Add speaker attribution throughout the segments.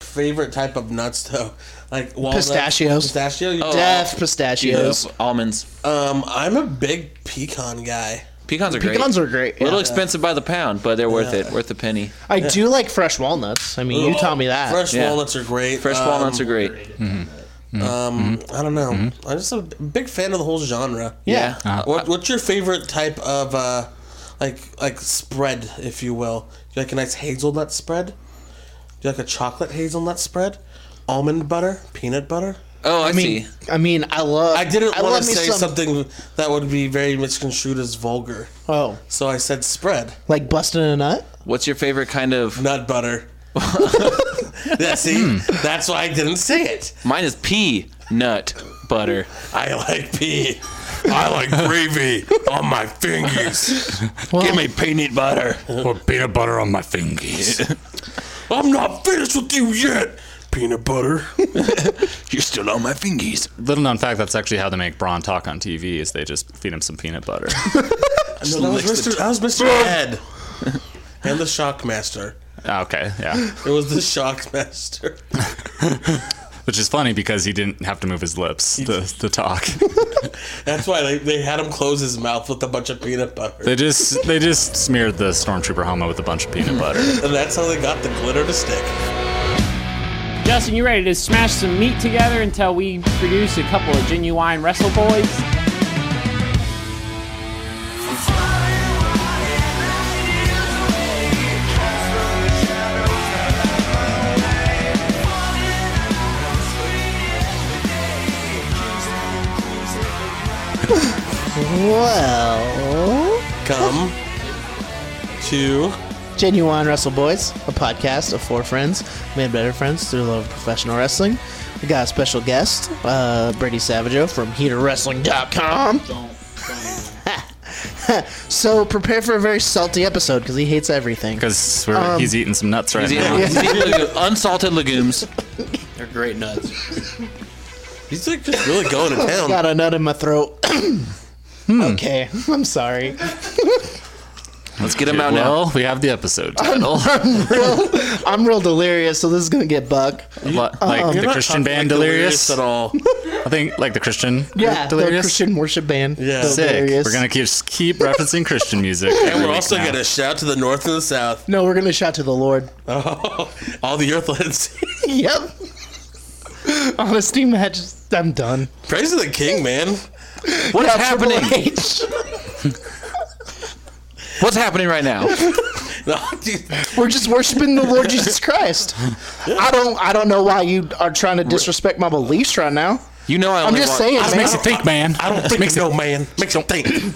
Speaker 1: favorite type of nuts though, like walnut,
Speaker 2: Pistachios.
Speaker 1: Pistachio.
Speaker 2: Oh,
Speaker 1: you-
Speaker 2: Death
Speaker 3: Yeah,
Speaker 2: pistachios.
Speaker 3: almonds.
Speaker 1: Um, I'm a big pecan guy.
Speaker 3: Pecans are great.
Speaker 2: Pecans are great.
Speaker 3: A little
Speaker 2: yeah.
Speaker 3: expensive by the pound, but they're worth
Speaker 1: Yeah.
Speaker 3: it. Worth a penny.
Speaker 2: I do like fresh walnuts. I mean, you taught me that.
Speaker 1: Fresh
Speaker 3: Yeah.
Speaker 1: walnuts are great.
Speaker 3: Fresh
Speaker 1: Um,
Speaker 3: walnuts are great.
Speaker 1: Um, I don't know. I'm just a big fan of the whole genre.
Speaker 3: Yeah.
Speaker 4: Uh,
Speaker 1: What What's your favorite type of uh, like like spread, if you will? Do you like a nice hazelnut spread? Do you like a chocolate hazelnut spread? Almond butter, peanut butter.
Speaker 3: Oh, I,
Speaker 2: I mean,
Speaker 3: see.
Speaker 2: I mean, I love.
Speaker 1: I didn't want
Speaker 2: love
Speaker 1: to
Speaker 2: me
Speaker 1: say
Speaker 2: some-
Speaker 1: something that would be very misconstrued as vulgar,
Speaker 2: Oh,
Speaker 1: so I said spread,
Speaker 2: like busting a nut.
Speaker 3: What's your favorite kind of?
Speaker 1: nut butter. yeah, see, that's why I didn't say it.
Speaker 3: Mine is pea nut butter.
Speaker 1: I like pea. I like gravy on my fingers.
Speaker 2: Give
Speaker 1: me peanut butter.
Speaker 4: Or peanut butter on my fingers.
Speaker 1: I'm not finished with you yet. Peanut butter.
Speaker 3: You're still on my fingers.
Speaker 4: Little known fact, that's actually how they make Braun talk on TV is they just feed him some peanut butter.
Speaker 1: No, that was
Speaker 3: licks the
Speaker 1: Mr. That was Mr. Ed. And the Shockmaster.
Speaker 4: Ah, okay, yeah.
Speaker 1: It was the Shockmaster.
Speaker 4: Which is funny because he didn't have to move his lips to, to talk.
Speaker 1: That's why they, they had him close his mouth with a bunch of peanut butter.
Speaker 4: They just they just smeared the stormtrooper homo with a bunch of peanut butter.
Speaker 1: And that's how they got the glitter to stick.
Speaker 5: Justin, you ready to smash some meat together until we produce a couple of genuine wrestle boys?
Speaker 2: Well,
Speaker 1: Come to
Speaker 2: Genuine Wrestle Boys, a podcast of four friends made better friends through love of professional wrestling. We got a special guest, uh, Brady Savageau from HeaterWrestling.com. so prepare for a very salty episode because he hates everything.
Speaker 4: Because he's eating some nuts right
Speaker 3: He's
Speaker 4: now.
Speaker 3: eating, he's eating legu- unsalted legumes.
Speaker 6: They're great nuts.
Speaker 1: He's like just really going to town.
Speaker 2: Got a nut in my throat. Okay, I'm sorry.
Speaker 3: Let's get him out now.
Speaker 4: Well, we have the episode title.
Speaker 2: I'm real delirious, so this is gonna get buck.
Speaker 4: like the
Speaker 1: You're not talking
Speaker 4: Christian band
Speaker 1: like
Speaker 4: Delirious.
Speaker 1: at all.
Speaker 4: I think like the Christian
Speaker 2: Yeah, the
Speaker 4: Delirious.
Speaker 2: Christian worship band.
Speaker 1: Yeah.
Speaker 2: the
Speaker 4: Sick.
Speaker 2: Delirious.
Speaker 4: We're gonna keep just keep referencing Christian music.
Speaker 1: And we're also going to shout to the north and the south.
Speaker 2: No, we're gonna shout to the Lord.
Speaker 1: Oh, all the earthlings.
Speaker 2: yep. Honesty match. I'm done.
Speaker 1: Praise to the king, man.
Speaker 3: What's
Speaker 2: Yeah, Triple
Speaker 3: happening?
Speaker 2: H.
Speaker 3: What's happening right now?
Speaker 1: No, dude,
Speaker 2: We're just worshiping the Lord Jesus Christ. I don't. I don't know why you are trying to disrespect my beliefs right now.
Speaker 3: You know I
Speaker 2: I'm
Speaker 3: only
Speaker 2: just
Speaker 3: watch,
Speaker 2: saying,
Speaker 4: Just
Speaker 2: man.
Speaker 4: makes you think, man.
Speaker 1: I don't think no, man. Makes you think.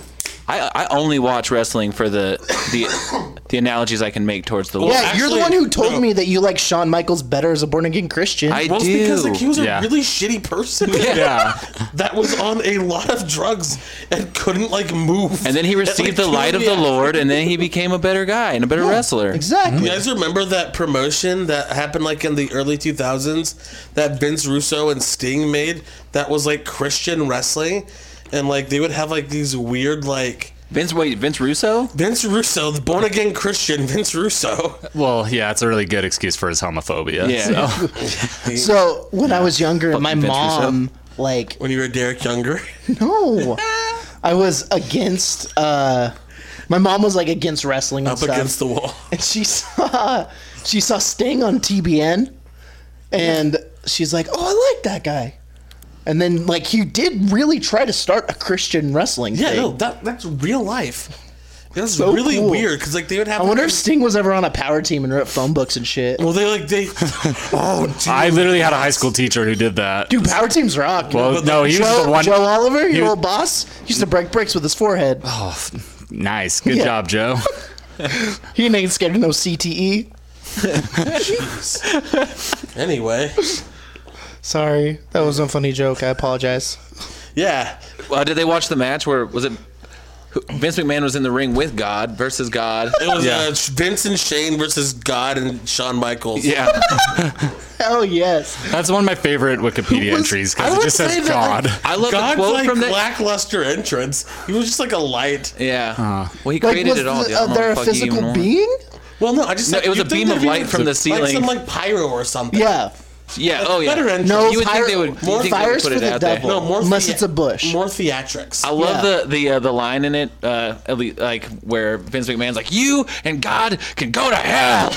Speaker 3: I, I only watch wrestling for the the the analogies I can make towards the Lord.
Speaker 2: Yeah,
Speaker 1: Well,
Speaker 2: you're the
Speaker 1: actually,
Speaker 2: one who told
Speaker 1: no.
Speaker 2: me that you like Shawn Michaels better as a born again Christian.
Speaker 3: I
Speaker 1: Well, it's
Speaker 3: do.
Speaker 1: because like, he was
Speaker 4: Yeah.
Speaker 1: a really shitty person
Speaker 4: Yeah.
Speaker 1: that was on a lot of drugs and couldn't like move.
Speaker 3: and then he
Speaker 1: It, like,
Speaker 3: received the
Speaker 1: killed
Speaker 3: light of
Speaker 1: me
Speaker 3: the
Speaker 1: out.
Speaker 3: Lord, and then he became a better guy and a better wrestler.
Speaker 2: exactly.
Speaker 1: You guys remember that promotion that happened like in the early 2000s that Vince Russo and Sting made that was like Christian wrestling? And like they would have like these weird like
Speaker 3: Vince, wait, Vince Russo?
Speaker 1: Vince Russo, the born again Christian Vince Russo.
Speaker 4: Well, yeah, it's a really good excuse for his homophobia.
Speaker 3: Yeah.
Speaker 4: so.
Speaker 2: So when I was younger, my
Speaker 3: Fucking bitch
Speaker 2: mom like
Speaker 1: When you were Derek Younger.
Speaker 2: no, I was against. uh My mom was like against wrestling and
Speaker 1: Up
Speaker 2: stuff.
Speaker 1: against the wall.
Speaker 2: and she saw she saw Sting on TBN, and she's like, "Oh, I like that guy." And then like he did really try to start a Christian wrestling
Speaker 1: Yeah,
Speaker 2: thing.
Speaker 1: no, that that's real life. That's
Speaker 2: So
Speaker 1: really
Speaker 2: cool.
Speaker 1: weird because like they would have.
Speaker 2: I wonder if Sting was ever on a power team and wrote phone books and shit.
Speaker 1: Well, they like they. oh, dude.
Speaker 4: I literally had a high school teacher who did that.
Speaker 2: Dude, power teams rock.
Speaker 4: well, no, he was
Speaker 2: Joe,
Speaker 4: the one.
Speaker 2: Joe Oliver, your
Speaker 4: was-
Speaker 2: old boss, used to break bricks with his forehead.
Speaker 4: Oh, nice. Good
Speaker 2: Yeah.
Speaker 4: job, Joe.
Speaker 2: He ain't scared of no E. CTE.
Speaker 1: Anyway,
Speaker 2: Sorry, that was a funny joke. I apologize.
Speaker 1: yeah,
Speaker 3: Uh, did they watch the match where was it? who- Vince McMahon was in the ring with God versus God.
Speaker 1: it was uh, Vince and Shane versus God and Shawn Michaels.
Speaker 3: Yeah,
Speaker 2: Hell yes.
Speaker 4: That's one of my favorite Wikipedia entries
Speaker 1: I
Speaker 4: because it
Speaker 1: would
Speaker 4: just
Speaker 1: say
Speaker 4: says
Speaker 1: that,
Speaker 4: God.
Speaker 1: like,
Speaker 3: I love the
Speaker 1: God's
Speaker 3: quote
Speaker 1: like
Speaker 3: from that.
Speaker 1: lackluster entrance. He was just like a light.
Speaker 3: yeah, well, he
Speaker 2: Like,
Speaker 3: created
Speaker 2: was
Speaker 3: it all.
Speaker 2: the-
Speaker 3: dude. I
Speaker 2: uh,
Speaker 3: don't know
Speaker 2: there a
Speaker 3: what the fuck you even
Speaker 2: physical
Speaker 3: want.
Speaker 2: being?
Speaker 1: Well, no, I just
Speaker 3: No, it was
Speaker 1: you'd
Speaker 3: a
Speaker 1: think
Speaker 3: beam
Speaker 1: there'd
Speaker 3: of
Speaker 1: be,
Speaker 3: light
Speaker 1: like,
Speaker 3: from the
Speaker 1: like
Speaker 3: ceiling.
Speaker 1: some like pyro or something.
Speaker 2: Yeah.
Speaker 3: Yeah. Oh yeah.
Speaker 1: Better entrance.
Speaker 2: No,
Speaker 3: You would
Speaker 2: fire,
Speaker 3: think they would.
Speaker 2: more
Speaker 3: you think
Speaker 2: fires
Speaker 3: they would
Speaker 2: for
Speaker 3: put it
Speaker 2: the
Speaker 3: out there.
Speaker 2: devil.
Speaker 1: No, more
Speaker 2: Unless it's a bush.
Speaker 1: More theatrics.
Speaker 3: I love
Speaker 2: Yeah.
Speaker 3: the the uh, the line in it, uh, at least, like where Vince McMahon's like, "You and God can go to hell."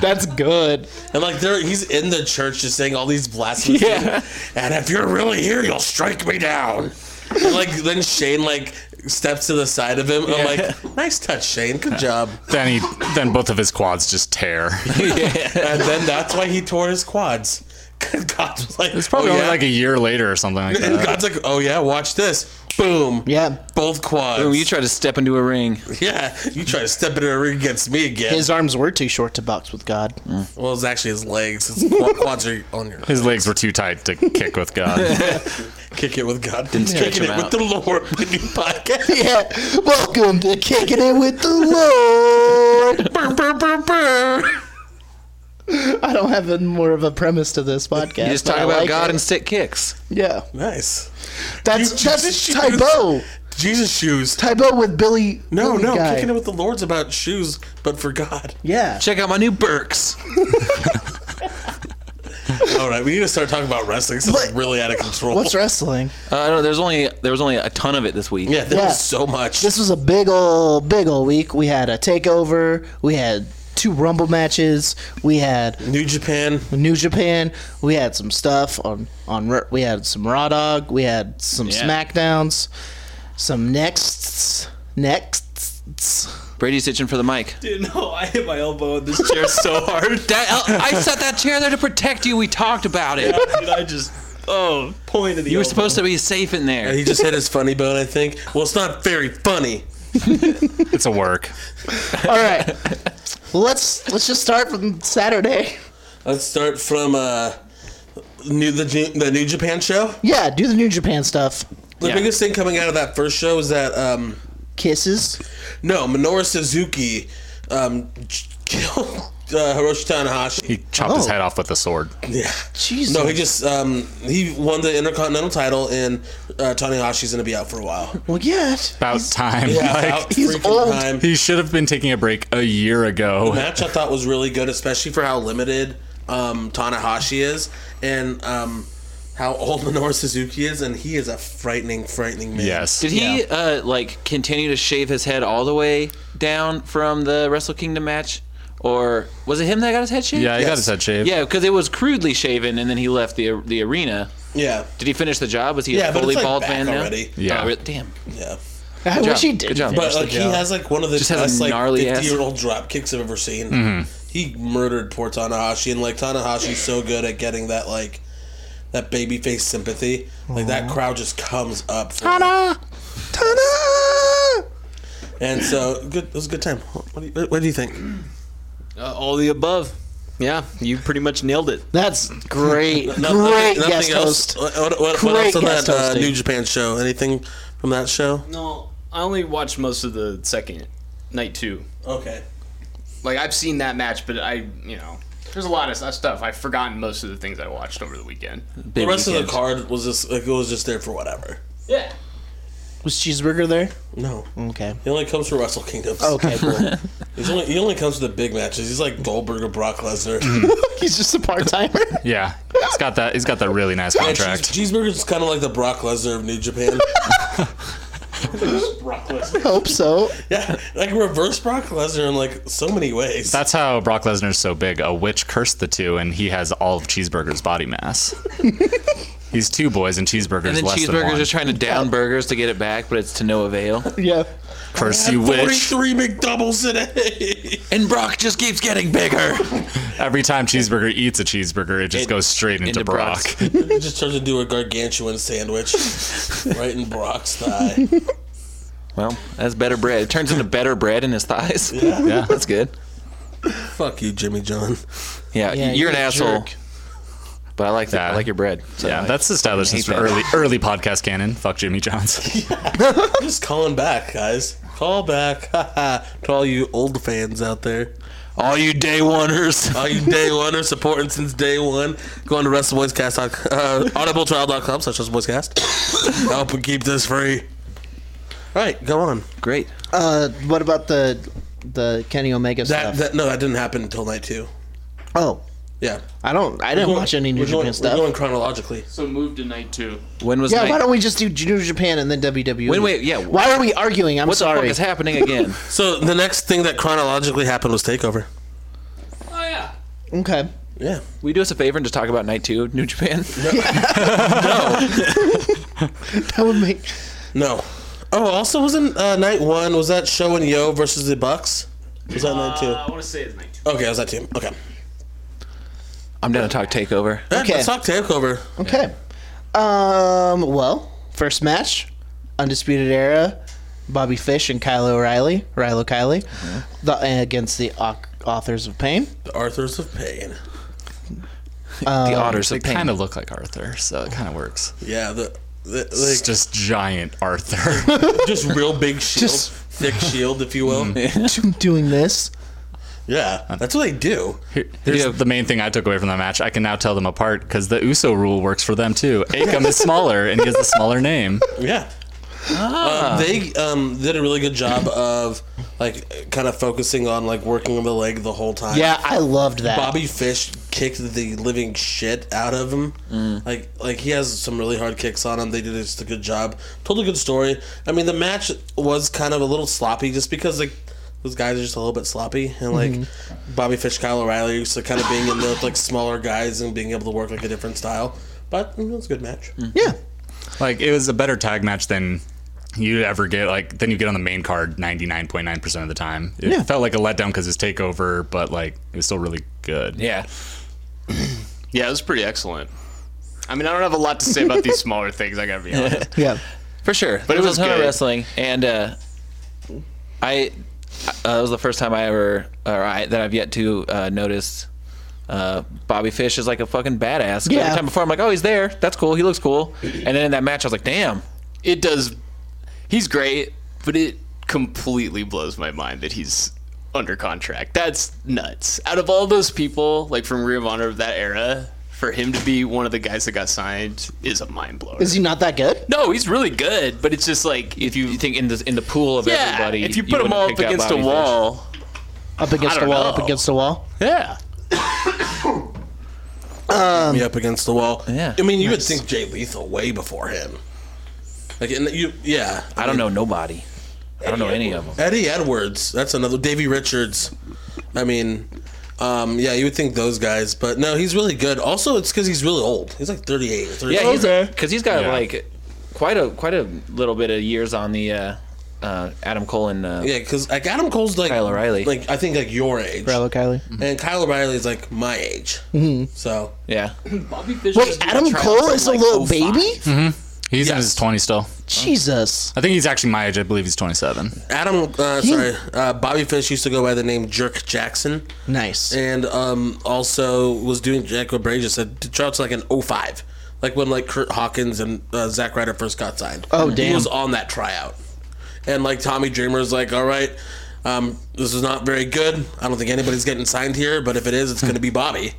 Speaker 2: That's good.
Speaker 1: and like there, he's in the church just saying all these blasphemies.
Speaker 3: Yeah.
Speaker 1: And if you're really here, you'll strike me down. And, like then Shane like steps to the side of him. and I'm like, nice touch, Shane. Good job.
Speaker 4: Then he, then both of his quads just tear.
Speaker 1: And then that's why he tore his quads. God's like, it's
Speaker 4: Probably
Speaker 1: oh,
Speaker 4: only
Speaker 1: yeah?
Speaker 4: like a year later or something like
Speaker 1: And
Speaker 4: that.
Speaker 1: God's like, oh yeah, watch this. Boom.
Speaker 2: Yeah.
Speaker 1: Both quads.
Speaker 3: When you try to step into a ring,
Speaker 1: yeah, you try to step into a ring against me again.
Speaker 2: His arms were too short to box with God.
Speaker 1: well, it's actually his legs. His qu- quads are on your
Speaker 4: His legs were too tight to kick with God.
Speaker 1: kick it with God.
Speaker 3: stretch
Speaker 1: Kicking it
Speaker 3: him
Speaker 1: with
Speaker 3: out.
Speaker 1: the Lord. The new podcast.
Speaker 2: Yeah. Welcome to Kicking It With the Lord.
Speaker 1: Brr, brr, brr, brr.
Speaker 2: I don't have a, more of a premise to this podcast.
Speaker 3: you just
Speaker 2: but
Speaker 3: talk
Speaker 2: I
Speaker 3: about
Speaker 2: like
Speaker 3: God
Speaker 2: it.
Speaker 3: and stick kicks.
Speaker 2: Yeah.
Speaker 1: Nice.
Speaker 2: That's,
Speaker 1: Jesus
Speaker 2: that's
Speaker 1: shoes.
Speaker 2: Tybo.
Speaker 1: Jesus shoes.
Speaker 2: Tybo with Billy.
Speaker 1: No,
Speaker 2: Billy
Speaker 1: no,
Speaker 2: Guy.
Speaker 1: kicking it with the Lord's about shoes, but for God.
Speaker 2: Yeah.
Speaker 3: Check out my new Burks. Uh,
Speaker 1: All right, we need to start talking about wrestling. This is like, really out of control.
Speaker 2: What's wrestling?
Speaker 3: Uh, no, there's only there was only a ton of it this week.
Speaker 1: Yeah, there
Speaker 2: Yeah.
Speaker 1: was so much.
Speaker 2: This was a big ol' big ol' week. We had a takeover. We had two rumble matches. We had
Speaker 1: New Japan.
Speaker 2: New Japan. We had some stuff on on. Ra- We had some Raw Dog. We had some
Speaker 3: Yeah.
Speaker 2: Smackdowns. Some nexts. Nexts.
Speaker 3: Brady's itching for the mic.
Speaker 6: Dude, no, I hit my elbow in this chair so hard.
Speaker 3: That, uh, I set that chair there to protect you. We talked about it.
Speaker 6: Dude, I just oh pointed the.
Speaker 3: You were supposed to be safe in there.
Speaker 1: He just hit his funny bone, I think. Well, it's not very funny.
Speaker 4: it's a work.
Speaker 2: All right. well, let's let's just start from Saturday.
Speaker 1: Let's start from uh, new the Ju- the New Japan show.
Speaker 2: Yeah, do the New Japan stuff.
Speaker 1: The
Speaker 3: Yeah.
Speaker 1: biggest thing coming out of that first show is that um,
Speaker 2: Kisses.
Speaker 1: no Minoru Suzuki um, j- killed uh, Hiroshi Tanahashi.
Speaker 4: He chopped his
Speaker 2: Oh.
Speaker 4: head off with a sword.
Speaker 1: Yeah.
Speaker 2: Jesus.
Speaker 1: No, he just um, he won the Intercontinental title, and uh, Tanahashi's gonna be out for a while.
Speaker 2: well, yeah.
Speaker 4: About time. Like,
Speaker 1: out
Speaker 2: he's
Speaker 1: freaking
Speaker 2: old.
Speaker 1: Time.
Speaker 4: he should have been taking a break a year ago.
Speaker 1: match I thought was really good, especially for how limited um, Tanahashi is and um, how old Minoru Suzuki is, and he is a frightening, frightening man.
Speaker 4: Yes.
Speaker 3: Did he uh, like continue to shave his head all the way down from the Wrestle Kingdom match, or was it him that got his head shaved?
Speaker 4: Yeah, he got
Speaker 1: Yes.
Speaker 4: his head shaved.
Speaker 3: yeah, because it was crudely shaven, and then he left the the arena.
Speaker 1: Yeah.
Speaker 3: Did he finish the job? Was he
Speaker 1: Yeah,
Speaker 3: a
Speaker 1: but
Speaker 3: fully
Speaker 1: it's like
Speaker 3: bald
Speaker 1: back
Speaker 3: man
Speaker 1: already.
Speaker 3: now?
Speaker 4: Yeah.
Speaker 3: Oh, really? damn.
Speaker 1: Yeah.
Speaker 2: I
Speaker 3: Good
Speaker 2: wish he
Speaker 3: job.
Speaker 2: did.
Speaker 3: Good job.
Speaker 1: But like he
Speaker 2: job.
Speaker 1: has like one of the
Speaker 3: Just has a
Speaker 1: best like
Speaker 3: gnarly ass.
Speaker 1: fifty year old drop kicks I've ever seen.
Speaker 2: Mm-hmm.
Speaker 1: He murdered poor Tanahashi, and like Tanahashi's so good at getting that like that babyface sympathy. Like that crowd just comes up. For him.
Speaker 2: Ta-da!
Speaker 1: And so good. It was a good time. What do you, what do you think?
Speaker 6: Uh, all the above. Yeah, you pretty much nailed it.
Speaker 2: That's great.
Speaker 1: No-
Speaker 2: great
Speaker 1: nothing- nothing
Speaker 2: guest
Speaker 1: else.
Speaker 2: host.
Speaker 1: What, what, what
Speaker 2: Great
Speaker 1: else on
Speaker 2: guest
Speaker 1: that uh,
Speaker 2: hosting.
Speaker 1: New Japan show? Anything from that show?
Speaker 6: No, I only watched most of the second night two.
Speaker 1: Okay.
Speaker 6: Like I've seen that match, but I you know there's a lot of s- stuff I've forgotten most of the things I watched over the weekend.
Speaker 1: The rest of the card was just like it was just there for whatever.
Speaker 6: Yeah.
Speaker 2: Was Cheeseburger there?
Speaker 1: No,
Speaker 2: Okay.
Speaker 1: he only comes for Wrestle Kingdoms.
Speaker 2: Okay, cool.
Speaker 1: He's only, he only comes for the big matches. He's like Goldberg or Brock Lesnar.
Speaker 2: He's just a part timer.
Speaker 4: Yeah. He's got that he's got that really nice
Speaker 1: And
Speaker 4: contract.
Speaker 1: Cheese, Cheeseburger's kind of like the Brock Lesnar of New Japan.
Speaker 2: Hope so.
Speaker 1: yeah, like reverse Brock Lesnar in like so many ways.
Speaker 4: That's how Brock Lesnar's so big. A witch cursed the two, and he has all of Cheeseburger's body mass. He's two boys, and Cheeseburger's
Speaker 3: And then
Speaker 4: less than
Speaker 3: cheeseburgers
Speaker 4: one.
Speaker 3: are trying to down burgers to get it back, but it's to no avail.
Speaker 2: Yeah.
Speaker 4: Curse you, witch!
Speaker 1: Forty-three McDoubles today.
Speaker 3: And Brock just keeps getting bigger.
Speaker 4: Every time Cheeseburger eats a cheeseburger, it just goes straight into,
Speaker 3: into
Speaker 4: Brock.
Speaker 3: Brock's.
Speaker 1: It just turns into a gargantuan sandwich, right in Brock's thigh.
Speaker 3: Well, that's better bread. It turns into better bread in his thighs.
Speaker 4: Yeah.
Speaker 3: that's good.
Speaker 1: Fuck you, Jimmy John.
Speaker 3: Yeah,
Speaker 2: Yeah,
Speaker 3: you're an
Speaker 2: you're a
Speaker 3: asshole.
Speaker 2: jerk.
Speaker 3: But I like that.
Speaker 4: Yeah.
Speaker 3: I like your bread. So
Speaker 4: Yeah,
Speaker 3: I-
Speaker 4: that's established
Speaker 3: hate
Speaker 4: since
Speaker 3: that.
Speaker 4: early early podcast canon. Fuck Jimmy Johns.
Speaker 1: Just calling back, guys. Call back. to all you old fans out there.
Speaker 3: all you day oneers.
Speaker 1: All you day one are supporting since day one. Go on to WrestleBoysCast. Uh, audibletrial.com slash WrestleBoysCast. Help and keep this free. All right, go on.
Speaker 3: Great.
Speaker 2: Uh, what about the the Kenny Omega
Speaker 1: That,
Speaker 2: stuff.
Speaker 1: that no, that didn't happen until night two.
Speaker 2: oh,
Speaker 1: Yeah.
Speaker 2: I don't. I didn't
Speaker 1: We're
Speaker 2: watch any New
Speaker 1: we're
Speaker 2: Japan
Speaker 1: going, we're
Speaker 2: stuff.
Speaker 1: going chronologically.
Speaker 6: So move to night two.
Speaker 3: When was
Speaker 2: yeah,
Speaker 3: night-
Speaker 2: why don't we just do New Japan and then WWE?
Speaker 3: When- wait, yeah.
Speaker 2: Why are we arguing? I'm
Speaker 3: what the
Speaker 2: sorry.
Speaker 3: fuck is happening again?
Speaker 1: So the next thing that chronologically happened was Takeover.
Speaker 6: Oh yeah.
Speaker 2: okay.
Speaker 1: Yeah.
Speaker 3: Will you do us a favor and just talk about night two, of New Japan?
Speaker 2: That would make.
Speaker 1: No. Oh, also wasn't uh, night one was that Show and Yo versus the Bucks? Was that night
Speaker 6: Uh, I
Speaker 2: Uh,
Speaker 1: two?
Speaker 6: want to say it's night two.
Speaker 1: Okay, it was that team. Okay.
Speaker 3: I'm down to talk takeover.
Speaker 1: Yeah,
Speaker 2: Okay.
Speaker 1: Let's talk Takeover.
Speaker 2: Okay. Um. Well, first match, Undisputed Era, Bobby Fish and Kyle O'Reilly, Rilo Kiley,
Speaker 1: Mm-hmm.
Speaker 2: the, against the au- Authors of Pain.
Speaker 1: The Arthurs of Pain.
Speaker 2: Uh,
Speaker 3: the otters
Speaker 4: They
Speaker 3: of pain.
Speaker 4: kind of look like Arthur, so it kind of works.
Speaker 1: Yeah. The, the
Speaker 4: It's
Speaker 1: like
Speaker 4: just giant Arthur.
Speaker 1: just real big shield,
Speaker 2: Just- Mm-hmm.
Speaker 1: thick shield, if you will.
Speaker 2: Doing this.
Speaker 1: yeah, that's what they do.
Speaker 4: Here- Here's
Speaker 3: Yeah.
Speaker 4: the main thing I took away from that match. I can now tell them apart because the Uso rule works for them too. Akam is smaller and he has a smaller name.
Speaker 1: Yeah.
Speaker 2: Ah.
Speaker 1: Um, they um, did a really good job of like kind of focusing on like working on the leg the whole time.
Speaker 2: Yeah, I loved that.
Speaker 1: Bobby Fish kicked the living shit out of him.
Speaker 3: Mm.
Speaker 1: Like like he has some really hard kicks on him. They did just a good job. Told a good story. I mean the match was kind of a little sloppy just because like those guys are just a little bit sloppy and like
Speaker 3: Mm-hmm.
Speaker 1: Bobby Fish, Kyle O'Reilly are used to kind of being in those like smaller guys and being able to work like a different style. But you know, it was a good match.
Speaker 3: Mm.
Speaker 2: Yeah.
Speaker 4: Like it was a better tag match than you ever get. Like than you get on the main card ninety nine point nine percent of the time. It
Speaker 2: Yeah.
Speaker 4: felt like a letdown because it's takeover, but like it was still really good.
Speaker 3: yeah.
Speaker 6: Yeah, it was pretty excellent. I mean, I don't have a lot to say about these smaller things. I gotta be honest.
Speaker 2: Yeah.
Speaker 3: For sure. But
Speaker 6: it was good.
Speaker 3: wrestling and uh, I uh, that was the first time I ever or I, that I've yet to uh, notice uh, Bobby Fish is like a fucking badass. 'Cause
Speaker 2: Yeah.
Speaker 3: Every time before I'm like, "Oh, he's there. That's cool. He looks cool." And then in that match I was like, "Damn."
Speaker 6: It does. He's great, but it completely blows my mind that he's under contract. That's nuts. Out of all those people, like from Ring of Honor of that era, for him to be one of the guys that got signed is a mind blower.
Speaker 2: Is he not that good?
Speaker 6: no, he's really good, but it's just like if you,
Speaker 3: You think in the in the pool of
Speaker 6: yeah,
Speaker 3: everybody,
Speaker 6: if you
Speaker 3: you
Speaker 6: put them
Speaker 3: wouldn't
Speaker 6: all up
Speaker 3: pick out
Speaker 6: against a
Speaker 3: Bobby Fish.
Speaker 6: wall,
Speaker 2: Up against
Speaker 6: I
Speaker 2: the
Speaker 6: don't
Speaker 2: wall. Up
Speaker 6: know.
Speaker 2: against the wall.
Speaker 6: yeah,
Speaker 1: me up against the wall.
Speaker 3: Yeah.
Speaker 1: I mean, you would think Jay Lethal way before him. Like, and you, yeah.
Speaker 3: I don't know nobody. I don't know any of them.
Speaker 1: Eddie Edwards. That's another. Davy Richards. I mean, um, yeah, you would think those guys, but no, he's really good. Also, it's because he's really old. He's like 38. 38.
Speaker 3: Yeah, he's because he's got
Speaker 4: Yeah.
Speaker 3: like quite a quite a little bit of years on the uh, uh, Adam Cole and uh,
Speaker 1: Yeah, because like Adam Cole's like
Speaker 3: Kyle O'Reilly.
Speaker 1: Like I think like your age,
Speaker 2: Rilo Kiley.
Speaker 1: and Kyle O'Reilly is like my age.
Speaker 3: Mm-hmm.
Speaker 1: So
Speaker 3: yeah.
Speaker 6: Bobby Fish.
Speaker 2: Wait, Adam Cole is a little baby? Hmm.
Speaker 4: He's in
Speaker 1: Yes.
Speaker 4: his 20s still.
Speaker 2: Jesus.
Speaker 4: I think he's actually my age. I believe he's 27.
Speaker 1: Adam, uh, sorry, uh, Bobby Fish used to go by the name Jerk Jackson,
Speaker 2: Nice.
Speaker 1: and um, also was doing Jack Brages said to Trout's like an 05. Like when like Kurt Hawkins and uh, Zack Ryder first got signed.
Speaker 2: Oh,
Speaker 1: He
Speaker 2: damn.
Speaker 1: was on that tryout, and like Tommy Dreamer's like, all right, um, this is not very good. I don't think anybody's getting signed here, but if it is, it's going to be Bobby.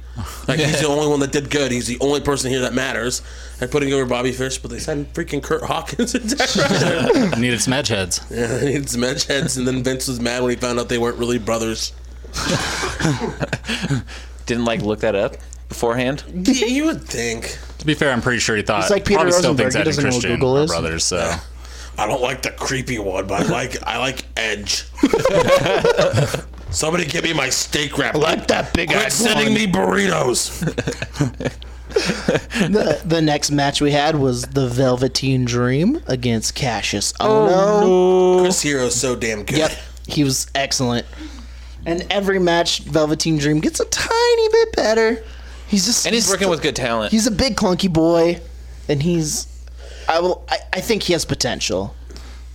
Speaker 1: Like he's the only one that did good. He's the only person here that matters. And putting over Bobby Fish, but they signed freaking Kurt Hawkins and Zack Ryder.
Speaker 4: I needed some edge heads.
Speaker 1: Yeah, they needed some edge heads, and then Vince was mad when he found out they weren't really brothers.
Speaker 3: Didn't like look that up beforehand.
Speaker 1: Y- you would think.
Speaker 4: To be fair, I'm pretty sure he thought
Speaker 2: He's like Peter
Speaker 4: probably still
Speaker 2: Rosenberg,
Speaker 4: thinks
Speaker 2: he doesn't
Speaker 4: Ed and
Speaker 2: know what
Speaker 4: Christian
Speaker 2: Google
Speaker 4: are
Speaker 2: is.
Speaker 4: brothers. So
Speaker 1: I don't like the creepy one, but I like I like Edge. Somebody give me my steak wrap.
Speaker 2: like that big
Speaker 1: Quit sending me burritos.
Speaker 2: The, the next match we had was the Velveteen Dream against Cassius. Oh, no.
Speaker 1: Chris Hero's so damn good.
Speaker 2: Yep, he was excellent. And every match, Velveteen Dream gets a tiny bit better. He's just
Speaker 3: And he's working with good talent.
Speaker 2: He's a big clunky boy, and he's I will I, I think he has potential.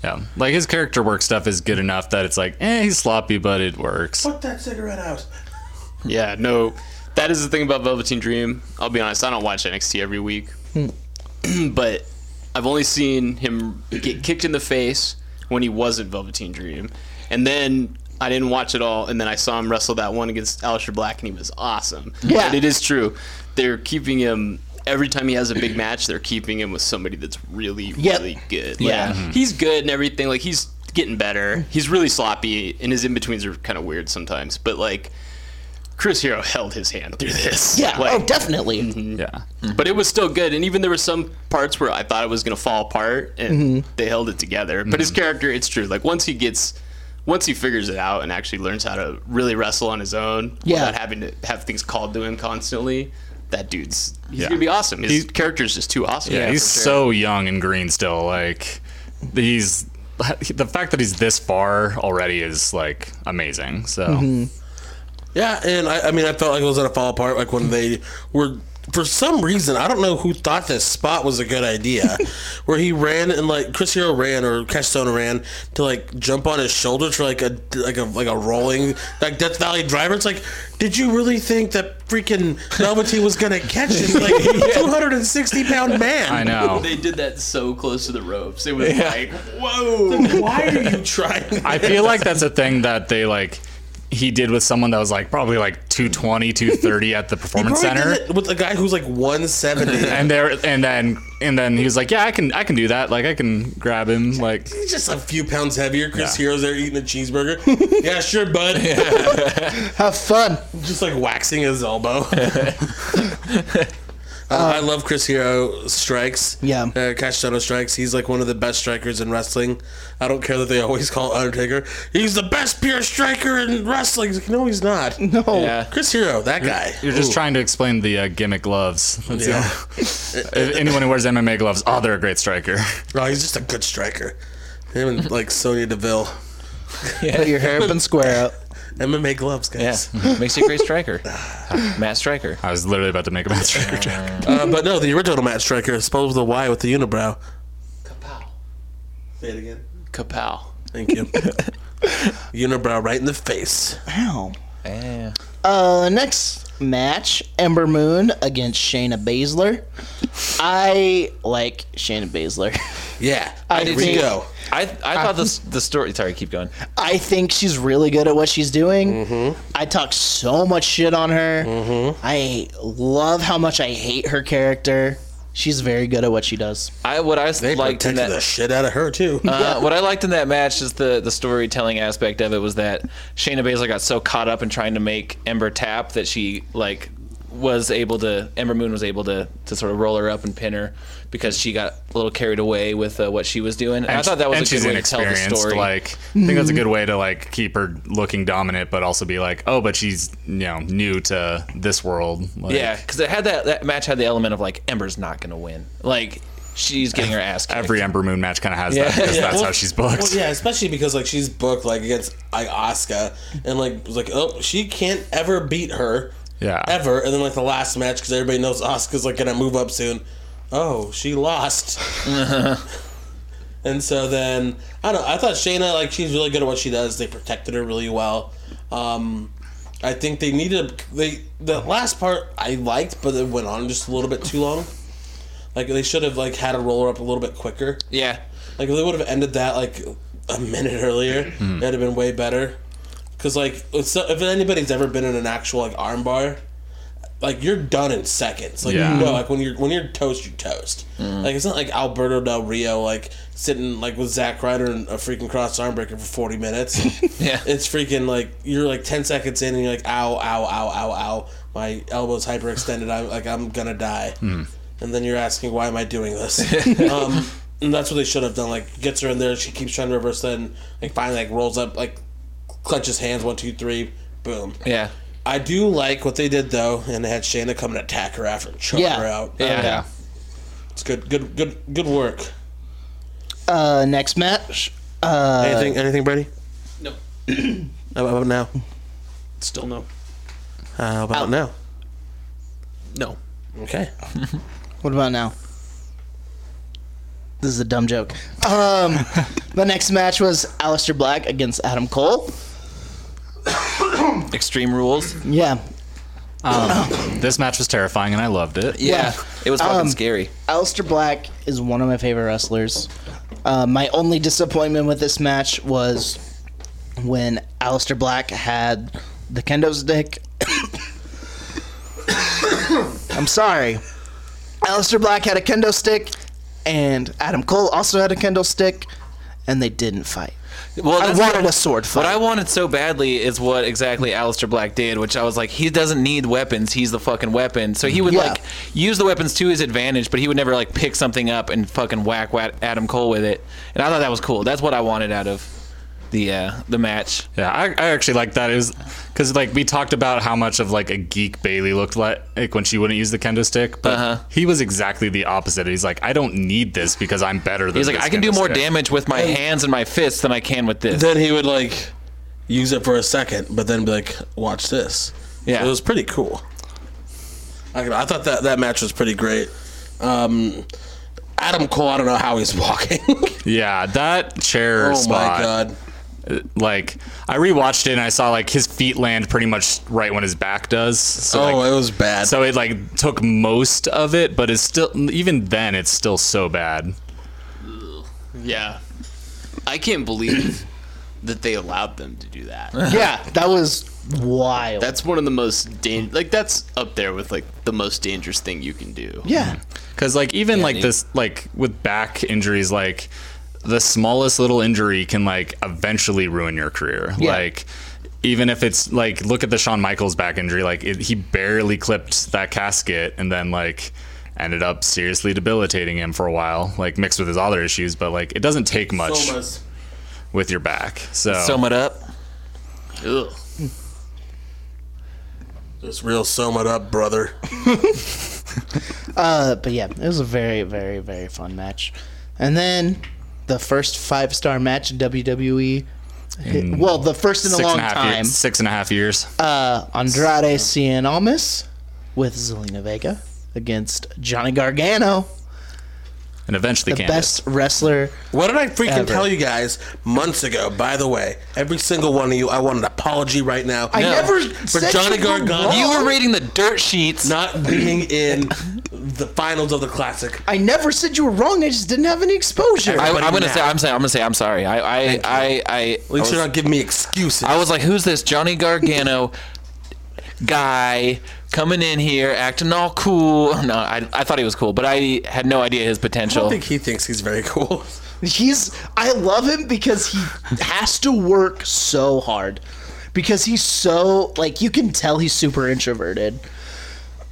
Speaker 4: yeah, like his character work stuff is good enough that it's like, eh, he's sloppy, but it works.
Speaker 1: Put that cigarette out.
Speaker 6: Yeah, no. That is the thing about Velveteen Dream. I'll be honest, I don't watch NXT every week.
Speaker 2: Hmm.
Speaker 6: but I've only seen him get kicked in the face when he wasn't Velveteen Dream. And then I didn't watch it all, and then I saw him wrestle that one against Aleister Black, and he was awesome.
Speaker 2: Yeah.
Speaker 6: But it is true. They're keeping him. Every time he has a big match, they're keeping him with somebody that's really,
Speaker 2: Yep.
Speaker 6: really good. Like,
Speaker 2: Yeah.
Speaker 6: He's good and everything. Like, he's getting better. He's really sloppy, and his in betweens are kind of weird sometimes. But like, Chris Hero held his hand through this.
Speaker 2: Yeah.
Speaker 6: Like,
Speaker 2: oh, definitely.
Speaker 4: Yeah.
Speaker 6: but it was still good. And even there were some parts where I thought it was going to fall apart, and they held it together. But his character, it's true. Like once he gets, once he figures it out and actually learns how to really wrestle on his own,
Speaker 2: Yeah.
Speaker 6: without having to have things called to him constantly, that dude's he's
Speaker 4: Yeah.
Speaker 6: gonna be awesome. His character's just too awesome.
Speaker 4: Yeah, he's
Speaker 6: for sure.
Speaker 4: so young and green still. Like, he's the fact that he's this far already is like amazing. So
Speaker 1: Yeah, and I, I mean, I felt like it was gonna fall apart. Like when they were, for some reason, I don't know who thought this spot was a good idea, where he ran and like Chris Hero ran or Castone ran to like jump on his shoulder for like a like a like a rolling like Death Valley driver. It's like, did you really think that freaking Velveteen was gonna catch this like two hundred and sixty pound man?
Speaker 4: I know.
Speaker 6: They did that so close to the ropes. It was like, whoa.
Speaker 1: Why are you trying?
Speaker 4: I feel like that's a thing that they like. He did with someone that was like probably like 220, 230 at the performance
Speaker 1: Probably
Speaker 4: center.
Speaker 1: did it with a guy who's like one seventy.
Speaker 4: and there and then and then he was like yeah i can i can do that like i can grab him like
Speaker 1: He's just a few pounds heavier. Chris
Speaker 4: Yeah.
Speaker 1: Hero's there eating a cheeseburger. yeah, sure, bud.
Speaker 2: Have fun.
Speaker 1: Just like waxing his elbow. Uh, I love Chris Hero strikes.
Speaker 2: Yeah.
Speaker 1: Uh, Cashtono strikes. He's like one of the best strikers in wrestling. I don't care that they always call Undertaker. He's the best pure striker in wrestling. It's like, no, he's not.
Speaker 2: No.
Speaker 3: Yeah.
Speaker 1: Chris Hero, that guy.
Speaker 4: you're just
Speaker 1: Ooh.
Speaker 4: trying to explain the uh, gimmick gloves That's the
Speaker 1: Yeah.
Speaker 4: only- If anyone who wears mma gloves oh they're a great striker
Speaker 1: Oh, he's just a good striker. Him and like Sonya Deville.
Speaker 2: Put your hair up and square up.
Speaker 1: MMA gloves, guys.
Speaker 3: Yeah, makes you a great striker, Matt Striker.
Speaker 4: i was literally about to make a bad striker joke
Speaker 1: Uh, but no, the original Matt Striker, spelled with a Y with the unibrow.
Speaker 6: Kapow.
Speaker 1: Say it again.
Speaker 6: Kapow.
Speaker 1: Thank you. unibrow right in the face.
Speaker 2: Ow.
Speaker 3: Yeah.
Speaker 2: Uh, next match, Ember Moon against Shayna Baszler. I like Shayna Baszler.
Speaker 1: Yeah.
Speaker 2: I
Speaker 1: here we
Speaker 2: think-
Speaker 1: go.
Speaker 3: I I thought this the story. Sorry, keep going.
Speaker 2: I think she's really good at what she's doing. I talk so much shit on her. I love how much I hate her character. She's very good at what she does.
Speaker 3: I what I
Speaker 1: They
Speaker 3: liked in
Speaker 1: protected
Speaker 3: that
Speaker 1: the shit out of her too.
Speaker 3: Uh, what I liked in that match is the the storytelling aspect of it was that Shayna Baszler got so caught up in trying to make Ember tap that she like was able to Ember Moon was able to to sort of roll her up and pin her because she got a little carried away with uh, what she was doing. And I thought that was
Speaker 4: and
Speaker 3: a
Speaker 4: she's
Speaker 3: good way to tell the
Speaker 4: inexperienced
Speaker 3: story.
Speaker 4: like i think that's a
Speaker 1: Mm-hmm.
Speaker 4: good way to like keep her looking dominant but also be like oh but she's you know new to this world like,
Speaker 3: yeah, because it had that that match had the element of like Ember's not gonna win. Like she's getting her ass kicked.
Speaker 4: every ember moon match kind of has that
Speaker 3: Yeah.
Speaker 4: because
Speaker 3: Yeah.
Speaker 4: that's
Speaker 1: Well-
Speaker 4: how she's booked
Speaker 1: Well, yeah, especially because like she's booked like against like Asuka, and like it was like oh she can't ever beat her.
Speaker 4: Yeah.
Speaker 1: Ever, and then like the last match because everybody knows Asuka's like gonna move up soon. Oh, she lost. and so then I don't. know. I thought Shayna like she's really good at what she does. They protected her really well. Um, I think they needed they the last part I liked, but it went on just a little bit too long. Like they should have like had a roller up a little bit quicker.
Speaker 3: yeah,
Speaker 1: Like if they would have ended that like a minute earlier, that'd have been way better. Because like if so- if anybody's ever been in an actual like armbar, like you're done in seconds. Like
Speaker 4: Yeah.
Speaker 1: you know, like when you're when you're toast, you're toast.
Speaker 3: Mm.
Speaker 1: Like it's not like Alberto Del Rio like sitting like with Zack Ryder and a freaking cross arm breaker for forty minutes.
Speaker 3: Yeah.
Speaker 1: it's freaking like you're like ten seconds in and you're like ow ow ow ow ow my elbow's hyperextended. I'm like I'm gonna die. And then you're asking why am I doing this? um, and that's what they should have done. Like gets her in there, she keeps trying to reverse that, and like finally like rolls up, like clutches hands one two three, boom.
Speaker 3: yeah,
Speaker 1: I do like what they did though, and they had Shayna come and attack her after and choke
Speaker 2: Yeah.
Speaker 1: her out.
Speaker 3: yeah.
Speaker 1: It's good, good, good, good work.
Speaker 2: Uh, next match, uh,
Speaker 1: Anything, anything, Brady?
Speaker 6: No.
Speaker 1: How about now?
Speaker 6: Still no.
Speaker 1: How about now?
Speaker 6: No.
Speaker 1: Okay.
Speaker 2: What about now? This is a dumb joke. Um, the next match was Aleister Black against Adam Cole.
Speaker 3: Extreme rules.
Speaker 2: Yeah,
Speaker 4: this match was terrifying and i loved it
Speaker 3: Yeah, it was fucking
Speaker 2: Um,
Speaker 3: scary.
Speaker 2: Aleister Black is one of my favorite wrestlers. Uh, my only disappointment with this match was when Aleister Black had the kendo stick. I'm sorry. Aleister Black had a kendo stick, and Adam Cole also had a kendo stick, and they didn't fight.
Speaker 3: Well,
Speaker 2: I
Speaker 3: that's-
Speaker 2: wanted a sword fight.
Speaker 3: What I wanted so badly is what exactly Alistair Black did, which I was like, he doesn't need weapons. He's the fucking weapon. So he would
Speaker 2: Yeah.
Speaker 3: like use the weapons to his advantage, but he would never like pick something up and fucking whack, whack Adam Cole with it. And I thought that was cool. That's what I wanted out of the uh, the match.
Speaker 4: Yeah, I, I actually like that. It was because like we talked about how much of like a geek Bailey looked like, like when she wouldn't use the kendo stick, but
Speaker 3: Uh-huh.
Speaker 4: he was exactly the opposite. He's like, I don't need this because I'm better than.
Speaker 3: He's like,
Speaker 4: this
Speaker 3: I can do
Speaker 4: kendo
Speaker 3: more
Speaker 4: stick."
Speaker 3: damage with my hands and my fists than I can with this.
Speaker 1: Then he would like use it for a second, but then be like, "Watch this."
Speaker 3: Yeah.
Speaker 1: it was pretty cool. I, don't know, I thought that that match was pretty great. Um, Adam Cole, I don't know how he's walking.
Speaker 4: Yeah, that chair
Speaker 1: oh
Speaker 4: spot.
Speaker 1: my god!
Speaker 4: Like, I rewatched it and I saw like his feet land pretty much right when his back does. So,
Speaker 1: oh,
Speaker 4: like,
Speaker 1: it was bad.
Speaker 4: so it like took most of it, but it's still even then it's still so bad.
Speaker 6: Yeah. I can't believe that they allowed them to do that.
Speaker 2: yeah, that was wild.
Speaker 6: That's one of the most dan- like that's up there with like the most dangerous thing you can do.
Speaker 2: yeah.
Speaker 4: Because like even like
Speaker 3: dude.
Speaker 4: this like with back injuries like the smallest little injury can like eventually ruin your career.
Speaker 2: Yeah.
Speaker 4: Like even if it's like look at the Shawn Michaels back injury like it, he barely clipped that casket and then like ended up seriously debilitating him for a while like mixed with his other issues but like it doesn't take much
Speaker 1: Somas.
Speaker 4: with your back. So,
Speaker 3: Sum it up.
Speaker 6: Ugh.
Speaker 1: Just real sum it up, brother.
Speaker 2: Uh, but yeah, it was a very, very, very fun match. And then the first five star match in WWE. well, the first in a
Speaker 4: six
Speaker 2: long
Speaker 4: and a half
Speaker 2: time.
Speaker 4: years, six and a half years.
Speaker 2: Uh, Andrade Cien Almas with Zelina Vega against Johnny Gargano,
Speaker 4: and eventually
Speaker 2: the
Speaker 4: Candace.
Speaker 2: best wrestler.
Speaker 1: What did I freaking
Speaker 2: Ever.
Speaker 1: tell you guys months ago? By the way, every single one of you, I want an apology right now.
Speaker 2: I never
Speaker 1: for
Speaker 2: said
Speaker 1: Johnny
Speaker 2: you were
Speaker 1: Gargano.
Speaker 2: wrong.
Speaker 3: You were reading the dirt sheets.
Speaker 1: not being in the finals of the classic.
Speaker 2: I never said you were wrong. I just didn't have any exposure.
Speaker 3: I,
Speaker 1: everybody
Speaker 3: I'm gonna
Speaker 1: now.
Speaker 3: say I'm saying I'm gonna say I'm sorry. I I I, I, I
Speaker 1: At least
Speaker 3: was-
Speaker 1: you're not giving me excuses.
Speaker 3: I was like, who's this Johnny Gargano guy coming in here acting all cool? No, I, I thought he was cool, but I had no idea his
Speaker 1: I don't
Speaker 3: potential.
Speaker 1: think he thinks he's very cool.
Speaker 2: He's I love him because he has to work so hard. Because he's so like you can tell he's super introverted.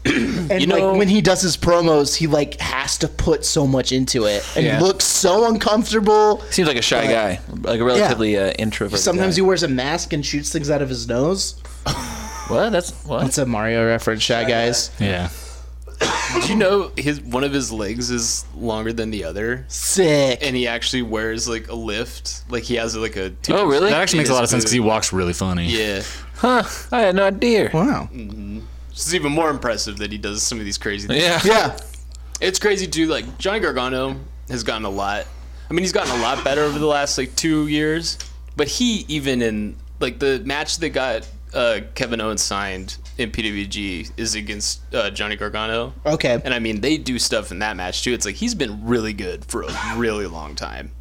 Speaker 2: and
Speaker 3: know-
Speaker 2: like when he does his promos, he like has to put so much into it and
Speaker 3: Yeah.
Speaker 2: looks so uncomfortable.
Speaker 3: Seems like a shy guy, like a relatively uh, introvert.
Speaker 2: Sometimes he
Speaker 3: guy.
Speaker 2: wears a mask and shoots things out of his nose.
Speaker 3: what? That's what?
Speaker 2: That's a Mario reference, Shy Guys.
Speaker 4: yeah.
Speaker 6: Did you know his one of his legs is longer than the other?
Speaker 2: Sick.
Speaker 6: And he actually wears like a lift. Like he has like a
Speaker 3: oh, really?
Speaker 4: That actually makes a lot of sense
Speaker 6: good.
Speaker 4: cuz he walks really funny.
Speaker 6: Yeah.
Speaker 3: huh? I had no idea.
Speaker 2: Wow.
Speaker 6: It's even more impressive that he does some of these crazy things.
Speaker 3: Yeah.
Speaker 2: Yeah.
Speaker 6: It's crazy too. Like Johnny Gargano has gotten a lot. I mean, he's gotten a lot better over the last like two years. But he even in like the match that got uh, Kevin Owens signed in PWG is against uh, Johnny Gargano.
Speaker 2: Okay.
Speaker 6: And I mean, they do stuff in that match too. It's like he's been really good for a really long time.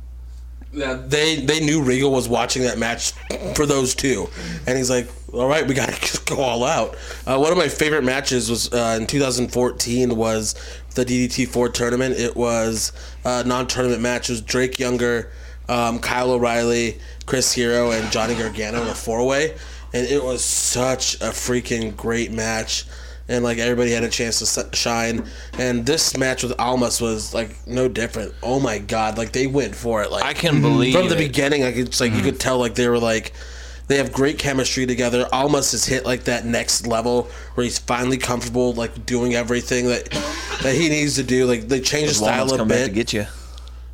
Speaker 1: Yeah, they they knew Regal was watching that match for those two, and he's like, "All right, we gotta just go all out." Uh, one of my favorite matches was uh, in 2014 was the DDT4 tournament. It was a non-tournament match. It was Drake Younger, um, Kyle O'Reilly, Chris Hero, and Johnny Gargano in a four-way, and it was such a freaking great match. And like everybody had a chance to s- shine, and this match with Almas was like no different. Oh my god! Like they went for it. Like
Speaker 3: I can believe
Speaker 1: Mm-hmm. from the
Speaker 3: it.
Speaker 1: beginning, I could it's like you
Speaker 3: Mm-hmm.
Speaker 1: could tell like they were like they have great chemistry together. Almas has hit like that next level where he's finally comfortable like doing everything that that he needs to do. Like they changed his style
Speaker 3: Walnuts
Speaker 1: a
Speaker 3: come back to
Speaker 1: bit.
Speaker 3: get you.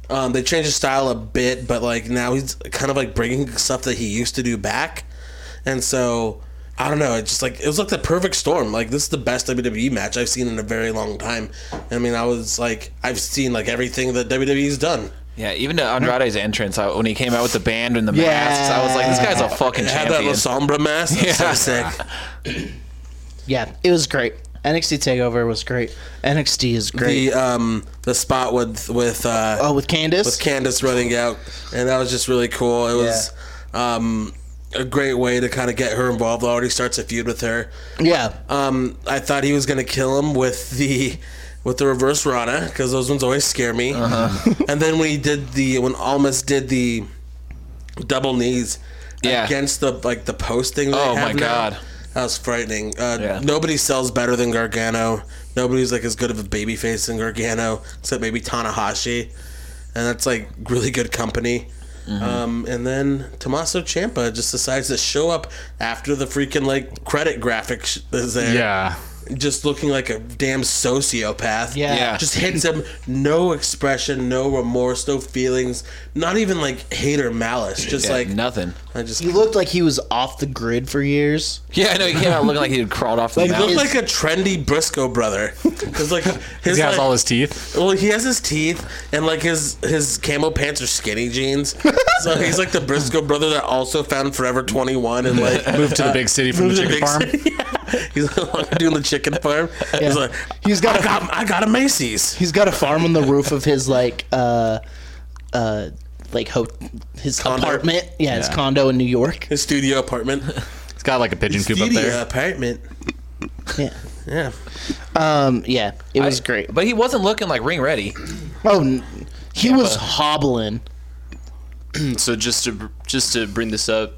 Speaker 1: Um, they changed his style a bit, but like now he's kind of like bringing stuff that he used to do back, and so. I don't know. It's just like it was like the perfect storm. Like this is the best WWE match I've seen in a very long time. I mean, I was like, I've seen like everything that WWE's done.
Speaker 3: Yeah, even to Andrade's entrance I, when he came out with the band and the masks, I was like, this guy's a fucking
Speaker 1: It had that
Speaker 3: champion.
Speaker 1: Lasombra mask. That's
Speaker 3: Yeah.
Speaker 1: so sick.
Speaker 2: Yeah. It was great. NXT Takeover was great. NXT is great.
Speaker 1: the um the spot with with uh
Speaker 2: oh, with Candace.
Speaker 1: with Candace running out, and that was just really cool. It was um a great way to kind of get her involved. Already starts a feud with her.
Speaker 2: yeah.
Speaker 1: Um, I thought he was gonna kill him with the with the reverse Rana
Speaker 3: Uh-huh.
Speaker 1: because those ones always scare me. and then when he did the when Almas did the double knees
Speaker 3: Yeah.
Speaker 1: against the like the post thing. They
Speaker 3: Oh,
Speaker 1: have
Speaker 3: my
Speaker 1: now.
Speaker 3: God.
Speaker 1: That was frightening. Uh,
Speaker 3: Yeah.
Speaker 1: Nobody sells better than Gargano. Nobody's like as good of a babyface than Gargano, except maybe Tanahashi, and that's like really good company.
Speaker 3: Mm-hmm.
Speaker 1: Um, and then Tommaso Ciampa just decides to show up after the freaking like credit graphic sh- is there
Speaker 4: Yeah.
Speaker 1: just looking like a damn sociopath.
Speaker 2: Yeah.
Speaker 3: Yeah.
Speaker 1: Just hits him. No expression, no remorse, no feelings, not even like hate or malice. Just
Speaker 3: Yeah,
Speaker 1: like
Speaker 3: nothing.
Speaker 1: I just
Speaker 2: He looked like he was off the grid for years.
Speaker 3: Yeah, I know he came out looking like he had crawled off the
Speaker 1: He looked
Speaker 3: mountain.
Speaker 1: like a trendy Briscoe brother. Cause like his
Speaker 4: He has
Speaker 1: like-
Speaker 4: all his teeth.
Speaker 1: well, he has his teeth and like his his camo pants are skinny jeans. so he's like the Briscoe brother that also found Forever Twenty One and like
Speaker 4: Moved to the big city from
Speaker 1: Moved
Speaker 4: the
Speaker 1: to
Speaker 4: chicken
Speaker 1: big
Speaker 4: farm.
Speaker 1: city. Yeah. He's like, doing the chicken farm. He's like,
Speaker 2: He's got
Speaker 1: I
Speaker 2: a-
Speaker 1: got, I got a Macy's.
Speaker 2: He's got a farm on the roof of his like uh uh like ho- his apartment. Yeah, his condo in New York.
Speaker 1: His studio apartment.
Speaker 4: It's got like a pigeon coop up
Speaker 1: studio
Speaker 4: there.
Speaker 1: apartment.
Speaker 2: Yeah.
Speaker 1: Yeah.
Speaker 2: Um yeah, it was great.
Speaker 3: But he wasn't looking like ring ready.
Speaker 2: Oh, n- he was hobbling.
Speaker 6: So just to just to bring this up,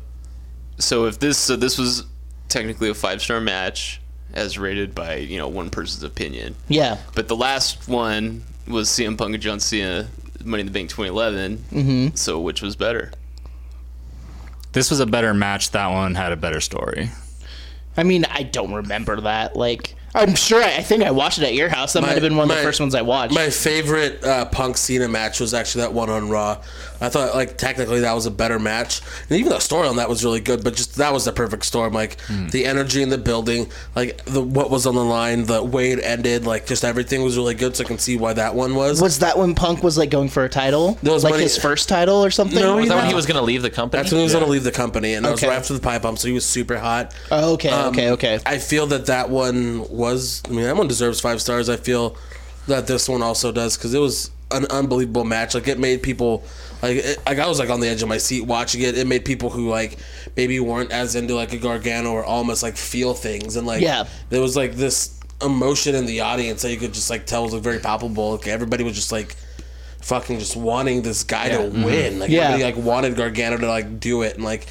Speaker 6: so if this so this was technically a five star match as rated by you know one person's opinion,
Speaker 2: Yeah.
Speaker 6: but the last one was CM Punk and John Cena Money in the Bank 2011. Mm-hmm. So which was better?
Speaker 4: This was a better match. That one had a better story.
Speaker 2: I mean, I don't remember that. Like I'm sure I, I think I watched it at your house. That might have been one of
Speaker 1: my-
Speaker 2: the first ones I watched.
Speaker 1: My favorite uh, Punk Cena match was actually that one on Raw. I thought, like, technically that was a better match. And even the story on that was really good, but just that was the perfect storm. Like, the energy in the building, like, the what was on the line, the way it ended, like, just everything was really good. So I can see why that one was.
Speaker 2: was that when Punk was like going for a title?
Speaker 1: That was
Speaker 2: like
Speaker 1: money-
Speaker 2: his first title or something?
Speaker 1: No,
Speaker 2: Was
Speaker 1: he-
Speaker 3: Was
Speaker 2: that-
Speaker 3: that when he was going to leave the company?
Speaker 1: That's when he was gonna leave the company, and that was
Speaker 2: Okay.
Speaker 1: right after the pipe bomb, so he was super hot.
Speaker 2: Oh, okay, okay, okay.
Speaker 1: Um, I feel that that one was. I mean, that one deserves five stars. I feel that this one also does because it was an unbelievable match. Like it made people. Like, it, like I was like on the edge of my seat watching it. It made people who like maybe weren't as into like a Gargano or almost like feel things and like
Speaker 2: Yeah.
Speaker 1: there was like this emotion in the audience that you could just like tell was like, very palpable. Like everybody was just like fucking just wanting this guy to win. Like
Speaker 2: Yeah.
Speaker 1: everybody like wanted Gargano to like do it and like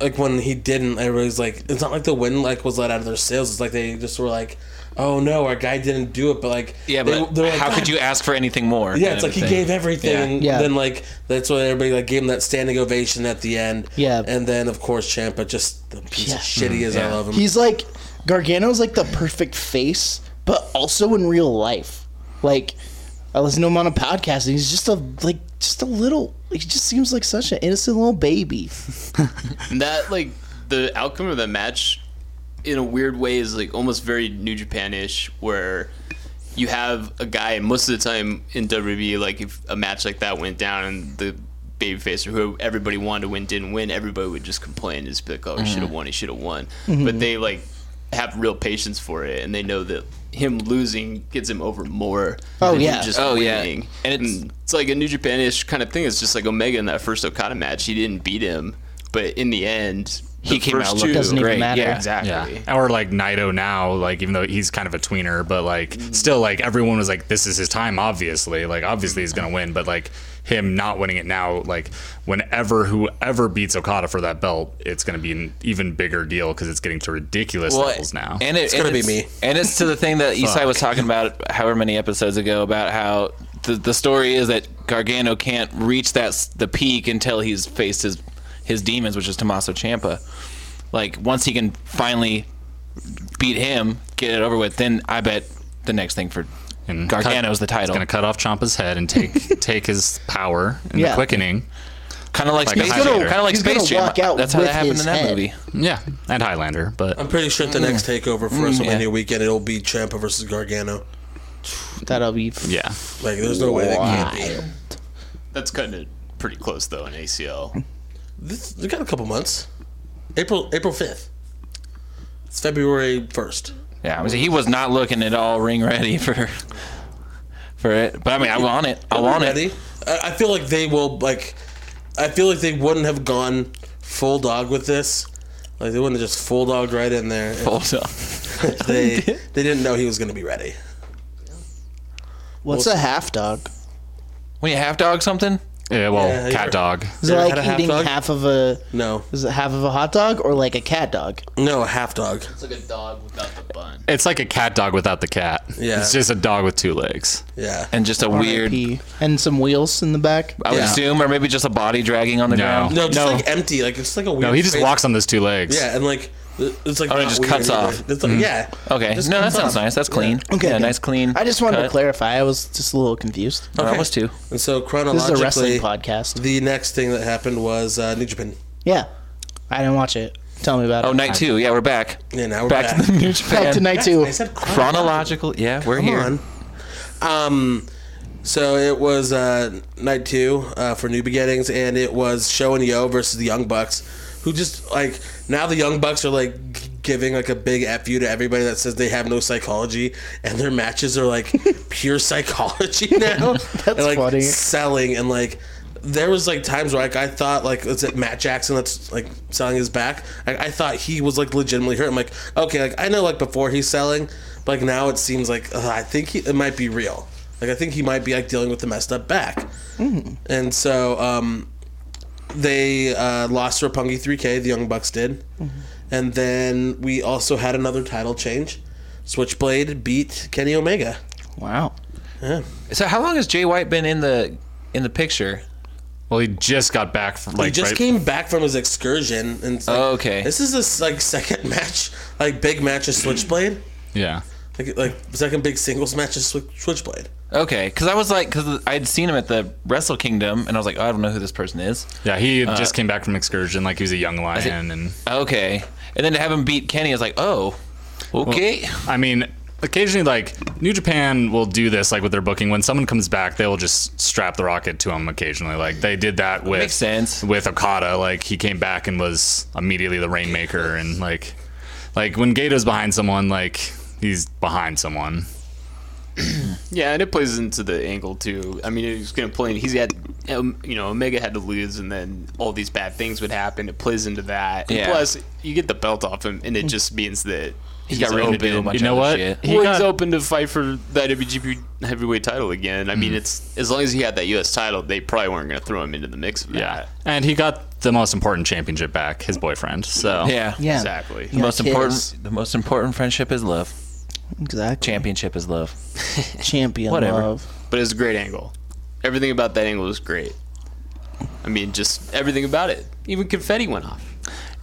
Speaker 1: like when he didn't, everybody's like it's not like the win like was let out of their sails. It's like they just were like, Oh no, our guy didn't do it but like
Speaker 3: Yeah,
Speaker 1: they-
Speaker 3: but
Speaker 1: they were like,
Speaker 3: how
Speaker 1: "God
Speaker 3: could you ask for anything more?
Speaker 1: yeah, it's like he gave everything.
Speaker 3: Yeah.
Speaker 1: And
Speaker 2: Yeah.
Speaker 1: Then like that's why everybody like gave him that standing ovation at the end.
Speaker 2: Yeah.
Speaker 1: And then of course Champa just the piece
Speaker 2: Yeah.
Speaker 1: of shitty as I
Speaker 3: Yeah.
Speaker 1: love him.
Speaker 2: He's like Gargano's like the perfect face, but also in real life. Like I listen to him on a podcast and he's just a like just a little he just seems like such an innocent little baby.
Speaker 6: And that like the outcome of that match, in a weird way, is like almost very New Japan-ish, where you have a guy most of the time in WWE. Like if a match like that went down and the babyface or who everybody wanted to win didn't win, everybody would just complain and just be like, "Oh, he
Speaker 2: Mm-hmm.
Speaker 6: should have won. He should have won." But they like have real patience for it, and they know that him losing gets him over more.
Speaker 2: Oh,
Speaker 6: than him
Speaker 2: yeah.
Speaker 6: just
Speaker 3: Oh, yeah.
Speaker 6: winning.
Speaker 3: And it's-
Speaker 6: it's like a New Japan-ish kind of thing. It's just like Omega in that first Okada match. He didn't beat him, but in the end, the
Speaker 3: He came
Speaker 6: first
Speaker 3: out looking
Speaker 2: Doesn't even
Speaker 3: great.
Speaker 2: matter.
Speaker 3: Yeah,
Speaker 6: exactly.
Speaker 4: Yeah. Or like Naito now, like even though he's kind of a tweener, but like still like everyone was like, this is his time, obviously. Like obviously he's gonna win, but like him not winning it now, like whenever whoever beats Okada for that belt, it's gonna be an even bigger deal because it's getting to ridiculous
Speaker 3: Well,
Speaker 4: levels now.
Speaker 3: And it, it's
Speaker 1: gonna
Speaker 3: and
Speaker 1: be
Speaker 3: it's-
Speaker 1: me.
Speaker 3: And it's to the thing that Isai was talking about, however many episodes ago, about how the the story is that Gargano can't reach that s- the peak until he's faced his his demons, which is Tommaso Ciampa. Like once he can finally beat him, get it over with, then I bet the next thing for
Speaker 4: And cut-
Speaker 3: Gargano's the
Speaker 4: It's
Speaker 3: title.
Speaker 4: gonna cut off Champa's head and take take his power and
Speaker 2: Yeah.
Speaker 4: the quickening.
Speaker 3: Kind of like,
Speaker 4: Like a
Speaker 3: Space Jam.
Speaker 4: Highlander.
Speaker 3: Kind of like
Speaker 2: He's gonna
Speaker 3: Space Jam.
Speaker 2: walk out
Speaker 3: That's how
Speaker 2: with
Speaker 3: that happened
Speaker 2: his
Speaker 3: in that
Speaker 2: head.
Speaker 3: movie.
Speaker 4: Yeah. And Highlander, but
Speaker 1: I'm pretty sure
Speaker 2: Mm.
Speaker 1: at the next takeover for WrestleMania
Speaker 3: Mm, yeah.
Speaker 1: weekend it'll be Champa versus Gargano.
Speaker 2: That'll be
Speaker 4: yeah.
Speaker 1: Like there's no way that can't be. it.
Speaker 6: That's cutting it pretty close though in ACL.
Speaker 1: This, we got a couple months. April April fifth. It's February first.
Speaker 3: Yeah, I mean, he was not looking at all ring ready for for it. But I mean, I want it. I want it.
Speaker 1: Ready? I, I feel like they will like. I feel like they wouldn't have gone full dog with this. Like they wouldn't have just full dogged right in there. if
Speaker 3: Hold up.
Speaker 1: they they didn't know he was going to be ready.
Speaker 2: what's a half dog?
Speaker 3: When you half dog something,
Speaker 4: Yeah, well,
Speaker 1: Yeah,
Speaker 4: cat
Speaker 1: you're-
Speaker 4: dog.
Speaker 2: Is
Speaker 1: You
Speaker 2: it
Speaker 1: ever
Speaker 2: like
Speaker 1: had a half
Speaker 2: eating
Speaker 1: dog?
Speaker 2: half of a
Speaker 1: No,
Speaker 2: is it half of a hot dog or like a cat dog?
Speaker 1: no, half dog.
Speaker 6: It's like a dog without the bun.
Speaker 4: It's like a cat dog without the cat.
Speaker 1: Yeah.
Speaker 4: It's just a dog with two legs.
Speaker 1: Yeah,
Speaker 3: and just a weird.
Speaker 2: RIP. and some wheels in the back.
Speaker 3: I would
Speaker 1: Yeah.
Speaker 3: assume, or maybe just a body dragging on the
Speaker 4: No.
Speaker 3: ground.
Speaker 1: no, just like empty. Like it's like a weird.
Speaker 4: No, he just
Speaker 1: face.
Speaker 4: walks on those two legs.
Speaker 1: Yeah, and like it's like.
Speaker 3: Oh, it
Speaker 1: not
Speaker 3: just
Speaker 1: weird
Speaker 3: cuts
Speaker 1: either.
Speaker 3: off. Mm-hmm.
Speaker 1: It's like, Yeah.
Speaker 3: Okay,
Speaker 1: Just
Speaker 3: no, that
Speaker 1: cuts
Speaker 3: sounds
Speaker 1: off.
Speaker 3: nice. That's clean. Okay, yeah,
Speaker 2: okay.
Speaker 3: nice clean.
Speaker 2: I just wanted to
Speaker 3: cut.
Speaker 2: clarify. I was just a little confused.
Speaker 3: Oh, I
Speaker 1: Okay.
Speaker 3: was too.
Speaker 1: And so
Speaker 2: This is
Speaker 1: chronologically,
Speaker 2: a wrestling podcast.
Speaker 1: the next thing that happened was uh, New Japan.
Speaker 2: Yeah, I didn't watch it. Tell me about
Speaker 3: Oh,
Speaker 2: it.
Speaker 3: night two. Yeah, we're back.
Speaker 1: Yeah, now we're
Speaker 3: back,
Speaker 1: back.
Speaker 3: to the New Japan.
Speaker 2: Back to night two.
Speaker 1: I said
Speaker 3: Chronological. Yeah, we're here.
Speaker 1: Come on. Um, so it was uh, night two uh, for New Beginnings, and it was Show and Yo versus the Young Bucks, who just like now the Young Bucks are like g- giving like a big f you to everybody that says they have no psychology, and their matches are like pure psychology now. and, like,
Speaker 2: funny.
Speaker 1: Selling and like. There was like times where like I thought like is it Matt Jackson that's like selling his back? I, I thought he was like legitimately hurt. I'm like okay, like I know like before he's selling, but like now it seems like uh, I think he, it might be real. Like I think he might be like dealing with the messed up back. And so um, they uh, lost to Rapungi 3K. The Young Bucks did, and then we also had another title change. Switchblade beat Kenny Omega.
Speaker 2: Wow.
Speaker 3: So, how long has Jay White been in the in the picture?
Speaker 4: Well, he just got back from like
Speaker 1: he just
Speaker 4: right-
Speaker 1: came back from his excursion, and it's like,
Speaker 3: Oh, okay.
Speaker 1: this is his like second match, like big match of Switchblade,
Speaker 4: Yeah.
Speaker 1: like like second big singles match of Swi- Switchblade.
Speaker 3: Okay, because I was like, because I'd seen him at the Wrestle Kingdom, and I was like, oh, I don't know who this person is.
Speaker 4: Yeah, he
Speaker 1: Uh,
Speaker 4: just came back from excursion like he was a young lion and
Speaker 3: Okay, and then to have him beat Kenny, I was like, oh, okay.
Speaker 4: I mean, occasionally, like New Japan will do this, like with their booking. When someone comes back, they'll just strap the rocket to him occasionally. Like they did that with
Speaker 3: Makes sense.
Speaker 4: with Okada. Like he came back and was immediately the rainmaker, and like like when Gato's behind someone, like he's behind someone.
Speaker 6: Yeah, and it plays into the angle too. I mean, he's going to play. He's had, um, you know, Omega had to lose, and then all these bad things would happen. It plays into that. And
Speaker 3: Yeah. Mm.
Speaker 6: Plus, you get the belt off him, and it just means that he's,
Speaker 3: got room to do a
Speaker 6: open.
Speaker 3: bunch
Speaker 4: You know
Speaker 3: other
Speaker 4: what?
Speaker 3: shit.
Speaker 6: He
Speaker 4: Well,
Speaker 6: he's
Speaker 4: got-
Speaker 6: open to fight for that WGP heavyweight title again. I mean,
Speaker 3: Mm.
Speaker 6: it's as long as he had that U.S. title, they probably weren't going to throw him into the mix of that.
Speaker 4: Yeah, and he got the most important championship back, his boyfriend. So
Speaker 3: Yeah.
Speaker 2: Yeah.
Speaker 6: exactly.
Speaker 3: The most
Speaker 2: kids.
Speaker 3: important, the most important friendship is love.
Speaker 2: Exactly.
Speaker 3: Championship is love.
Speaker 2: Champion
Speaker 3: Whatever.
Speaker 2: love.
Speaker 6: But it's a great angle. Everything about that angle was great. I mean, just everything about it. Even confetti went off.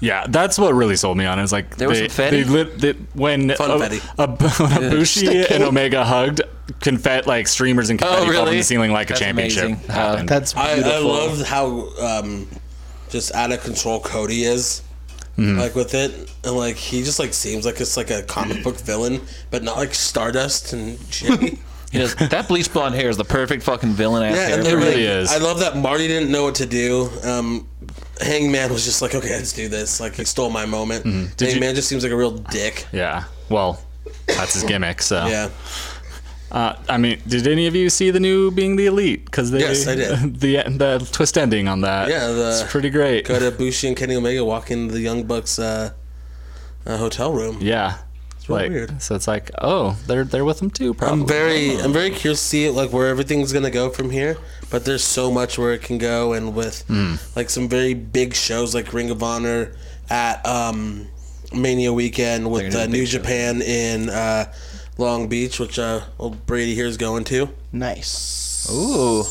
Speaker 4: Yeah, that's what really sold me on. it. It's like
Speaker 3: There was
Speaker 4: they,
Speaker 3: confetti?
Speaker 4: They lit, they, when
Speaker 1: Funfetti.
Speaker 4: a, a, when Ibushi and Omega hugged, confet like streamers and confetti fell from
Speaker 3: really?
Speaker 4: the ceiling like
Speaker 3: That's
Speaker 4: a championship.
Speaker 3: amazing.
Speaker 4: happened.
Speaker 2: That's
Speaker 1: I, uh,
Speaker 2: beautiful.
Speaker 1: I love how um, just out of control Cody is.
Speaker 4: Mm-hmm.
Speaker 1: Like with it, and like he just like seems like it's like a comic book villain, but not like Stardust and shit.
Speaker 3: He does, that bleach blonde hair is the perfect fucking villain ass
Speaker 1: yeah,
Speaker 3: hair.
Speaker 1: and they
Speaker 4: really
Speaker 1: like-
Speaker 4: is.
Speaker 1: I love that Marty didn't know what to do. Um, Hangman was just like, okay, let's do this. Like he stole my moment.
Speaker 4: Mm-hmm. Did you-
Speaker 1: Hangman just seems like a real dick.
Speaker 4: yeah. Well, that's his gimmick. So
Speaker 1: Yeah,
Speaker 4: uh, I mean, did any of you see the new being the elite? Because they
Speaker 1: Yes, I did.
Speaker 4: The the twist ending on that.
Speaker 1: Yeah, the-
Speaker 4: it's pretty great.
Speaker 1: Kota Bushi and Kenny Omega walk into the Young Bucks uh, uh, hotel room.
Speaker 4: Yeah. It's
Speaker 1: real
Speaker 4: like,
Speaker 1: weird.
Speaker 4: So it's like, oh, they're they're with him too. Probably.
Speaker 1: I'm very I'm very curious to see like where everything's gonna go from here. But there's so much where it can go, and with like some very big shows like Ring of Honor at um, Mania weekend with uh, New Japan in uh, Long Beach, which uh, old Brady here is going to.
Speaker 2: Nice.
Speaker 3: Ooh,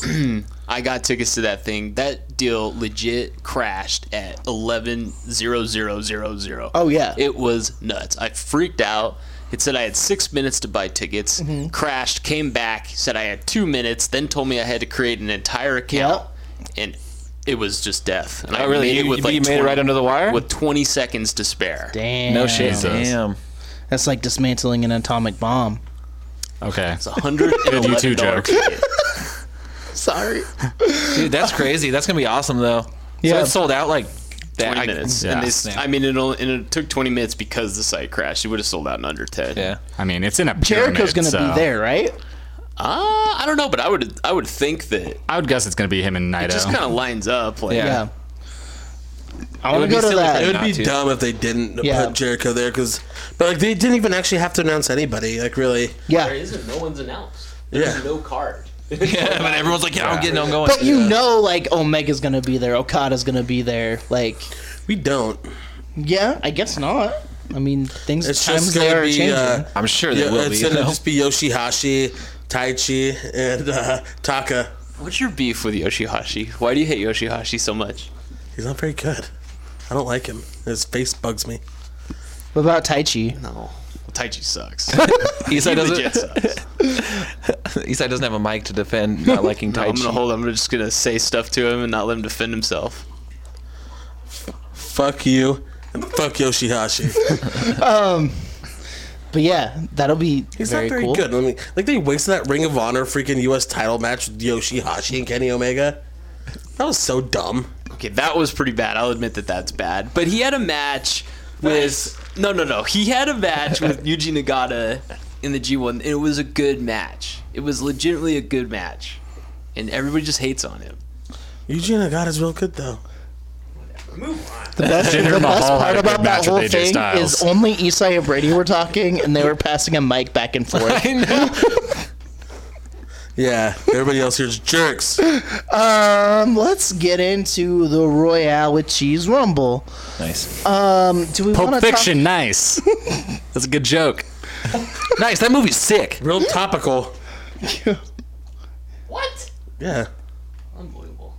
Speaker 6: I got tickets to that thing. That deal legit crashed at eleven zero zero zero zero.
Speaker 2: Oh, yeah.
Speaker 6: it was nuts. I freaked out. It said I had six minutes to buy tickets.
Speaker 2: Mm-hmm.
Speaker 6: Crashed, came back, said I had two minutes, then told me I had to create an entire account, and it was just death. And I
Speaker 3: Oh, really?
Speaker 6: made it
Speaker 3: You-
Speaker 6: with
Speaker 3: you
Speaker 6: like
Speaker 3: made it right under the wire?
Speaker 6: with twenty seconds to spare.
Speaker 2: Damn.
Speaker 3: no shit.
Speaker 4: Jesus.
Speaker 3: Damn.
Speaker 2: That's like dismantling an atomic bomb.
Speaker 4: okay.
Speaker 6: It's a hundred and
Speaker 4: Good
Speaker 6: eleven
Speaker 4: YouTube
Speaker 6: dollar
Speaker 4: joke.
Speaker 6: ticket.
Speaker 2: Sorry.
Speaker 3: Dude, that's crazy. That's gonna be awesome though. So
Speaker 2: Yeah.
Speaker 3: it sold out like that.
Speaker 6: Twenty
Speaker 3: I-
Speaker 6: minutes,
Speaker 4: yeah.
Speaker 6: and they, s- I mean, it only, and it took twenty minutes because the site crashed. It would have sold out in under ten.
Speaker 3: Yeah.
Speaker 4: I mean, it's in a pyramid,
Speaker 2: Jericho's going to
Speaker 4: so
Speaker 2: be there, right?
Speaker 6: Uh, I don't know, but I would I would think that it
Speaker 4: I would guess it's gonna be him and Naito.
Speaker 6: just kind of lines up. Like,
Speaker 3: Yeah.
Speaker 2: Yeah. I want
Speaker 3: would
Speaker 2: to go
Speaker 3: be
Speaker 2: to
Speaker 3: silly
Speaker 1: It
Speaker 3: if they
Speaker 2: that.
Speaker 1: would
Speaker 3: Not
Speaker 1: be
Speaker 3: to.
Speaker 1: dumb if they didn't
Speaker 2: Yeah.
Speaker 1: put Jericho there, because but like they didn't even actually have to announce anybody. Like really,
Speaker 2: Yeah.
Speaker 6: isn't no one's announced.
Speaker 1: There's Yeah. no
Speaker 6: card.
Speaker 3: yeah, but everyone's like, yeah, I'm getting, I'm going.
Speaker 2: But you know, like Omega's gonna be there, Okada's gonna be there. Like,
Speaker 1: We don't.
Speaker 2: yeah, I guess not. I mean, things
Speaker 1: It's
Speaker 2: times
Speaker 1: just
Speaker 2: they
Speaker 1: gonna
Speaker 2: are
Speaker 1: be.
Speaker 2: changing.
Speaker 1: Uh,
Speaker 3: I'm sure they
Speaker 1: yeah,
Speaker 3: will be.
Speaker 1: it's
Speaker 3: You
Speaker 1: gonna
Speaker 3: know?
Speaker 1: just be Yoshihashi, Taichi, and uh, Taka.
Speaker 6: What's your beef with Yoshihashi? Why do you hate Yoshihashi so much?
Speaker 1: He's not very good. I don't like him. His face bugs me.
Speaker 2: what about Tai Chi?
Speaker 6: No. Taichi sucks.
Speaker 3: Isai
Speaker 6: Legit
Speaker 3: doesn't.
Speaker 6: sucks.
Speaker 3: Isai doesn't have a mic to defend not liking
Speaker 6: No,
Speaker 3: Tai
Speaker 6: I'm
Speaker 3: Chi.
Speaker 6: gonna hold. I'm just gonna say stuff to him and not let him defend himself.
Speaker 1: Fuck you, and fuck Yoshihashi.
Speaker 2: But yeah, that'll be
Speaker 1: He's
Speaker 2: very,
Speaker 1: not very
Speaker 2: cool.
Speaker 1: good. I mean, like they wasted that Ring of Honor freaking U.S. title match with Yoshihashi and Kenny Omega. That was so dumb.
Speaker 6: Okay, that was pretty bad. I'll admit that that's bad. But he had a match with no, no, no. He had a match with Yuji Nagata in the G1, and it was a good match. It was legitimately a good match, and everybody just hates on him.
Speaker 1: Eugene Nagata is real good though.
Speaker 2: The best, the best
Speaker 4: Jinder Mahal had
Speaker 2: part
Speaker 4: a good
Speaker 2: about that
Speaker 4: match with
Speaker 2: whole
Speaker 4: AJ
Speaker 2: thing
Speaker 4: Styles.
Speaker 2: is only Isai and Brady were talking, and they were passing a mic back and forth.
Speaker 3: I know.
Speaker 1: Yeah, everybody else here's jerks.
Speaker 2: Um, let's get into the Royale with Cheese Rumble.
Speaker 3: Nice.
Speaker 2: Um, do we
Speaker 4: Pulp
Speaker 2: want to
Speaker 4: Fiction, nice. That's a good joke.
Speaker 3: nice. That movie's sick.
Speaker 1: Real topical.
Speaker 6: What?
Speaker 1: Yeah.
Speaker 6: Unbelievable.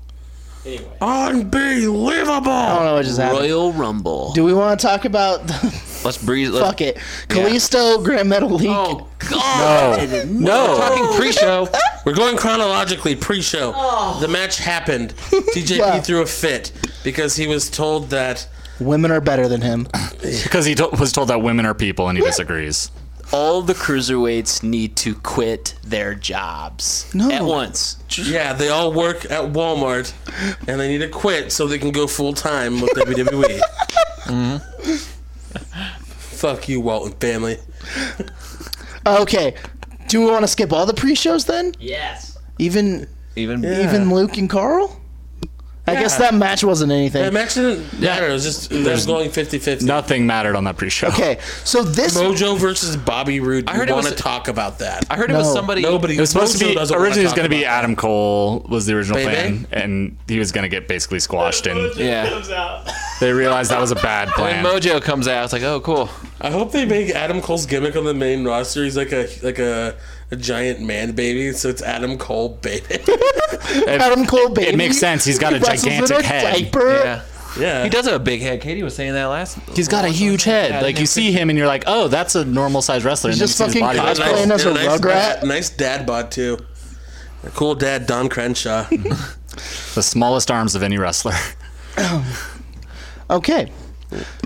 Speaker 6: Anyway,
Speaker 2: I
Speaker 1: Unbelievable.
Speaker 2: don't know what just happened.
Speaker 3: Royal Rumble.
Speaker 2: Do we want to talk about?
Speaker 3: Let's breeze. Let's,
Speaker 2: fuck it, Kalisto Grand Metal League.
Speaker 6: oh
Speaker 4: Oh,
Speaker 3: No. We're talking pre-show.
Speaker 1: We're going chronologically pre-show. The match happened. TJP
Speaker 2: Yeah.
Speaker 1: threw a fit because he was told that
Speaker 2: Women are better than him.
Speaker 4: because he to- was told that women are people, and he disagrees.
Speaker 6: all the cruiserweights need to quit their jobs
Speaker 2: No.
Speaker 6: at once.
Speaker 1: yeah they all work at Walmart and they need to quit so they can go full time with E. WWE.
Speaker 4: Mm-hmm.
Speaker 1: Fuck you, Walton family.
Speaker 2: Okay, do we want to skip all the pre-shows then?
Speaker 6: Yes.
Speaker 2: Even
Speaker 3: Even
Speaker 2: even Luke and Carl. I guess that match wasn't
Speaker 1: The
Speaker 2: anything.
Speaker 1: match didn't matter. It was just that was going 50-50.
Speaker 4: Nothing mattered on that pre-show.
Speaker 2: Okay, so this
Speaker 1: Mojo versus Bobby Roode. I
Speaker 3: heard
Speaker 1: heard
Speaker 3: it
Speaker 1: want to
Speaker 3: was-
Speaker 1: talk about that.
Speaker 3: I heard it was
Speaker 2: No.
Speaker 3: somebody.
Speaker 1: Nobody.
Speaker 4: It was supposed
Speaker 1: Mojo
Speaker 4: to be
Speaker 1: doesn't
Speaker 4: originally it was
Speaker 1: wanna
Speaker 4: going to
Speaker 1: talk
Speaker 4: be
Speaker 1: about
Speaker 4: Adam Cole was the original
Speaker 1: Baby?
Speaker 4: plan, and he was going to get basically squashed, and
Speaker 3: Yeah.
Speaker 4: they realized that was a bad
Speaker 3: When
Speaker 4: plan.
Speaker 3: Mojo comes out, it's like, oh, cool.
Speaker 1: that. I hope they make Adam Cole's gimmick on the main roster. He's like a like a, a giant man baby. So it's Adam Cole baby.
Speaker 2: Adam Cole baby.
Speaker 4: it makes sense. He's got a
Speaker 2: He wrestles in
Speaker 4: gigantic head.
Speaker 2: diaper.
Speaker 3: Yeah.
Speaker 1: yeah.
Speaker 3: He does have a big head. Katie was saying that last.
Speaker 4: He's got a huge head. Like you see him, and you're like, oh, that's a normal sized wrestler.
Speaker 2: He's
Speaker 4: and then
Speaker 2: just
Speaker 4: you see his
Speaker 2: fucking
Speaker 4: body
Speaker 2: cosplay.
Speaker 4: like,
Speaker 2: playing as
Speaker 1: and
Speaker 2: a Rugrat?
Speaker 1: Dad, nice dad bod too. A cool dad, Don Crenshaw.
Speaker 4: the smallest arms of any wrestler.
Speaker 2: Okay.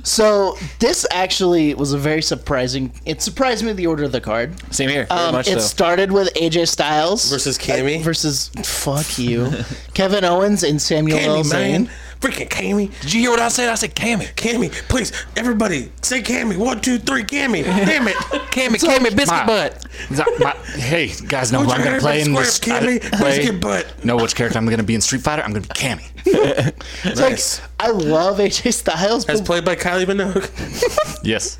Speaker 2: So this actually was a very surprising. It surprised me the order of the card.
Speaker 3: Same here. Very
Speaker 2: Um,
Speaker 3: much
Speaker 2: it
Speaker 3: so.
Speaker 2: started with AJ Styles Uh,
Speaker 1: Versus Cammy.
Speaker 2: versus fuck you, Kevin Owens and Samuel L.
Speaker 1: Cammy, man.
Speaker 2: Zayn.
Speaker 1: Freaking Cammy.
Speaker 3: Did you hear what I said? I said, Cammy.
Speaker 1: Cammy, please, everybody, say Cammy. One, two, three, Cammy. Damn it.
Speaker 3: Cammy, Cammy, biscuit
Speaker 4: my-
Speaker 3: butt.
Speaker 4: He's like, "My- hey guys, know
Speaker 1: Put
Speaker 4: what I'm
Speaker 1: your
Speaker 4: going to play
Speaker 1: hand
Speaker 4: in
Speaker 1: up
Speaker 4: this.
Speaker 1: and square up, Cammy.
Speaker 4: I- play-
Speaker 1: Biscuit butt.
Speaker 4: Know which character I'm going to be in Street Fighter? I'm going to be Cammy.
Speaker 2: It's like,
Speaker 1: Nice.
Speaker 2: I love AJ Styles,
Speaker 1: As
Speaker 2: but
Speaker 1: played by Kylie Minogue.
Speaker 4: Yes.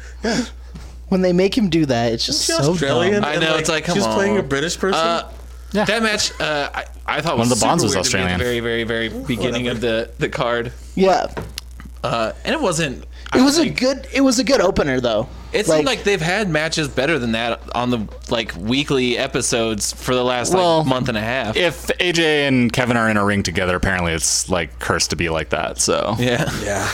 Speaker 2: when they make him do that, it's just
Speaker 1: She's
Speaker 2: so
Speaker 1: Australian.
Speaker 2: dumb.
Speaker 3: I know, it's like, come
Speaker 1: she's
Speaker 3: on.
Speaker 1: playing a British person.
Speaker 3: Uh, That match, uh, I, I thought
Speaker 4: One of
Speaker 3: was
Speaker 4: the Bonds
Speaker 3: super weird
Speaker 4: was
Speaker 3: to me at
Speaker 4: Australian.
Speaker 3: the very, very, very beginning of the, the card,
Speaker 2: Yeah,
Speaker 3: uh, and it wasn't.
Speaker 2: it was a good. It was a good opener though.
Speaker 3: It seemed like they've had matches better than that on the like weekly episodes for the last
Speaker 4: Well,
Speaker 3: like, month and a half.
Speaker 4: If AJ and Kevin are in a ring together, apparently it's like cursed to be like that. So
Speaker 3: yeah,
Speaker 1: yeah.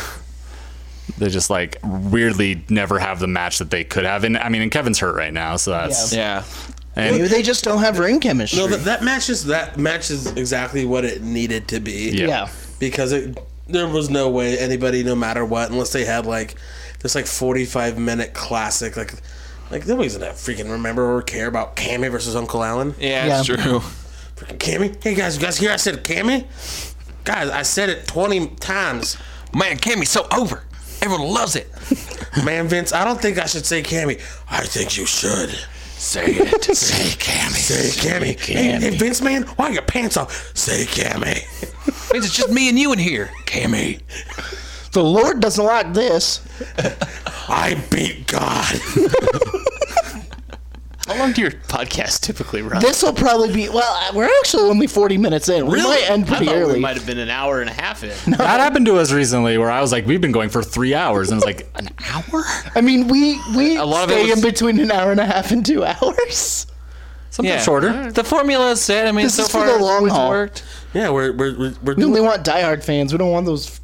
Speaker 4: they just like weirdly never have the match that they could have. And I mean, and Kevin's hurt right now, so that's
Speaker 3: yeah.
Speaker 4: and
Speaker 2: maybe they just don't have ring chemistry.
Speaker 1: No, that, that matches that matches exactly what it needed to be.
Speaker 4: Yeah.
Speaker 2: yeah.
Speaker 1: Because it, there was no way anybody, no matter what, unless they had like this like forty five minute classic, like like nobody's gonna freaking remember or care about Cammy versus Uncle Alan.
Speaker 3: yeah, it's
Speaker 2: Yeah.
Speaker 3: true.
Speaker 1: Freaking Cammy. Hey guys, you guys hear I said Cammy? Guys, I said it twenty times.
Speaker 3: Man, Cammy's so over. Everyone loves it.
Speaker 1: Man, Vince, I don't think I should say Cammy. I think you should.
Speaker 3: Say it.
Speaker 1: Say Cammy. Say Cammy. Hey, hey, Vince, man, why are your pants off? Say Cammy.
Speaker 3: it's just me and you in here, Cammy.
Speaker 2: The Lord doesn't like this.
Speaker 1: I beat God.
Speaker 6: How long do your podcasts typically run?
Speaker 2: This will probably be well. We're actually only forty minutes in. We might end
Speaker 6: I
Speaker 2: pretty
Speaker 6: thought
Speaker 2: early.
Speaker 6: we might have been an hour and a half in.
Speaker 4: That happened to us recently where I was like, we've been going for three hours. And I was like, an hour?
Speaker 2: I mean, we we
Speaker 3: lot of it
Speaker 2: stay
Speaker 3: was-
Speaker 2: in between an hour and a half and two hours.
Speaker 4: Something shorter.
Speaker 3: The formula is set. I mean,
Speaker 2: This
Speaker 3: so
Speaker 2: is for
Speaker 3: far
Speaker 2: the long
Speaker 3: it's
Speaker 2: haul.
Speaker 3: worked.
Speaker 1: Yeah, we're we're we're, we're
Speaker 2: We
Speaker 1: doing.
Speaker 2: only want diehard fans. We don't want those.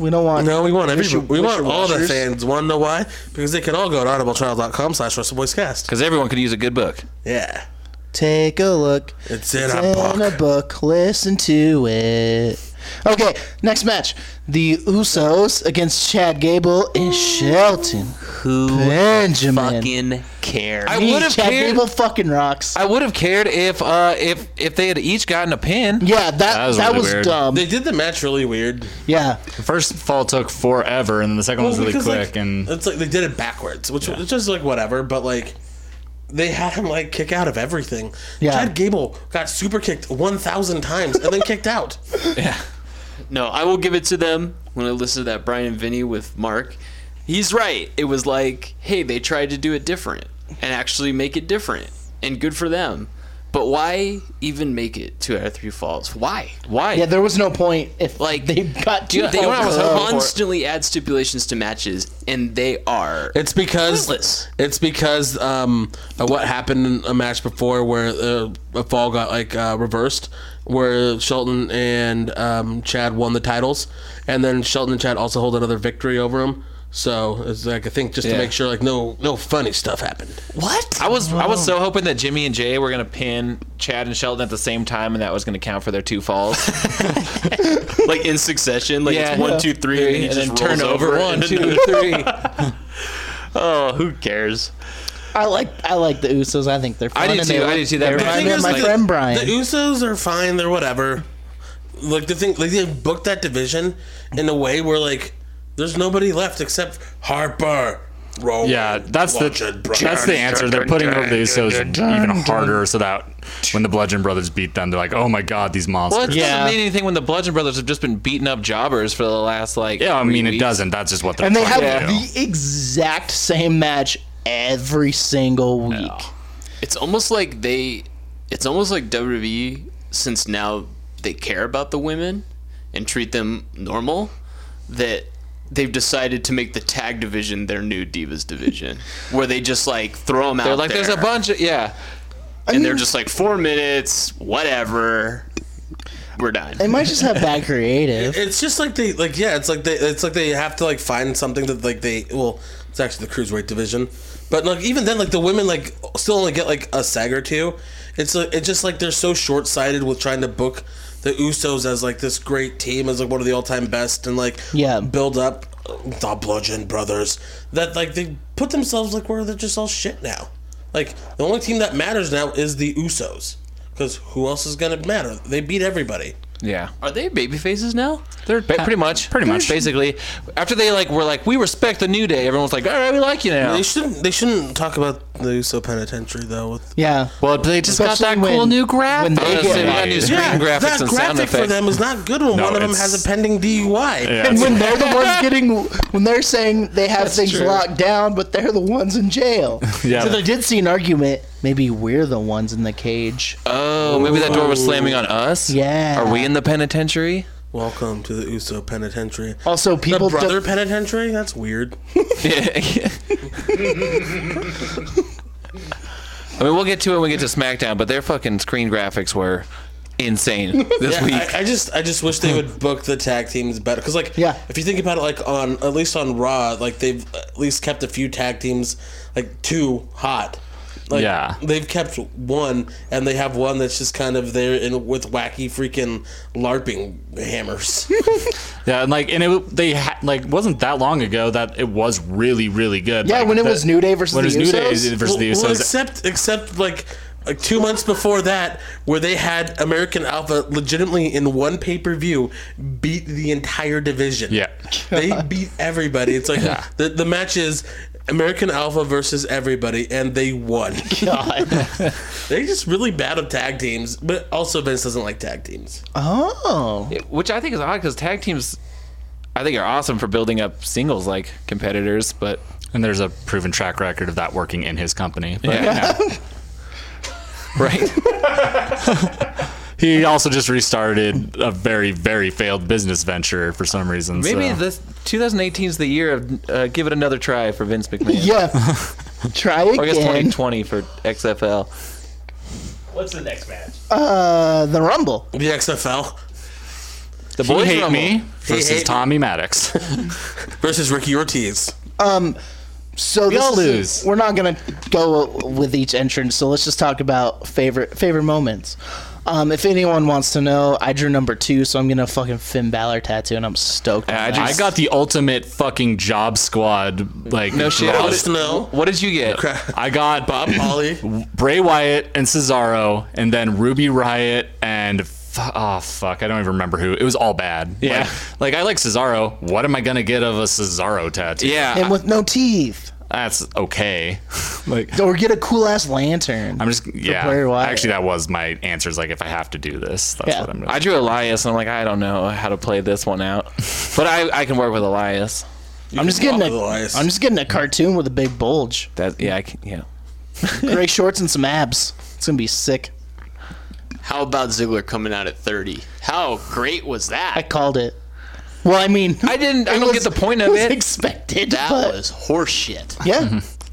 Speaker 2: We don't want.
Speaker 1: No, we want
Speaker 2: wishy-
Speaker 1: everybody. We want all the
Speaker 2: wishy-washers.
Speaker 1: fans. Want to know why? Because they can all go to audibletrial.com slash wrestleboyscast.
Speaker 3: Because everyone could use a good book.
Speaker 1: Yeah.
Speaker 2: Take a look.
Speaker 1: It's in
Speaker 2: It's
Speaker 1: a book.
Speaker 2: in a book. Listen to it. Okay, next match: the Usos against Chad Gable and Shelton
Speaker 3: Who
Speaker 2: Benjamin.
Speaker 3: care? I
Speaker 2: Me,
Speaker 3: would have
Speaker 2: Chad
Speaker 3: cared.
Speaker 2: Gable fucking rocks.
Speaker 3: I would have cared if uh if if they had each gotten a pin.
Speaker 2: yeah, that that was,
Speaker 4: was really weird.
Speaker 2: dumb.
Speaker 1: They did the match really weird.
Speaker 2: yeah,
Speaker 4: The first fall took forever, and then the second one was really
Speaker 1: because,
Speaker 4: quick.
Speaker 1: like,
Speaker 4: and
Speaker 1: it's like they did it backwards, which was just like whatever. But like they had him like kick out of everything.
Speaker 2: Yeah.
Speaker 1: Chad Gable got super kicked one thousand times and then kicked out.
Speaker 6: No, I will give it to them when I listened to that Brian and Vinny with Mark. He's right. It was like, hey, they tried to do it different and actually make it different and good for them. But why even make it two out of three falls? Why?
Speaker 3: Why?
Speaker 2: yeah. There was no point if like
Speaker 6: Like-
Speaker 2: they got two.
Speaker 6: Dude, they
Speaker 2: out of a row.
Speaker 6: constantly add stipulations to matches, and they are.
Speaker 1: It's because
Speaker 6: Pointless.
Speaker 1: it's because um, uh, what happened in a match before where uh, a fall got like uh, reversed, where Shelton and um, Chad won the titles, and then Shelton and Chad also hold another victory over him. So it's like I think just to
Speaker 3: Yeah.
Speaker 1: make sure like no no funny stuff happened.
Speaker 6: what?
Speaker 3: I was I was so hoping that Jimmy and Jay were gonna pin Chad and Sheldon at the same time, and that was gonna count for their two falls.
Speaker 6: like in succession, like
Speaker 3: Yeah.
Speaker 6: it's one, two, three, and, he
Speaker 3: and
Speaker 6: just
Speaker 3: then turn
Speaker 6: rolls
Speaker 3: over,
Speaker 6: over.
Speaker 3: one,
Speaker 6: and then-
Speaker 3: two, three.
Speaker 6: Oh, who cares?
Speaker 2: I like I like the Usos. I think they're fun.
Speaker 3: I do
Speaker 2: and they
Speaker 3: too. I
Speaker 2: look-
Speaker 3: do too. That
Speaker 2: they remind
Speaker 3: I
Speaker 1: thing
Speaker 2: me
Speaker 3: mean,
Speaker 2: of
Speaker 1: is,
Speaker 2: my
Speaker 1: like,
Speaker 2: friend
Speaker 1: The
Speaker 2: Brian.
Speaker 1: Usos are fine. They're whatever. Like the thing, like they booked that division in a way where like there's nobody left except Harper. Rowan,
Speaker 4: yeah, that's the
Speaker 1: Bludgeon Brothers.
Speaker 4: that's the answer. They're putting over the Usos even harder, so that when the Bludgeon Brothers beat them, they're like, oh my god, these
Speaker 3: Well, it
Speaker 4: monsters.
Speaker 2: Yeah.
Speaker 3: doesn't mean anything when the Bludgeon Brothers have just been beating up jobbers for the last like.
Speaker 4: Yeah, I
Speaker 3: three
Speaker 4: mean it
Speaker 3: weeks.
Speaker 4: doesn't. That's just what they're
Speaker 2: And they have
Speaker 4: trying to do.
Speaker 2: the exact same match every single week.
Speaker 6: It's almost like they, it's almost like WWE since now they care about the women and treat them normal that they've decided to make the tag division their new divas division where they just like throw them out
Speaker 3: They're like,
Speaker 6: there,
Speaker 3: there's a bunch of yeah.
Speaker 6: and they're just like four minutes whatever we're done
Speaker 2: They might just have bad creative.
Speaker 1: It's just like they like yeah. It's like they it's like they have to like find something that like they well. It's actually the cruiserweight division, but like even then like the women like still only get like a sag or two. It's like it's just like they're so short sighted with trying to book the Usos as like this great team as like one of the all time best and like
Speaker 2: Yeah.
Speaker 1: build up uh, the Bludgeon Brothers that like they put themselves like where they're just all shit now. Like the only team that matters now is the Usos because who else is gonna matter? They beat everybody.
Speaker 3: Yeah.
Speaker 6: are they baby faces now
Speaker 3: They're ba- pretty much, pretty much, basically. After they like were like, we respect the new day. Everyone's like, all right, we like you now.
Speaker 1: They shouldn't. They shouldn't talk about the Uso Penitentiary though. With
Speaker 2: Yeah.
Speaker 3: Well, they just got that
Speaker 2: Especially when-
Speaker 3: cool new graphic.
Speaker 2: when they
Speaker 3: Honestly,
Speaker 2: get-
Speaker 3: they got new screen graphics
Speaker 1: that
Speaker 3: and sound
Speaker 1: graphic
Speaker 3: effects.
Speaker 1: for them is not good when
Speaker 4: No,
Speaker 1: one of them
Speaker 4: it's-
Speaker 1: has a pending DUI.
Speaker 4: Yeah,
Speaker 2: And
Speaker 4: it's-
Speaker 2: when they're the ones getting, when they're saying they have things locked down, but they're the ones in jail.
Speaker 4: Yeah.
Speaker 2: So they did see an argument. Maybe we're the ones in the cage.
Speaker 3: Oh, maybe that door was slamming on us.
Speaker 2: Yeah.
Speaker 3: Are we in the penitentiary?
Speaker 1: Welcome to the Uso Penitentiary.
Speaker 2: also, people
Speaker 1: the brother
Speaker 2: don't-
Speaker 1: penitentiary? That's weird.
Speaker 3: I mean, we'll get to it when we get to SmackDown, but their fucking screen graphics were insane this
Speaker 1: Yeah,
Speaker 3: week.
Speaker 1: I, I just, I just wish they would book the tag teams better. Cause like,
Speaker 2: Yeah.
Speaker 1: if you think about it, like on at least on Raw, like they've at least kept a few tag teams, like two hot. Like,
Speaker 4: Yeah.
Speaker 1: they've kept one, and they have one that's just kind of there in with wacky freaking larping hammers.
Speaker 4: Yeah, and like, and it they ha- like wasn't that long ago that it was really, really good.
Speaker 2: Yeah,
Speaker 4: Like,
Speaker 2: when it
Speaker 4: the-
Speaker 2: was New Day versus
Speaker 4: when it was
Speaker 2: the
Speaker 4: New Day
Speaker 2: Usos?
Speaker 4: versus the
Speaker 1: Well, well,
Speaker 4: Usos.
Speaker 1: except except like like two months before that, where they had American Alpha legitimately in one pay per view beat the entire division.
Speaker 4: Yeah.
Speaker 1: they beat everybody. It's like the the match is American Alpha versus everybody, and they won. They're just really bad at tag teams, but also Vince doesn't like tag teams.
Speaker 2: Oh.
Speaker 3: Which I think is odd because tag teams, I think, are awesome for building up singles like competitors, but
Speaker 4: and there's a proven track record of that working in his company. But,
Speaker 3: Yeah.
Speaker 4: yeah.
Speaker 3: right?
Speaker 4: He also just restarted a very, very failed business venture for some reason.
Speaker 3: Maybe
Speaker 4: so.
Speaker 3: this 2018 is the year of uh, give it another try for Vince McMahon.
Speaker 2: Yeah. Try
Speaker 3: Or I guess
Speaker 2: again.
Speaker 3: 2020 for XFL.
Speaker 6: What's the next match?
Speaker 2: Uh, the Rumble.
Speaker 1: The XFL
Speaker 3: The
Speaker 4: he
Speaker 3: boys
Speaker 4: hate
Speaker 3: rumble.
Speaker 4: me versus
Speaker 1: hate me.
Speaker 4: Tommy Maddox.
Speaker 1: versus Ricky Ortiz.
Speaker 2: So we this is-
Speaker 4: all lose.
Speaker 2: We're not gonna go with each entrance. So let's just talk about favorite favorite moments. Um, if anyone wants to know, I drew number two, so I'm gonna fucking Finn Balor tattoo, and I'm stoked. on
Speaker 4: I,
Speaker 2: that.
Speaker 4: got the ultimate fucking job squad. Like
Speaker 3: No shit.
Speaker 1: Raw
Speaker 3: What
Speaker 1: is
Speaker 3: did,
Speaker 1: no.
Speaker 3: what did you get?
Speaker 4: I got
Speaker 1: Bob Holly.
Speaker 4: Bray Wyatt and Cesaro, and then Ruby Riot and f- oh fuck, I don't even remember who. It was all bad.
Speaker 3: Yeah.
Speaker 4: like, like, I like Cesaro. What am I gonna get of a Cesaro tattoo?
Speaker 2: and
Speaker 3: Yeah.
Speaker 2: with no teeth,
Speaker 4: that's okay. like
Speaker 2: or get a cool ass lantern.
Speaker 4: I'm just yeah.
Speaker 2: Bray Wyatt.
Speaker 4: Actually, that was my answer. Is like if I have to do this, that's
Speaker 2: Yeah.
Speaker 4: what I'm gonna.
Speaker 3: I drew Elias, and I'm like, I don't know how to play this one out, but I, I can work with Elias.
Speaker 2: I'm just getting
Speaker 1: walk
Speaker 2: a,
Speaker 1: with Elias.
Speaker 2: I'm just getting a cartoon with a big bulge,
Speaker 3: That yeah, I can, yeah.
Speaker 2: gray shorts, and some abs. It's gonna be sick.
Speaker 6: How about Ziggler coming out at 30? How great was
Speaker 2: I
Speaker 6: that?
Speaker 2: called it. Well, I mean,
Speaker 3: I didn't. I
Speaker 2: it
Speaker 3: don't
Speaker 2: was-
Speaker 3: get the point of
Speaker 2: was
Speaker 3: it.
Speaker 2: Expected,
Speaker 6: That
Speaker 2: but-
Speaker 6: was horseshit.
Speaker 2: yeah.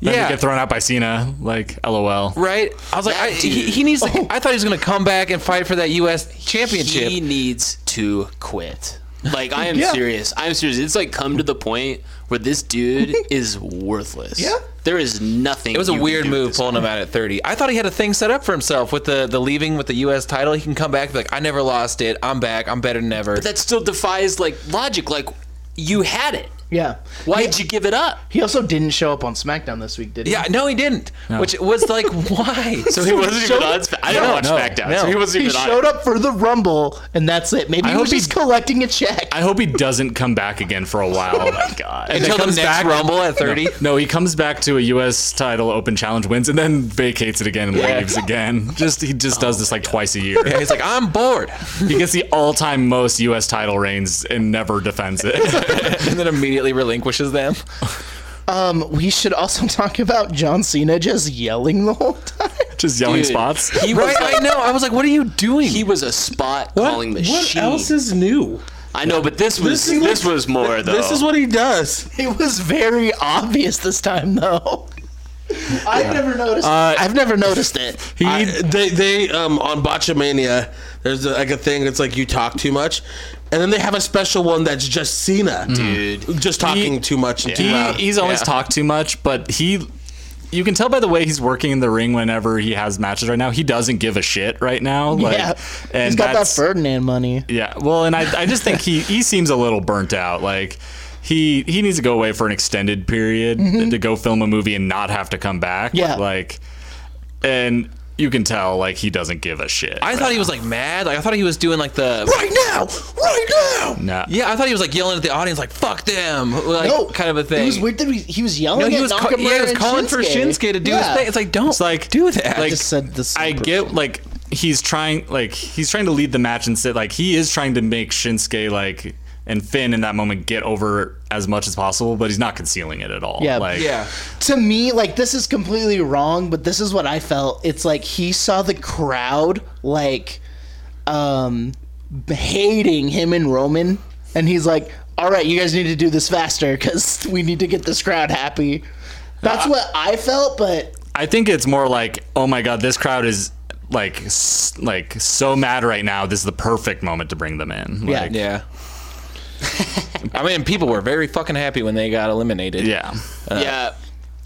Speaker 4: Then
Speaker 3: yeah.
Speaker 4: you get thrown out by Cena. Like lol.
Speaker 3: Right, I was like, I, he, he needs. To,
Speaker 4: Oh.
Speaker 3: I thought he was gonna come back and fight for that U.S. championship.
Speaker 6: He needs to quit. Like I am serious. I am serious. It's like come to the point where this dude is worthless.
Speaker 2: Yeah.
Speaker 6: There is nothing.
Speaker 3: It was a weird move pulling him out at 30. I thought he had a thing set up for himself with the the leaving with the U.S. title. He can come back and be like, I never lost it. I'm back. I'm better than ever.
Speaker 6: That still defies like logic. Like you had it.
Speaker 2: Yeah.
Speaker 6: Why'd you give it up?
Speaker 2: He also didn't show up on SmackDown this week, did he?
Speaker 3: yeah, no, he didn't. Which was like, why? So
Speaker 6: He wasn't even on. Sp- I didn't watch
Speaker 4: no,
Speaker 6: SmackDown,
Speaker 3: no.
Speaker 6: so he wasn't
Speaker 2: He
Speaker 6: even on.
Speaker 2: showed up for the Rumble, and that's it. Maybe he
Speaker 4: hope
Speaker 2: was
Speaker 4: he-
Speaker 2: just collecting a check.
Speaker 4: I hope he doesn't come back again for a while. Oh my god!
Speaker 3: until the next Rumble at 30.
Speaker 4: No, he comes back to a U.S. title Open Challenge, wins, and then vacates it again and
Speaker 3: Yeah.
Speaker 4: leaves again. Just he just does this like twice a year.
Speaker 3: Yeah, he's like, I'm bored,
Speaker 4: He gets the all-time most U.S. title reigns and never defends it.
Speaker 3: and then immediately relinquishes them.
Speaker 2: Um, we should also talk about John Cena just yelling the whole time.
Speaker 4: just yelling
Speaker 6: Dude,
Speaker 4: spots.
Speaker 6: He was
Speaker 3: Right? I
Speaker 6: like,
Speaker 3: know. I was like, what are you doing?
Speaker 6: he was a spot calling machine.
Speaker 1: What else is new?
Speaker 6: I know, but this was
Speaker 1: This
Speaker 6: this,
Speaker 1: is like-
Speaker 6: was more though.
Speaker 1: This is what he does.
Speaker 2: It was very obvious this time, though. Uh, I've never noticed. I've never noticed it.
Speaker 1: He, they, they, um, on Botchamania, there's uh, like a thing. that's like you talk too much, and then they have a special one that's just Cena, dude, just talking too much and too
Speaker 4: He,
Speaker 1: loud.
Speaker 4: he's always talked too much, but he. You can tell by the way he's working in the ring whenever he has matches right now. He doesn't give a shit right now. Like,
Speaker 2: yeah,
Speaker 4: and
Speaker 2: he's got that
Speaker 4: that's-
Speaker 2: Ferdinand money.
Speaker 4: Yeah, well, and I, I just think he, he seems a little burnt out. Like he he needs to go away for an extended period to go film a movie and not have to come back.
Speaker 2: Mm-hmm. Yeah.
Speaker 4: like, and you can tell like he doesn't give a shit.
Speaker 3: I thought he was like mad. Like I thought he was doing like the
Speaker 1: right now, right now.
Speaker 4: Nah.
Speaker 3: yeah. I thought he was like yelling at the audience like fuck them, like kind of a thing.
Speaker 2: It was weird that he, he was yelling.
Speaker 3: No, he
Speaker 2: at
Speaker 3: was, ca-
Speaker 2: Nakamura
Speaker 3: yeah, he was
Speaker 2: and
Speaker 3: calling for Shinsuke to do
Speaker 2: Yeah.
Speaker 3: his thing. It's like don't like do that.
Speaker 2: I
Speaker 3: Like
Speaker 2: just said this.
Speaker 4: I get like he's trying like he's trying to lead the match and sit like he is trying to make Shinsuke like and Finn in that moment get over as much as possible, but he's not concealing it at all.
Speaker 2: Yeah.
Speaker 4: like,
Speaker 3: yeah.
Speaker 2: to me, like this is completely wrong, but this is what I felt. It's like he saw the crowd like um hating him and Roman and he's like, "All right, you guys need to do this faster cuz we need to get this crowd happy." That's what I felt, but
Speaker 4: I think it's more like, oh my god, this crowd is like s- like so mad right now. This is the perfect moment to bring them in.
Speaker 2: Yeah.
Speaker 4: Like,
Speaker 3: Yeah. I mean, people were very fucking happy when they got eliminated.
Speaker 4: yeah.
Speaker 6: yeah,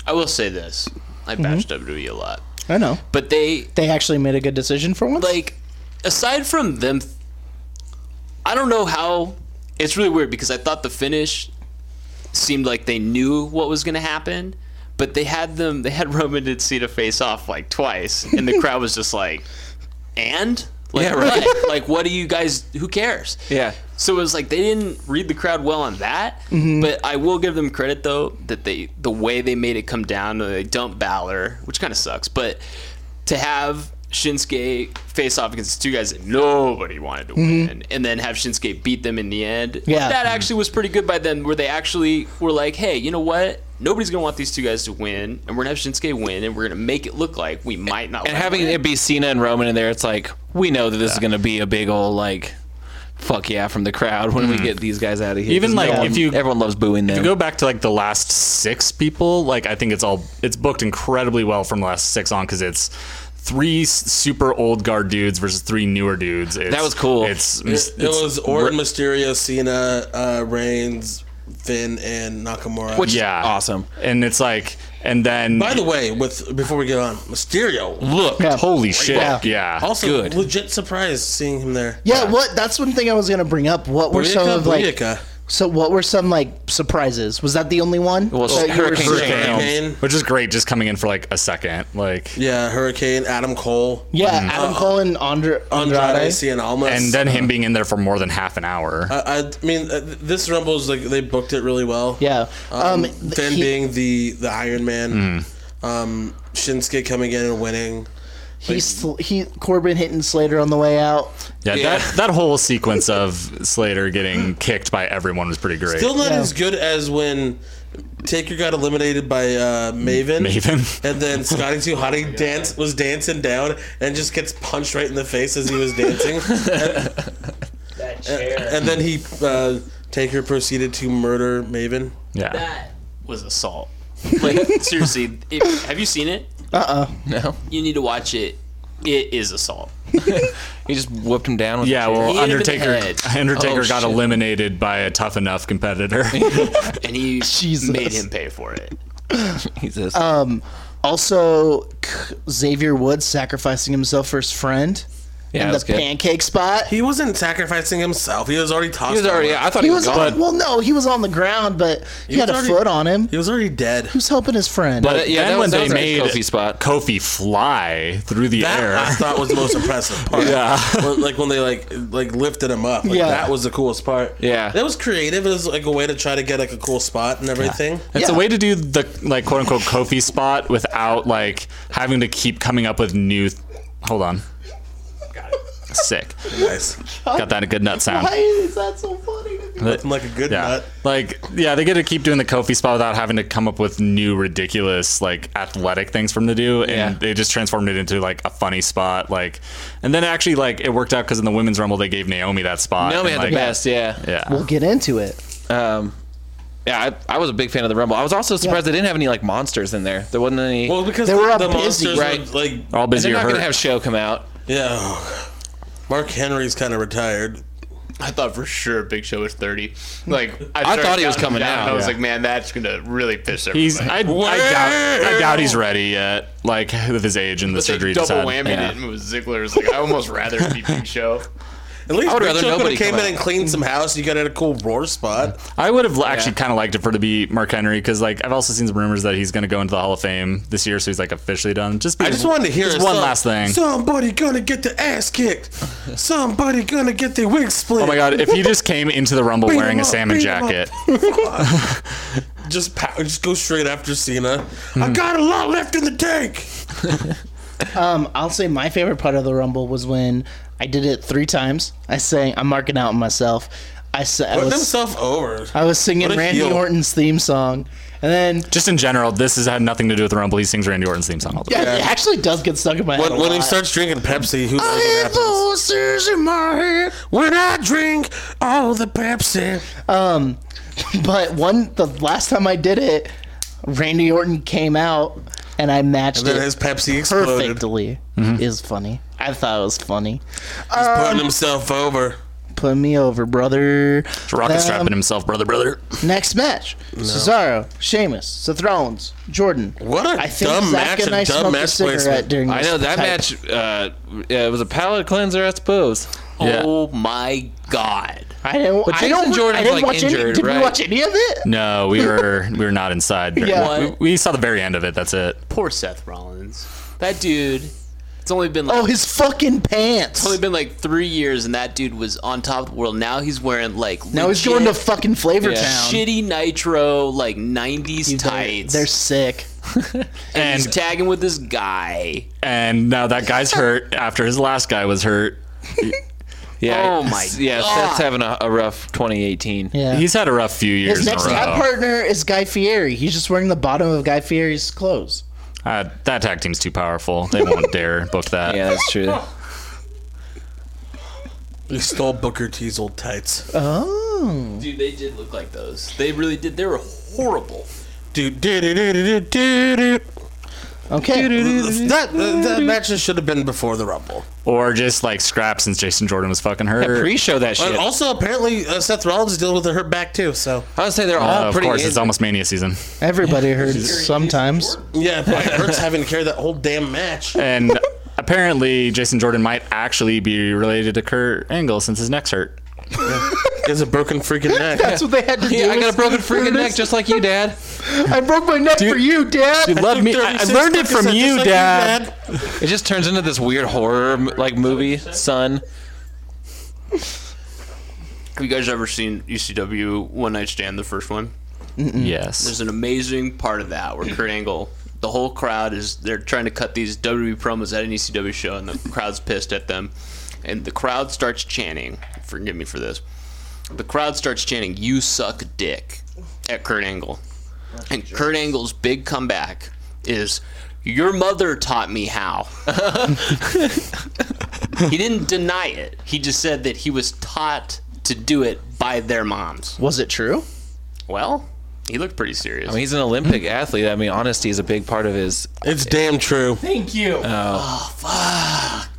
Speaker 6: I will say this. I bashed WWE a lot,
Speaker 2: I know.
Speaker 6: but they
Speaker 2: They actually made a good decision for once.
Speaker 6: like aside from them i don't know how it's really weird because i thought the finish seemed like they knew what was going to happen but they had them they had roman and cena face off like twice and the crowd was just like and like
Speaker 3: Yeah, right.
Speaker 6: what? like what do you guys who cares
Speaker 3: Yeah.
Speaker 6: so it was like they didn't read the crowd well on that,
Speaker 3: Mm-hmm.
Speaker 6: but I will give them credit though that they the way they made it come down, uh, they dumped Balor, which kind of sucks, but to have Shinsuke face off against two guys that nobody wanted to
Speaker 3: Mm-hmm.
Speaker 6: win, and then have Shinsuke beat them in the end.
Speaker 2: Yeah.
Speaker 6: that actually was pretty good by them, where they actually were like, "Hey, you know what? Nobody's gonna want these two guys to win, and we're gonna have Shinsuke win, and we're gonna make it look like we might not." let
Speaker 3: And
Speaker 6: him
Speaker 3: having
Speaker 6: win."
Speaker 3: it be Cena and Roman in there, it's like we know that this is going to be a big old like fuck yeah from the crowd when we get these guys out of here.
Speaker 4: Mm. Even,
Speaker 3: 'Cause
Speaker 4: like,
Speaker 3: no
Speaker 4: if
Speaker 3: one-
Speaker 4: you-
Speaker 3: everyone loves booing them.
Speaker 4: If you go back to like the last six people, like I think it's all it's booked incredibly well from the last six on because it's three s- super old guard dudes versus three newer dudes. It's,
Speaker 3: That was cool.
Speaker 4: It's,
Speaker 1: It, it
Speaker 4: it's-
Speaker 1: was Orton, Mysterio, Cena, uh, Reigns, Finn, and Nakamura.
Speaker 3: which
Speaker 4: yeah
Speaker 3: is awesome.
Speaker 4: and it's like and then
Speaker 1: by the way, with before we get on, Mysterio.
Speaker 3: Look,
Speaker 2: Yeah.
Speaker 4: holy shit yeah.
Speaker 1: Also,
Speaker 3: Good.
Speaker 1: legit surprised seeing him there.
Speaker 2: Yeah, what? That's one thing I was gonna bring up. What were some
Speaker 1: Boyaka,
Speaker 2: of like?
Speaker 1: Boyaka.
Speaker 2: So what were some like surprises? Was that the only one?
Speaker 3: Well,
Speaker 2: that you were
Speaker 3: Hurricane
Speaker 2: seeing?
Speaker 1: Shane. Hurricane.
Speaker 4: which is great just coming in for like a second like
Speaker 1: Yeah, Hurricane, Adam Cole,
Speaker 2: Yeah, Adam Cole and Andre, Andrade.
Speaker 1: Andrade, Cien Almas.
Speaker 4: and then him being in there for more than half an hour
Speaker 1: I, I mean, uh, this Rumble is like they booked it really well.
Speaker 2: Yeah.
Speaker 1: Um,
Speaker 2: Um, th-
Speaker 1: Finn
Speaker 2: he-
Speaker 1: being the the Iron Man, um, Shinsuke coming in and winning.
Speaker 2: He, sl- he Corbin hitting Slater on the way out.
Speaker 4: yeah, that that whole sequence of Slater getting kicked by everyone was pretty great
Speaker 1: Still not
Speaker 2: Yeah.
Speaker 1: as good as when Taker got eliminated by uh, Maven.
Speaker 4: Maven.
Speaker 1: And then Scotty Too Hottie dance was dancing down and just gets punched right in the face as he was dancing. and,
Speaker 5: That chair.
Speaker 1: and then he uh, Taker proceeded to murder Maven.
Speaker 4: yeah
Speaker 6: was assault. Like seriously, if, have you seen it?
Speaker 3: no,
Speaker 6: You need to watch it. It is assault.
Speaker 3: he just whooped him down. With
Speaker 4: Yeah,
Speaker 3: a chair.
Speaker 4: well,
Speaker 6: Hit him in the
Speaker 4: Undertaker
Speaker 6: head.
Speaker 4: Undertaker
Speaker 3: Oh,
Speaker 4: got
Speaker 3: shit.
Speaker 4: eliminated by a tough enough competitor.
Speaker 6: and he
Speaker 2: Jesus.
Speaker 6: made him pay for it.
Speaker 3: Jesus.
Speaker 2: Um, Also, K- Xavier Woods sacrificing himself for his friend
Speaker 3: yeah,
Speaker 2: in
Speaker 3: it
Speaker 2: the
Speaker 3: was good.
Speaker 2: pancake spot.
Speaker 1: He wasn't sacrificing himself. He was already tossed.
Speaker 3: He was already.
Speaker 1: over.
Speaker 3: I thought
Speaker 2: He
Speaker 3: he,
Speaker 2: was
Speaker 3: was gone.
Speaker 2: on, well, no, he was on the ground, but he, had a
Speaker 1: was already-
Speaker 2: foot on him. He
Speaker 1: He was already dead.
Speaker 2: was helping his friend.
Speaker 3: But, uh, yeah,
Speaker 4: then
Speaker 3: that
Speaker 4: when
Speaker 3: was, that
Speaker 4: they
Speaker 3: was a
Speaker 4: made
Speaker 3: Kofi spot.
Speaker 4: Kofi fly through the
Speaker 1: That
Speaker 4: air.
Speaker 1: I thought was the most impressive part. Yeah, like when they like like lifted him up. Like,
Speaker 2: Yeah.
Speaker 1: that was the coolest part.
Speaker 3: Yeah.
Speaker 1: that was creative. It was like a way to try to get like a cool spot and everything.
Speaker 4: It's
Speaker 2: Yeah.
Speaker 4: a way to do the like quote unquote Kofi spot without like having to keep coming up with new. Th- Hold on. Sick.
Speaker 1: Nice,
Speaker 4: Got that a good nut sound.
Speaker 2: Why is that so funny? To me?
Speaker 1: I'm like a good
Speaker 4: Yeah.
Speaker 1: nut.
Speaker 4: Like yeah, they get to keep doing the Kofi spot without having to come up with new ridiculous like athletic things for them to do, and
Speaker 3: Yeah.
Speaker 4: they just transformed it into like a funny spot. Like, and then actually like it worked out because in the women's rumble they gave Naomi that spot.
Speaker 3: Naomi
Speaker 4: and,
Speaker 3: had the
Speaker 4: like,
Speaker 3: best. Yeah.
Speaker 4: Yeah.
Speaker 2: We'll get into it.
Speaker 3: Um, yeah, I, I was a big fan of the Rumble. I was also surprised they didn't have any like monsters in there. There wasn't any.
Speaker 1: Well, because
Speaker 2: They
Speaker 1: the,
Speaker 2: were all
Speaker 1: the
Speaker 2: busy,
Speaker 1: monsters
Speaker 3: right?
Speaker 1: were, like
Speaker 4: All
Speaker 3: and
Speaker 4: busy
Speaker 3: they're
Speaker 4: or
Speaker 3: not going
Speaker 4: hurt.
Speaker 3: to have Show come out.
Speaker 1: yeah. Mark Henry's kind of retired.
Speaker 6: I thought for sure Big Show was 30. Like
Speaker 3: I thought he was
Speaker 6: started counting
Speaker 3: coming
Speaker 6: down,
Speaker 3: out.
Speaker 6: I was
Speaker 4: Yeah.
Speaker 6: like, man, that's gonna really piss everybody.
Speaker 4: He's I, I doubt I doubt he's ready yet. Like with his age and the
Speaker 6: They
Speaker 4: surgery. he
Speaker 6: double
Speaker 4: just had.
Speaker 6: whammied
Speaker 3: Yeah.
Speaker 6: it and it was Ziggler's like I almost rather be Big Show.
Speaker 1: At least
Speaker 3: I would
Speaker 1: Big
Speaker 3: rather
Speaker 1: Show could've
Speaker 3: nobody
Speaker 1: came
Speaker 3: come
Speaker 1: in
Speaker 3: out.
Speaker 1: and cleaned some house. You got at a cool roar spot.
Speaker 4: I would have actually kind of liked it for it to be Mark Henry because like I've also seen some rumors that he's going to go into the Hall of Fame this year, so he's like officially done. Just
Speaker 1: I just wanted to hear
Speaker 4: just
Speaker 1: it.
Speaker 4: one
Speaker 1: Some-
Speaker 4: last thing.
Speaker 1: Somebody gonna get the ass kicked. Somebody gonna get their wig split.
Speaker 4: Oh my god! If he just came into the Rumble
Speaker 1: Beat
Speaker 4: wearing
Speaker 1: him
Speaker 4: a
Speaker 1: up,
Speaker 4: salmon
Speaker 1: beat him up.
Speaker 4: jacket,
Speaker 1: just pow- just go straight after Cena. I got a lot left in the tank.
Speaker 2: Um, I'll say my favorite part of the Rumble was when I did it three times. I sang, I'm marking out on myself. I, sa- I,
Speaker 1: Put
Speaker 2: was,
Speaker 1: himself over.
Speaker 2: I was singing
Speaker 1: What a
Speaker 2: Randy
Speaker 1: heel.
Speaker 2: Orton's theme song. And then
Speaker 4: just in general, this has had nothing to do with the Rumble. He sings Randy Orton's theme song all the time.
Speaker 2: yeah, it actually does get stuck in my head.
Speaker 1: When,
Speaker 2: a
Speaker 1: when he
Speaker 2: lot.
Speaker 1: starts drinking Pepsi, who knows
Speaker 2: I
Speaker 1: what
Speaker 2: have
Speaker 1: happens?
Speaker 2: ulcers in my head.
Speaker 1: When I drink all the Pepsi,
Speaker 2: Um, but one the last time I did it, Randy Orton came out and I matched
Speaker 1: then
Speaker 2: it
Speaker 1: his Pepsi exploded. Mm-hmm.
Speaker 2: perfectly. Is funny. I thought it was funny.
Speaker 1: he's putting himself over.
Speaker 2: Put me over, brother.
Speaker 4: Rocket strapping
Speaker 2: Um,
Speaker 4: himself, brother, brother.
Speaker 2: Next match: Cesaro, Sheamus, Seth Rollins, Jordan.
Speaker 1: What a
Speaker 2: I think
Speaker 1: dumb
Speaker 2: Zach
Speaker 1: match
Speaker 2: and
Speaker 1: and
Speaker 2: I
Speaker 1: dumb
Speaker 2: smoked a
Speaker 1: match
Speaker 2: cigarette
Speaker 1: placement.
Speaker 2: during.
Speaker 3: I
Speaker 2: this
Speaker 3: know that
Speaker 2: type-
Speaker 3: match. Uh, yeah, it was a palate cleanser, I suppose.
Speaker 4: Yeah.
Speaker 6: Oh my god.
Speaker 2: I didn't.
Speaker 3: But
Speaker 2: I
Speaker 3: Jason
Speaker 2: don't,
Speaker 3: Jordan's,
Speaker 2: I didn't
Speaker 3: like,
Speaker 2: watch any,
Speaker 3: injured,
Speaker 2: Did we
Speaker 3: right?
Speaker 2: watch any of it?
Speaker 4: No, we were we were not inside.
Speaker 2: Yeah.
Speaker 4: We, we saw the very end of it. That's it.
Speaker 6: Poor Seth Rollins. That dude it's only been like
Speaker 2: Oh, his fucking pants.
Speaker 6: it's only been like three years and that dude was on top of the world. Now he's wearing like
Speaker 2: Now he's
Speaker 6: legit
Speaker 2: going to fucking Flavor
Speaker 3: Yeah.
Speaker 2: Town.
Speaker 6: shitty nitro like nineties
Speaker 2: They're-
Speaker 6: tights.
Speaker 2: They're sick.
Speaker 6: And
Speaker 4: and
Speaker 6: he's tagging with this guy.
Speaker 4: and now that guy's hurt after his last guy was hurt.
Speaker 3: Yeah.
Speaker 6: Oh my
Speaker 3: s- Yeah, Seth's having a, a rough 2018.
Speaker 2: Yeah.
Speaker 4: He's had a rough few years
Speaker 2: His
Speaker 4: in a
Speaker 2: next tag
Speaker 4: row.
Speaker 2: partner is Guy Fieri. He's just wearing the bottom of Guy Fieri's clothes.
Speaker 4: Uh, that tag team's too powerful. They won't dare book that.
Speaker 3: Yeah, that's true.
Speaker 1: He stole Booker T's old tights.
Speaker 2: Oh.
Speaker 6: Dude, they did look like those. They really did. They were horrible.
Speaker 1: Dude, do, do, do, do, do, do.
Speaker 2: Okay.
Speaker 1: that that match should have been before the Rumble.
Speaker 4: Or just like scrap since Jason Jordan was fucking hurt.
Speaker 3: Pre-show that shit.
Speaker 1: And
Speaker 3: I
Speaker 1: also, apparently, uh, Seth Rollins is dealing with a hurt back too. So
Speaker 3: would say they're
Speaker 4: Uh,
Speaker 3: all
Speaker 4: of
Speaker 3: pretty.
Speaker 4: course,
Speaker 3: in-
Speaker 4: it's almost mania season.
Speaker 2: Everybody hurts sometimes.
Speaker 1: yeah, it probably hurts having to carry that whole damn match.
Speaker 4: And apparently, Jason Jordan might actually be related to Kurt Angle since his neck's hurt.
Speaker 1: It's a broken freaking neck.
Speaker 2: That's what they had to do.
Speaker 3: Yeah, I got
Speaker 2: was-
Speaker 3: a broken freaking neck just like you, Dad.
Speaker 2: I broke my neck for you, Dad.
Speaker 4: Dude, love me. I, I
Speaker 1: 36
Speaker 4: learned it from
Speaker 1: Percocet, just
Speaker 4: you,
Speaker 1: like
Speaker 4: Dad.
Speaker 3: It just turns into this weird horror m- like movie, son.
Speaker 6: Have you guys ever seen ECW One Night Stand, the first one?
Speaker 4: Yes.
Speaker 6: There's an amazing part of that where Kurt Angle, the whole crowd is they're trying to cut these WWE promos at an ECW show, and the crowd's pissed at them, and the crowd starts chanting. Forgive me for this. The crowd starts chanting "You suck dick" at Kurt Angle, and Kurt Angle's big comeback is. Your mother taught me how. he didn't deny it. He just said that he was taught to do it by their moms.
Speaker 2: Was it true?
Speaker 6: Well, he looked pretty serious.
Speaker 3: I mean, he's an Olympic athlete. I mean, honesty is a big part of his.
Speaker 1: It's damn true.
Speaker 2: Thank you. fuck.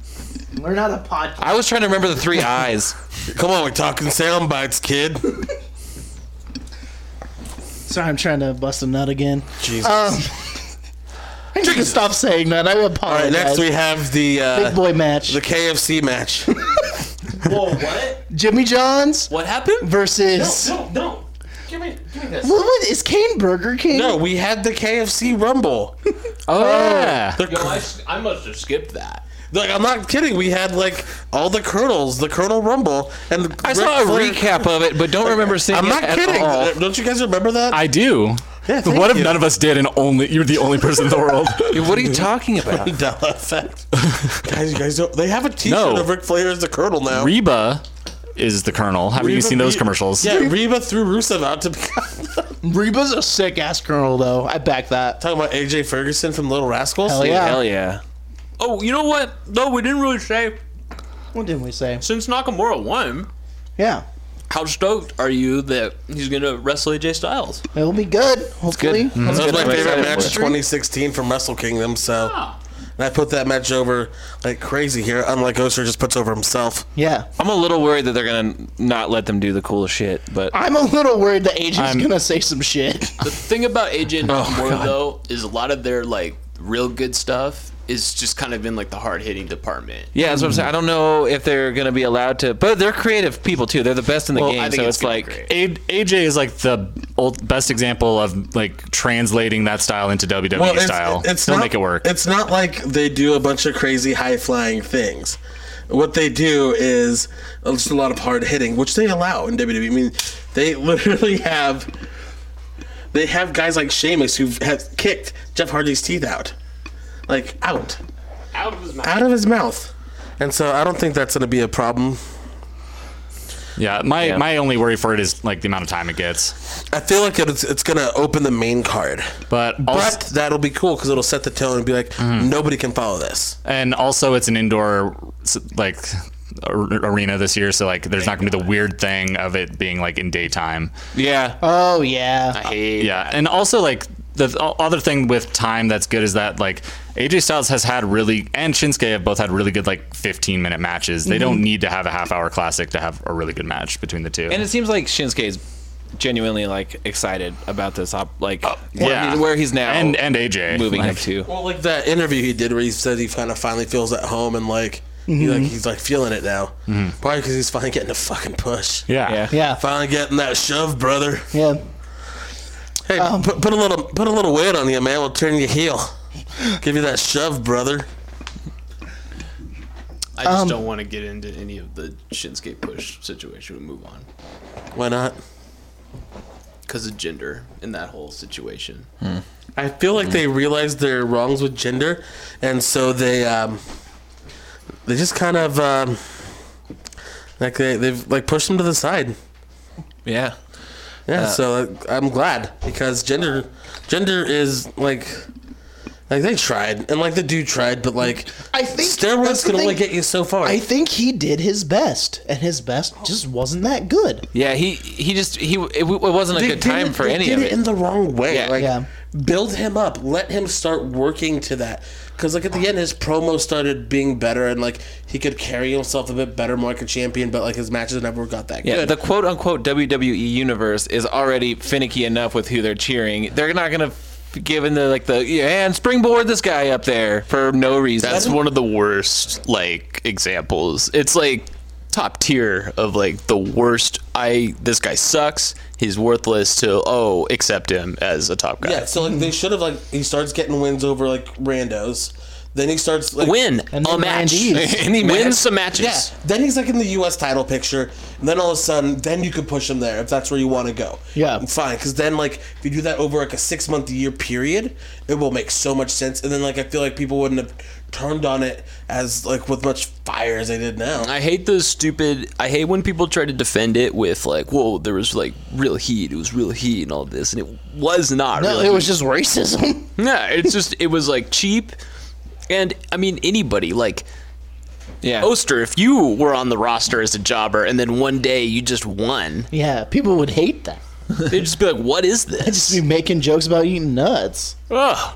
Speaker 2: We're not a podcast.
Speaker 3: I was trying to remember the three eyes.
Speaker 1: Come on, we're talking sound bites, kid.
Speaker 2: Sorry, I'm trying to bust a nut again. Um,
Speaker 1: Jesus.
Speaker 2: I need to stop saying that. I apologize.
Speaker 1: All right, next we have the
Speaker 2: Big
Speaker 1: uh,
Speaker 2: boy match.
Speaker 1: the KFC match.
Speaker 6: Whoa, what?
Speaker 2: Jimmy John's
Speaker 6: What happened?
Speaker 2: versus.
Speaker 6: No, no. Give me, give me this.
Speaker 2: What was- is Kane Burger King?
Speaker 1: no, we had the KFC Rumble.
Speaker 4: Oh, yeah.
Speaker 1: The
Speaker 6: Yo, I, s- I must have skipped that.
Speaker 1: Like I'm not kidding. We had like all the Colonels, the Colonel Rumble, and the
Speaker 3: I saw a recap of it, but don't remember seeing
Speaker 1: I'm
Speaker 3: it
Speaker 1: not
Speaker 3: at
Speaker 1: kidding.
Speaker 3: all.
Speaker 1: Don't you guys remember that?
Speaker 4: I do.
Speaker 1: Yeah, thank
Speaker 4: what if
Speaker 1: you.
Speaker 4: none of us did, and only you're the only person in the world?
Speaker 3: Dude, What are you talking about?
Speaker 1: Mandela effect. guys, you guys don't. They have a T-shirt
Speaker 4: No.
Speaker 1: of Ric Flair as the Colonel now.
Speaker 4: Reba is the Colonel. Haven't you
Speaker 1: Reba-
Speaker 4: seen those
Speaker 1: Re-
Speaker 4: commercials?
Speaker 1: Yeah, Reba threw Rusev out to become
Speaker 2: Reba's a sick ass colonel, though. I back that.
Speaker 1: talking about AJ Ferguson from Little Rascals.
Speaker 2: Hell yeah.
Speaker 3: Hell yeah.
Speaker 6: Oh, you know what? No, we didn't really say.
Speaker 2: What did we say?
Speaker 6: Since Nakamura won,
Speaker 2: Yeah.
Speaker 6: how stoked are you that he's going to wrestle AJ Styles?
Speaker 2: It'll be good, Mm-hmm. hopefully.
Speaker 1: That was my
Speaker 3: I'm
Speaker 1: favorite
Speaker 3: excited
Speaker 1: match
Speaker 3: for
Speaker 1: of
Speaker 3: it.
Speaker 1: 2016 from Wrestle Kingdom. So, and I put that match over like crazy here. Unlike Oster, just puts over himself.
Speaker 2: Yeah.
Speaker 3: I'm a little worried that they're gonna not let them do the coolest shit, but
Speaker 2: I'm a little worried that AJ's gonna say some shit.
Speaker 6: The thing about AJ
Speaker 2: Oh,
Speaker 6: and Nakamura, though, is a lot of their, like, real good stuff is just kind of in, like, the hard hitting department.
Speaker 3: yeah, that's what I'm saying. I don't know if they're gonna be allowed to, but they're creative people too. They're the best in the
Speaker 6: Well, I
Speaker 3: game,
Speaker 6: think
Speaker 3: so
Speaker 6: it's
Speaker 3: it's
Speaker 6: gonna be
Speaker 3: like
Speaker 6: great.
Speaker 4: A- AJ is like the old best example of like translating that style into WWE style. They'll
Speaker 1: not,
Speaker 4: make it work.
Speaker 1: It's not like they do a bunch of crazy high flying things. What they do is uh, just a lot of hard hitting, which they allow in WWE. I mean, they literally have they have guys like Sheamus who have kicked Jeff Hardy's teeth out, like out,
Speaker 6: Out of his mouth.
Speaker 1: out of his mouth. And so I don't think that's going to be a problem.
Speaker 4: yeah, my
Speaker 3: Yeah.
Speaker 4: my only worry for it is like the amount of time it gets.
Speaker 1: I feel like it's, it's going to open the main card.
Speaker 4: But,
Speaker 1: But
Speaker 4: also, Mm-hmm.
Speaker 1: that'll be cool because it'll set the tone and be like, nobody can follow this.
Speaker 4: and also it's an indoor s- like ar- arena this year, so like there's not gonna be the weird thing of it being like in daytime.
Speaker 3: yeah,
Speaker 2: Oh yeah.
Speaker 6: I hate
Speaker 4: Yeah, and also like the th- other thing with time that's good is that like AJ Styles has had really and Shinsuke have both had really good like 15 minute matches. They
Speaker 2: Mm-hmm.
Speaker 4: don't need to have a half hour classic to have a really good match between the two.
Speaker 3: and it seems like Shinsuke is genuinely like excited about this, op- like where,
Speaker 4: Uh, yeah.
Speaker 3: he's, where he's now
Speaker 4: and and AJ
Speaker 3: moving
Speaker 4: like,
Speaker 3: up to.
Speaker 1: Well, like that interview he did where he said he kind of finally feels at home and like he like he's like feeling it now. Probably because he's finally getting a fucking push.
Speaker 4: Yeah.
Speaker 3: Yeah.
Speaker 2: Yeah.
Speaker 1: Finally getting that shove, brother.
Speaker 2: Yeah.
Speaker 1: Hey, put, put a little put a little weight on you, man. We'll turn you heel. Give you that shove, brother.
Speaker 6: I just
Speaker 2: Um,
Speaker 6: don't want to get into any of the Shinsuke push situation. We move on.
Speaker 1: Why not?
Speaker 2: Hmm.
Speaker 6: because of gender in that whole situation.
Speaker 1: I feel like they realized their wrongs with gender, and so they um, they just kind of um, like they they've like pushed them to the side.
Speaker 3: Yeah.
Speaker 1: Yeah, so uh, I'm glad because gender gender is like like they tried and like the dude tried, but like
Speaker 2: I think that's
Speaker 1: steroids
Speaker 2: the
Speaker 1: can only
Speaker 2: thing.
Speaker 1: get you so far.
Speaker 2: I think he did his best, and his best just wasn't that good.
Speaker 3: Yeah, he he just he it, w- it wasn't a good
Speaker 1: did
Speaker 3: time
Speaker 1: it-
Speaker 3: for
Speaker 1: they
Speaker 3: any
Speaker 1: did
Speaker 3: of
Speaker 1: it in
Speaker 3: it.
Speaker 1: the wrong way.
Speaker 3: Yeah.
Speaker 1: Like,
Speaker 2: Yeah.
Speaker 1: build him up. Let him start working to that. Because like at the end, his promo started being better, and like he could carry himself a bit better, more like a champion. But like his matches never got that
Speaker 3: Yeah,
Speaker 1: good.
Speaker 3: the quote unquote WWE E universe is already finicky enough with who they're cheering. They're not gonna f- give in the like the yeah and springboard this guy up there for no reason.
Speaker 6: That's one of the worst like examples. It's like top tier of like the worst. I this guy sucks. He's worthless. To oh, accept him as a top guy.
Speaker 1: Yeah, so like they should have like he starts getting wins over like randos. Then he starts like
Speaker 6: Win
Speaker 2: And
Speaker 6: a
Speaker 2: then
Speaker 6: match.
Speaker 2: Randy's.
Speaker 6: Any Win some matches.
Speaker 1: Yeah. Then he's like in the U.S. title picture, and then all of a sudden, then you could push him there if that's where you want to go.
Speaker 2: Yeah.
Speaker 1: Fine, because then like if you do that over like a six month year period, it will make so much sense. And then like I feel like people wouldn't have turned on it as like with much fire as they did now.
Speaker 6: I hate those stupid. I hate when people try to defend it with like, "Whoa, there was like real heat. It was real heat and all this," and it was not.
Speaker 2: No,
Speaker 6: real
Speaker 2: it
Speaker 6: heat.
Speaker 2: was just racism.
Speaker 6: Yeah, it's just it was like cheap, and I mean anybody like
Speaker 3: yeah. Oh,
Speaker 6: Oster. If you were on the roster as a jobber and then one day you just won,
Speaker 2: yeah, people would hate that.
Speaker 6: they'd just be like, "What is
Speaker 2: I'd just
Speaker 6: this?"
Speaker 2: be making jokes about eating nuts.
Speaker 6: Ugh.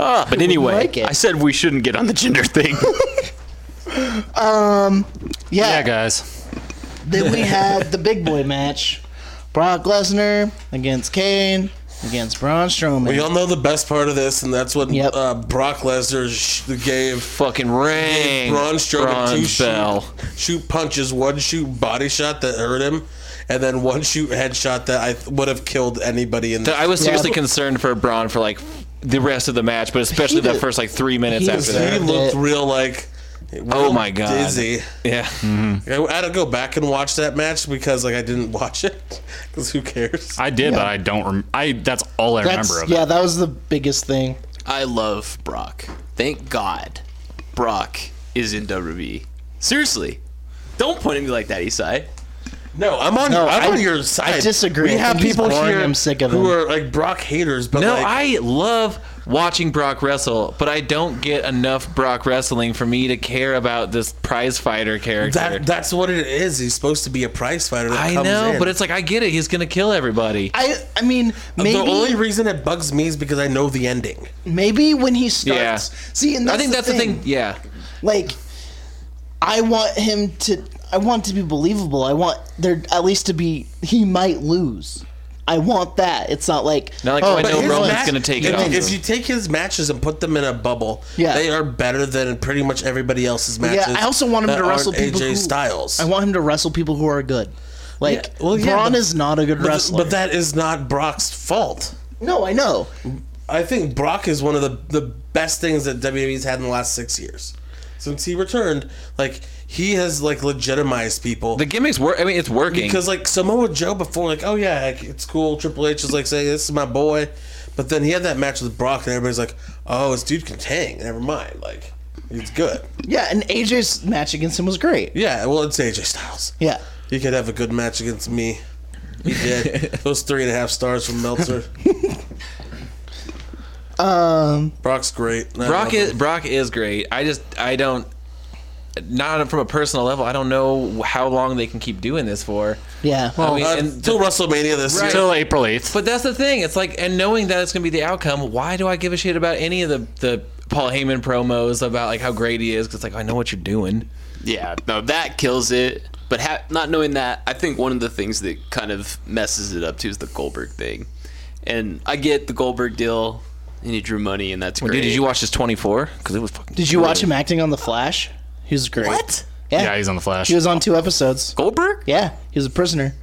Speaker 6: Ugh. But anyway,
Speaker 2: like it.
Speaker 6: I said we shouldn't get on the gender thing.
Speaker 2: Yeah.
Speaker 4: Yeah, guys.
Speaker 2: then we had the big boy match: Brock Lesnar against Kane against Braun Strowman.
Speaker 1: we all know the best part of this, and that's what
Speaker 2: Yep.
Speaker 1: uh, Brock Lesnar sh- gave
Speaker 3: fucking ring.
Speaker 1: Braun Strowman two
Speaker 3: Braun's bell.
Speaker 1: shoot, shoot punches, one shoot body shot that hurt him, and then one shoot headshot that I th- would have killed anybody in the.
Speaker 3: Th- I was seriously
Speaker 2: Yeah.
Speaker 3: concerned for Braun for like the rest of the match, but especially
Speaker 2: He
Speaker 3: the
Speaker 2: did-
Speaker 3: first like three minutes
Speaker 2: he
Speaker 3: after
Speaker 2: was
Speaker 1: he
Speaker 3: that.
Speaker 2: really-
Speaker 1: looked
Speaker 2: That-
Speaker 1: real like.
Speaker 3: Oh
Speaker 1: real
Speaker 3: my God.
Speaker 1: Dizzy.
Speaker 3: Yeah.
Speaker 1: I I had to go back and watch that match because like I didn't watch it because who cares?
Speaker 4: I did, but I don't. Rem- I that's all I
Speaker 2: That's-
Speaker 4: remember of
Speaker 2: yeah,
Speaker 4: it.
Speaker 2: that was the biggest thing.
Speaker 6: I love Brock. Thank God, Brock is in WWE. Seriously, don't point at me like that, Isai.
Speaker 1: No, I'm on.
Speaker 2: No,
Speaker 1: I'm
Speaker 2: I-
Speaker 1: on your side.
Speaker 2: I disagree.
Speaker 1: We
Speaker 2: I
Speaker 1: have
Speaker 2: think he's
Speaker 1: people
Speaker 2: boring.
Speaker 1: here
Speaker 2: I'm sick of
Speaker 1: who
Speaker 2: him.
Speaker 1: are like Brock haters, but
Speaker 3: No,
Speaker 1: like,
Speaker 3: I love watching Brock wrestle, but I don't get enough Brock wrestling for me to care about this prize fighter character.
Speaker 1: that that's what it is. He's supposed to be a prize fighter. That
Speaker 3: I
Speaker 1: comes
Speaker 3: know,
Speaker 1: in.
Speaker 3: but it's like I get it. He's gonna kill everybody.
Speaker 2: I I mean maybe
Speaker 1: the only reason it bugs me is because I know the ending.
Speaker 2: maybe when he starts.
Speaker 3: Yeah.
Speaker 2: See, and
Speaker 3: I think that's the thing. Yeah,
Speaker 2: Like, I want him to. I want to be believable. I want there at least to be. He might lose. I want that. It's not like.
Speaker 3: Not like, oh, I
Speaker 1: But
Speaker 3: know
Speaker 1: his
Speaker 3: Roman's
Speaker 1: match-
Speaker 3: gonna take it
Speaker 1: if-
Speaker 3: off.
Speaker 1: If
Speaker 3: him.
Speaker 1: you take his matches and put them in a bubble,
Speaker 2: Yeah.
Speaker 1: they are better than pretty much everybody else's matches.
Speaker 2: yeah, I also want him
Speaker 1: that
Speaker 2: to
Speaker 1: aren't
Speaker 2: wrestle people.
Speaker 1: AJ
Speaker 2: who,
Speaker 1: Styles.
Speaker 2: I want him to wrestle people who are good. Like
Speaker 1: Yeah, well, yeah,
Speaker 2: Braun
Speaker 1: but-
Speaker 2: is not a good
Speaker 1: But th-
Speaker 2: wrestler.
Speaker 1: but that is not Brock's fault.
Speaker 2: no, I know.
Speaker 1: I think Brock is one of the the best things that WWE's had in the last six years since he returned. Like he has like legitimized people
Speaker 3: the gimmicks work. I mean, it's working.
Speaker 1: because like Samoa Joe before, like oh yeah, like, it's cool. Triple H is like saying this is my boy, but then he had that match with Brock, and everybody's like, oh, this dude can hang. Never mind, like he's good.
Speaker 2: Yeah, and AJ's match against him was great.
Speaker 1: Yeah, well, it's AJ Styles.
Speaker 2: Yeah.
Speaker 1: He could have a good match against me. He did. Those three and a half stars from Meltzer.
Speaker 2: Um.
Speaker 1: Brock's great. I love
Speaker 3: Brock
Speaker 1: him.
Speaker 3: is Brock is great. I just I don't not from a personal level. I don't know how long they can keep doing this for.
Speaker 2: Yeah.
Speaker 3: I mean,
Speaker 1: Uh,
Speaker 3: and-
Speaker 1: till WrestleMania this year.
Speaker 4: Till April eighth.
Speaker 3: but that's the thing. It's like and knowing that it's gonna be the outcome. Why do I give a shit about any of the the Paul Heyman promos about like how great he is? 'Cause it's like I know what you're doing.
Speaker 6: Yeah, no, that kills it. But ha- not knowing that, I think one of the things that kind of messes it up too is the Goldberg thing. And I get the Goldberg deal, and he drew money, and that's great.
Speaker 3: Dude, did you watch this 24? Because it was fucking.
Speaker 2: Did you watch him acting on The Flash? He was great. What? Yeah.
Speaker 4: Yeah, he's on the Flash.
Speaker 2: He was on two episodes.
Speaker 6: Goldberg?
Speaker 2: Yeah, he was a prisoner.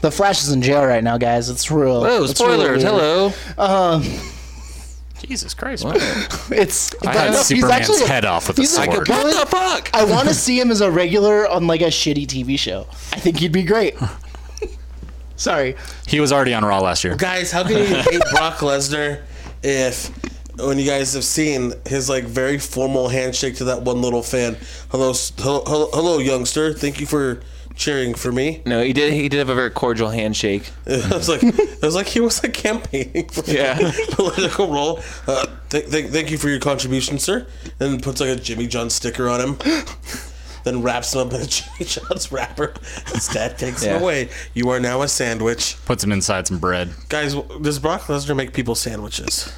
Speaker 2: The Flash is in jail right now, guys. It's real.
Speaker 3: Oh,
Speaker 2: it's really
Speaker 3: spoilers!
Speaker 2: weird.
Speaker 3: Hello.
Speaker 6: Jesus Christ!
Speaker 2: It's.
Speaker 4: I had
Speaker 2: no, he's
Speaker 4: Superman's
Speaker 2: actually-
Speaker 4: head off with a
Speaker 2: he's like a
Speaker 4: sword.
Speaker 2: guy-
Speaker 3: What the fuck?
Speaker 2: I want to see him as a regular on like a shitty TV show. I think he'd be great. Sorry.
Speaker 4: He was already on Raw last year.
Speaker 1: guys, how can you hate Brock Lesnar if when you guys have seen his like very formal handshake to that one little fan? Hello, s- hello, hello, hello, youngster. Thank you for cheering for me.
Speaker 3: No, he did. He did have a very cordial handshake.
Speaker 1: It was like it was like he was like campaigning for
Speaker 3: Yeah.
Speaker 1: political role. Uh, th- th- thank you for your contribution, sir. And puts like a Jimmy John sticker on him. Then wraps him up in a Jimmy John's wrapper. His dad takes
Speaker 3: Yeah.
Speaker 1: him away. You are now a sandwich,
Speaker 4: Puts him inside some bread.
Speaker 1: guys. w- Does Brock Lesnar make people sandwiches?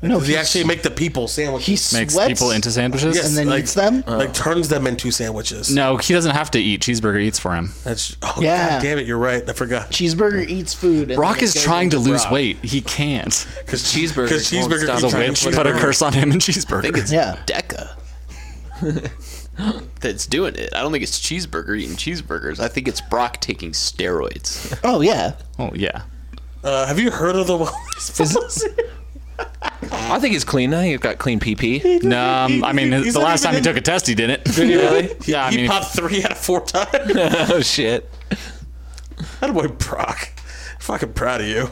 Speaker 2: No,
Speaker 1: Does he actually make the people sandwiches?
Speaker 2: he
Speaker 4: Makes
Speaker 2: sweats
Speaker 4: people into sandwiches.
Speaker 1: Yes.
Speaker 2: and then
Speaker 1: like-
Speaker 2: eats them.
Speaker 1: like turns them into sandwiches.
Speaker 4: No, he doesn't have to eat. Cheeseburger eats for him.
Speaker 1: That's oh
Speaker 2: Yeah.
Speaker 1: god damn it, you're right. I forgot.
Speaker 2: Cheeseburger eats food. and
Speaker 4: Brock
Speaker 2: then
Speaker 4: is
Speaker 2: it goes
Speaker 4: trying to
Speaker 2: into
Speaker 4: lose
Speaker 2: Brock.
Speaker 4: weight. He can't.
Speaker 1: Because
Speaker 3: Cheeseburger
Speaker 1: Because
Speaker 3: won't
Speaker 1: cheeseburger.
Speaker 3: stop
Speaker 1: keeps
Speaker 4: The
Speaker 1: trying
Speaker 4: whip
Speaker 1: to
Speaker 4: put a
Speaker 1: cheeseburger.
Speaker 4: curse on him and cheeseburger.
Speaker 2: Yeah.
Speaker 6: Deca that's doing it. I don't think it's cheeseburger eating cheeseburgers. I think it's Brock taking steroids.
Speaker 2: Oh yeah.
Speaker 4: Oh yeah.
Speaker 1: Uh, have you heard of the wellness policy?
Speaker 3: I think he's clean. I think he's got clean PP.
Speaker 4: No, um, I mean
Speaker 1: He's
Speaker 4: the
Speaker 1: not
Speaker 4: last
Speaker 1: even
Speaker 4: time he
Speaker 1: in-
Speaker 4: took a test, he didn't.
Speaker 1: Did he really?
Speaker 4: Yeah, I
Speaker 1: he
Speaker 4: mean-
Speaker 1: popped three out of four times.
Speaker 3: oh shit.
Speaker 1: That boy Brock. Fucking proud of you.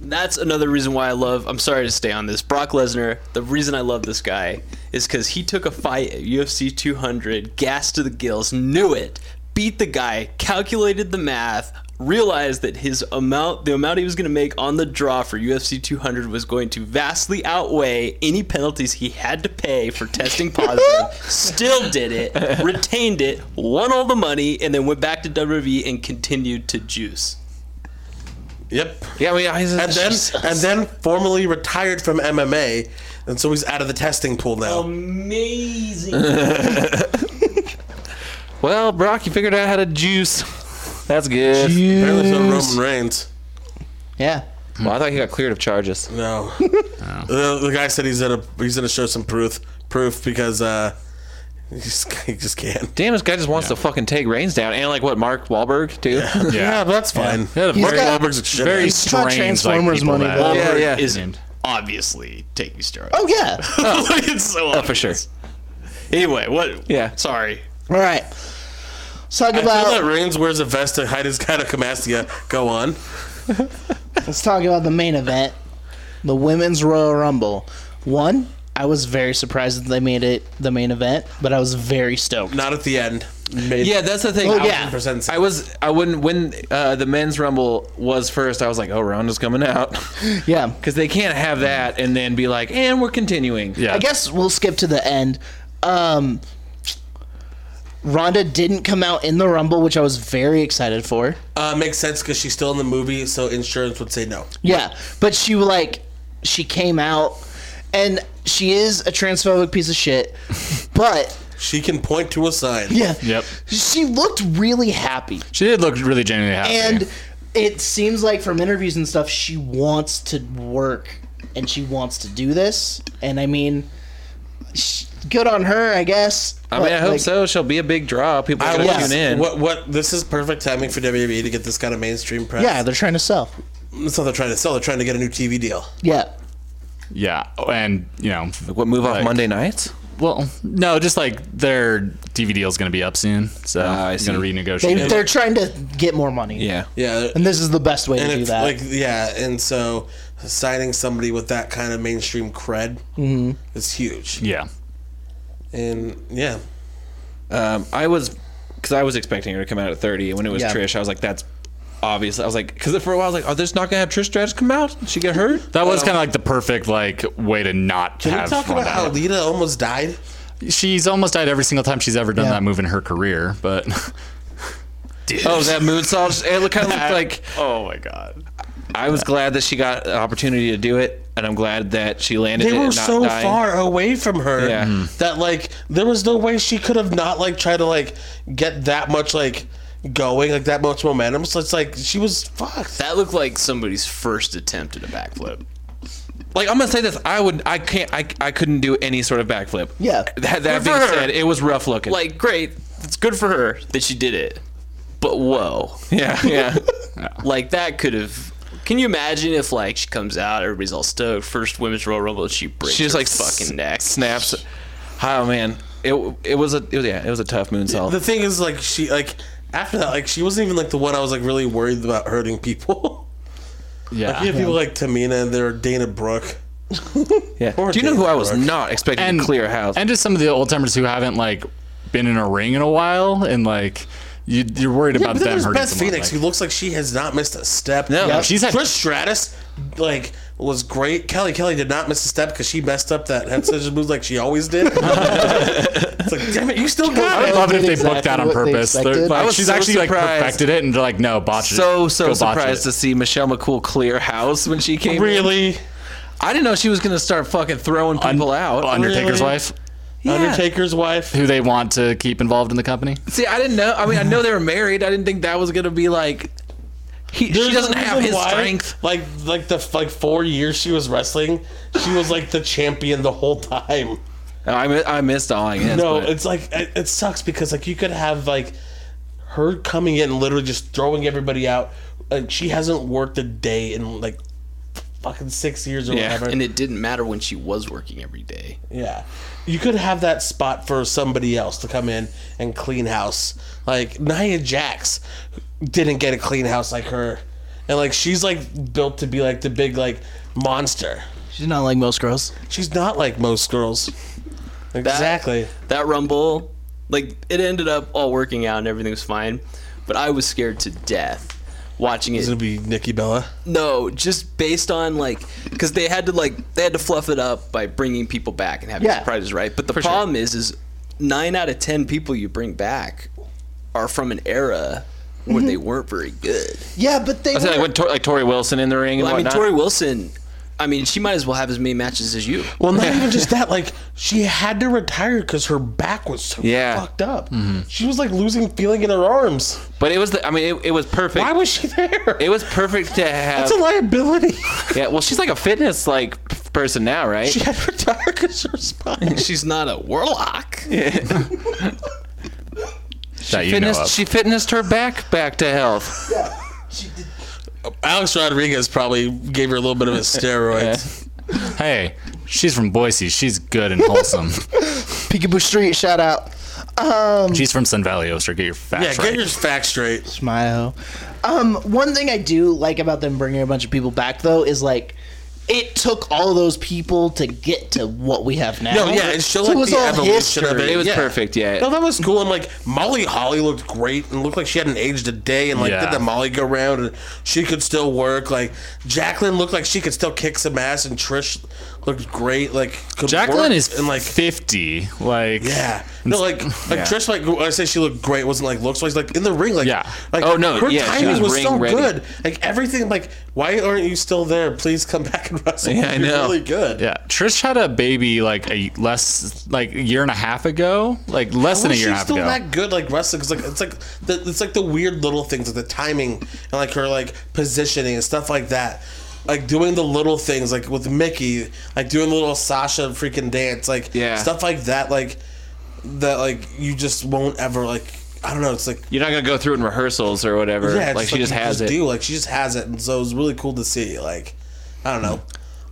Speaker 6: That's another reason why I love. I'm sorry to stay on this. Brock Lesnar. The reason I love this guy is because he took a fight at UFC 200, gassed to the gills, knew it, beat the guy, calculated the math, realized that his amount, the amount he was going to make on the draw for UFC 200, was going to vastly outweigh any penalties he had to pay for testing positive. still did it, retained it, won all the money, and then went back to WWE and continued to juice.
Speaker 1: Yep.
Speaker 3: Yeah, I mean, he's
Speaker 1: And then and then formally retired from MMA, and so he's out of the testing pool now.
Speaker 6: Oh, Amazing.
Speaker 3: well, Brock, you figured out how to juice. That's good.
Speaker 1: Apparently, so did Roman Reigns.
Speaker 2: Yeah.
Speaker 3: Well, I thought he got cleared of charges.
Speaker 1: No. The, the guy said he's gonna he's gonna show some proof proof because uh, he just he just can't.
Speaker 3: Damn, this guy just wants to fucking take Reigns down. And like what, Mark Wahlberg too?
Speaker 4: Yeah.
Speaker 1: Yeah, but that's fine.
Speaker 4: Yeah, the
Speaker 2: He's
Speaker 4: very,
Speaker 2: got-
Speaker 1: Wahlberg's a shit
Speaker 4: very
Speaker 1: ass.
Speaker 2: got
Speaker 4: strange
Speaker 2: Transformers
Speaker 4: like, people
Speaker 2: money,
Speaker 4: that-
Speaker 2: though.
Speaker 3: yeah, yeah.
Speaker 6: is obviously taking steroids.
Speaker 2: Oh yeah.
Speaker 6: Like, it's so
Speaker 3: Oh, for sure.
Speaker 6: obvious. Anyway, what?
Speaker 3: Yeah.
Speaker 6: Sorry.
Speaker 2: All right. Let's talk
Speaker 1: I feel that
Speaker 2: about
Speaker 1: Reigns wears a vest to hide his gynecomastia. Go on.
Speaker 2: let's talk about the main event, the women's Royal Rumble. One, I was very surprised that they made it the main event, but I was very stoked.
Speaker 1: Not at the end. Made
Speaker 3: Yeah, that's the thing.
Speaker 2: Oh,
Speaker 3: I-
Speaker 2: yeah.
Speaker 1: percent
Speaker 3: I was I wouldn't when uh, the men's rumble was first. I was like, oh, Ronda's coming out
Speaker 2: Yeah.
Speaker 3: because they can't have that and then be like, and we're continuing.
Speaker 4: Yeah.
Speaker 2: I guess we'll skip to the end. Um Ronda didn't come out in the Rumble, which I was very excited for.
Speaker 1: Uh, makes sense because she's still in the movie, so insurance would say no.
Speaker 2: Yeah, but she like she came out and she is a transphobic piece of shit, but
Speaker 1: She can point to a sign.
Speaker 2: yeah.
Speaker 4: Yep.
Speaker 2: She looked really happy.
Speaker 4: She did look really genuinely happy.
Speaker 2: And it seems like from interviews and stuff she wants to work and she wants to do this and I mean sh good on her, I guess.
Speaker 3: I mean, I hope so. She'll be a big draw. People are
Speaker 1: I
Speaker 3: gonna
Speaker 1: was,
Speaker 3: tune in.
Speaker 1: What? What? This is perfect timing for WWE to get this kind of mainstream press.
Speaker 2: Yeah, they're trying to sell.
Speaker 1: that's what they're trying to sell. They're trying to get a new TV deal.
Speaker 2: Yeah.
Speaker 4: yeah, Oh, and you know,
Speaker 3: What move off Monday nights?
Speaker 4: well, no, just like their DVD deal is going to be up soon, so
Speaker 3: Ah, I
Speaker 4: I'm going to
Speaker 3: see.
Speaker 4: renegotiate.
Speaker 2: They,
Speaker 4: it.
Speaker 2: they're trying to get more money.
Speaker 3: Yeah.
Speaker 1: Yeah,
Speaker 2: And this is the best way to
Speaker 1: and
Speaker 2: do
Speaker 1: it's
Speaker 2: that.
Speaker 1: like yeah, and so signing somebody with that kind of mainstream cred
Speaker 2: Mm-hmm.
Speaker 1: is huge.
Speaker 4: yeah,
Speaker 1: And yeah,
Speaker 3: Um, I was because I was expecting her to come out at 30, and when it was
Speaker 2: Yeah.
Speaker 3: Trish, I was like, that's obvious. I was like, because for a while, I was like, are this not gonna have Trish Stratus come out? Did she get hurt?
Speaker 4: that was kind of like the perfect like way to not
Speaker 1: can we
Speaker 4: have
Speaker 1: talk
Speaker 4: Ronda
Speaker 1: about how
Speaker 4: out.
Speaker 1: Lita almost died?
Speaker 4: she's almost died every single time she's ever done
Speaker 2: Yeah.
Speaker 4: that move in her career, but
Speaker 3: Oh, that moonsault! It looked kind of looked like
Speaker 6: Oh my god.
Speaker 3: I was glad that she got an opportunity to do it, and I'm glad that she landed
Speaker 1: They
Speaker 3: it.
Speaker 1: were
Speaker 3: and not
Speaker 1: so
Speaker 3: dying.
Speaker 1: far away from her
Speaker 3: Yeah. Mhm.
Speaker 1: that like there was no way she could have not like tried to like get that much like going like that much momentum. So it's like she was fucked.
Speaker 6: That looked like somebody's first attempt at a backflip.
Speaker 3: Like I'm gonna say this, I would, I can't, I, I couldn't do any sort of backflip.
Speaker 2: Yeah.
Speaker 3: That, that
Speaker 6: Good
Speaker 3: being
Speaker 6: for her.
Speaker 3: said, it was rough looking.
Speaker 6: Like, great. It's good for her that she did it. But whoa.
Speaker 3: yeah, yeah.
Speaker 6: Like that could have can you imagine if like she comes out, everybody's all stoked, first women's Royal Rumble, she breaks
Speaker 3: She just
Speaker 6: her
Speaker 3: like
Speaker 6: fucking neck.
Speaker 3: snaps. Oh man, it it was a it was, yeah, it was a tough moonsault.
Speaker 1: The thing is, like she like after that, like she wasn't even like the one I was like really worried about hurting people.
Speaker 3: Yeah.
Speaker 1: Like, you have people like Tamina and there Dana Brooke.
Speaker 3: Yeah.
Speaker 1: Or
Speaker 3: Do you know
Speaker 1: Dana
Speaker 3: who I was
Speaker 1: Brooke.
Speaker 3: not expecting to clear house?
Speaker 4: And just some of the old timers who haven't like been in a ring in a while, and like you, you're worried
Speaker 1: Yeah,
Speaker 4: about
Speaker 1: but then
Speaker 4: them
Speaker 1: there's
Speaker 4: hurting
Speaker 1: Beth
Speaker 4: someone,
Speaker 1: Phoenix,
Speaker 4: like-
Speaker 1: who looks like she has not missed a step.
Speaker 3: No. Yeah.
Speaker 4: She's had-
Speaker 1: Trish Stratus, like was great. Kelly Kelly did not miss a step because she messed up that head scissors move like she always did. it's like, damn it, you still
Speaker 4: I
Speaker 1: got
Speaker 4: would
Speaker 1: it.
Speaker 4: love it if they
Speaker 2: Exactly
Speaker 4: booked that on
Speaker 2: what they
Speaker 4: purpose. They're-
Speaker 2: expected.
Speaker 4: like,
Speaker 3: I was
Speaker 4: she's
Speaker 3: so
Speaker 4: actually like
Speaker 3: surprised.
Speaker 4: perfected it, and they're like, no, botch it.
Speaker 3: so so
Speaker 4: Go botch
Speaker 3: surprised to
Speaker 4: it.
Speaker 3: see Michelle McCool clear house when she came. in.
Speaker 1: Really,
Speaker 3: I didn't know she was gonna start fucking throwing people out.
Speaker 4: Undertaker's
Speaker 1: Really?
Speaker 4: wife,
Speaker 3: Yeah.
Speaker 1: Undertaker's wife.
Speaker 4: who they want to keep involved in the company.
Speaker 3: See, I didn't know. I mean, I know they were married. I didn't think that was gonna be like. He,
Speaker 1: There's
Speaker 3: she
Speaker 1: a
Speaker 3: doesn't have
Speaker 1: reason
Speaker 3: his
Speaker 1: why,
Speaker 3: strength.
Speaker 1: Like like the f- like four years she was wrestling, she was like the champion the whole time.
Speaker 3: Oh, I mi- I missed all I guess.
Speaker 1: No,
Speaker 3: but-
Speaker 1: it's like it, it sucks because like you could have like her coming in and literally just throwing everybody out. Like she hasn't worked a day in like fucking six years or
Speaker 3: Yeah,
Speaker 1: whatever.
Speaker 6: And it didn't matter when she was working every day.
Speaker 1: yeah, you could have that spot for somebody else to come in and clean house. Like Nia Jax didn't get a clean house like her, and like she's like built to be like the big like monster.
Speaker 2: She's not like most girls.
Speaker 1: She's not like most girls. Exactly.
Speaker 6: That rumble, like it ended up all working out and everything was fine, but I was scared to death watching it
Speaker 1: It'll be Nikki Bella.
Speaker 6: No, just based on like because they had to like they had to fluff it up by bringing people back and having
Speaker 2: Yeah.
Speaker 6: surprises, right? But the problem is, is nine out of ten people you bring back are from an era where
Speaker 2: Mm-hmm.
Speaker 6: they weren't very good.
Speaker 2: Yeah, but they.
Speaker 3: I said like
Speaker 2: were-
Speaker 3: when Tor- like Tori Wilson in the ring and
Speaker 6: I mean,
Speaker 3: whatnot.
Speaker 6: Tori Wilson. I mean, she might as well have as many matches as you.
Speaker 1: Well, not even just that. Like she had to retire because her back was so
Speaker 3: Yeah.
Speaker 1: fucked up. She was like losing feeling in her arms.
Speaker 3: but it was the, I mean it, it was perfect.
Speaker 1: Why was she there?
Speaker 3: it was perfect to have.
Speaker 1: That's a liability.
Speaker 3: yeah, well, she's like a fitness like p- person now, right?
Speaker 1: she had to retire because her spine.
Speaker 6: She's not a warlock.
Speaker 4: that you know
Speaker 3: fitness,
Speaker 4: of.
Speaker 3: she fitnessed her back back to health.
Speaker 1: Alex Rodriguez probably gave her a little bit of a steroid.
Speaker 4: hey, she's from Boise. She's good and wholesome.
Speaker 2: Peekaboo Street, shout out. Um,
Speaker 4: she's from Sun Valley, Oster. Get your facts
Speaker 1: yeah, get
Speaker 4: right.
Speaker 1: your facts straight.
Speaker 2: Smile. Um, one thing I do like about them bringing a bunch of people back though is like. It took all those people to get to what we have now.
Speaker 1: No, yeah, it showed
Speaker 2: So
Speaker 1: like
Speaker 2: was
Speaker 1: the
Speaker 2: all
Speaker 1: evolution of
Speaker 2: history.
Speaker 1: it.
Speaker 3: It was
Speaker 1: Yeah.
Speaker 3: perfect. Yeah.
Speaker 1: No, that was cool. And like Molly Holly looked great and looked like she hadn't aged a day. And like
Speaker 4: Yeah.
Speaker 1: did the Molly go round and she could still work. Like Jacqueline looked like she could still kick some ass. And Trish looked great. Like could work
Speaker 4: Jacqueline is
Speaker 1: and like
Speaker 4: fifty. Like
Speaker 1: yeah. No, like like Trish, like when I say she looked great, wasn't like looks wise, like in the ring, like
Speaker 4: Yeah.
Speaker 1: like
Speaker 3: Oh, no,
Speaker 1: her
Speaker 3: yeah, she
Speaker 1: timing
Speaker 3: was
Speaker 1: was,
Speaker 3: ring
Speaker 1: so
Speaker 3: ready.
Speaker 1: good. Like everything, like why aren't you still there? Please come back and wrestle.
Speaker 3: Yeah, I
Speaker 1: You're
Speaker 3: know.
Speaker 1: really good.
Speaker 4: Yeah, Trish had a baby like a less like a year and a half ago, like less than a
Speaker 1: Well,
Speaker 4: year and
Speaker 1: she's
Speaker 4: a half
Speaker 1: still
Speaker 4: ago.
Speaker 1: not good like wrestling 'cause, like it's like the, it's like the weird little things like the timing and like her like positioning and stuff like that like doing the little things like with mickey like doing the little sasha freaking dance like
Speaker 3: Yeah.
Speaker 1: stuff like that like that like you just won't ever like i don't know it's like
Speaker 3: You're not gonna go through it in rehearsals or whatever.
Speaker 1: yeah, it's
Speaker 3: like she just
Speaker 1: you
Speaker 3: has it.
Speaker 1: Do. Like she just has it, and so it was really cool to see. Like I don't know,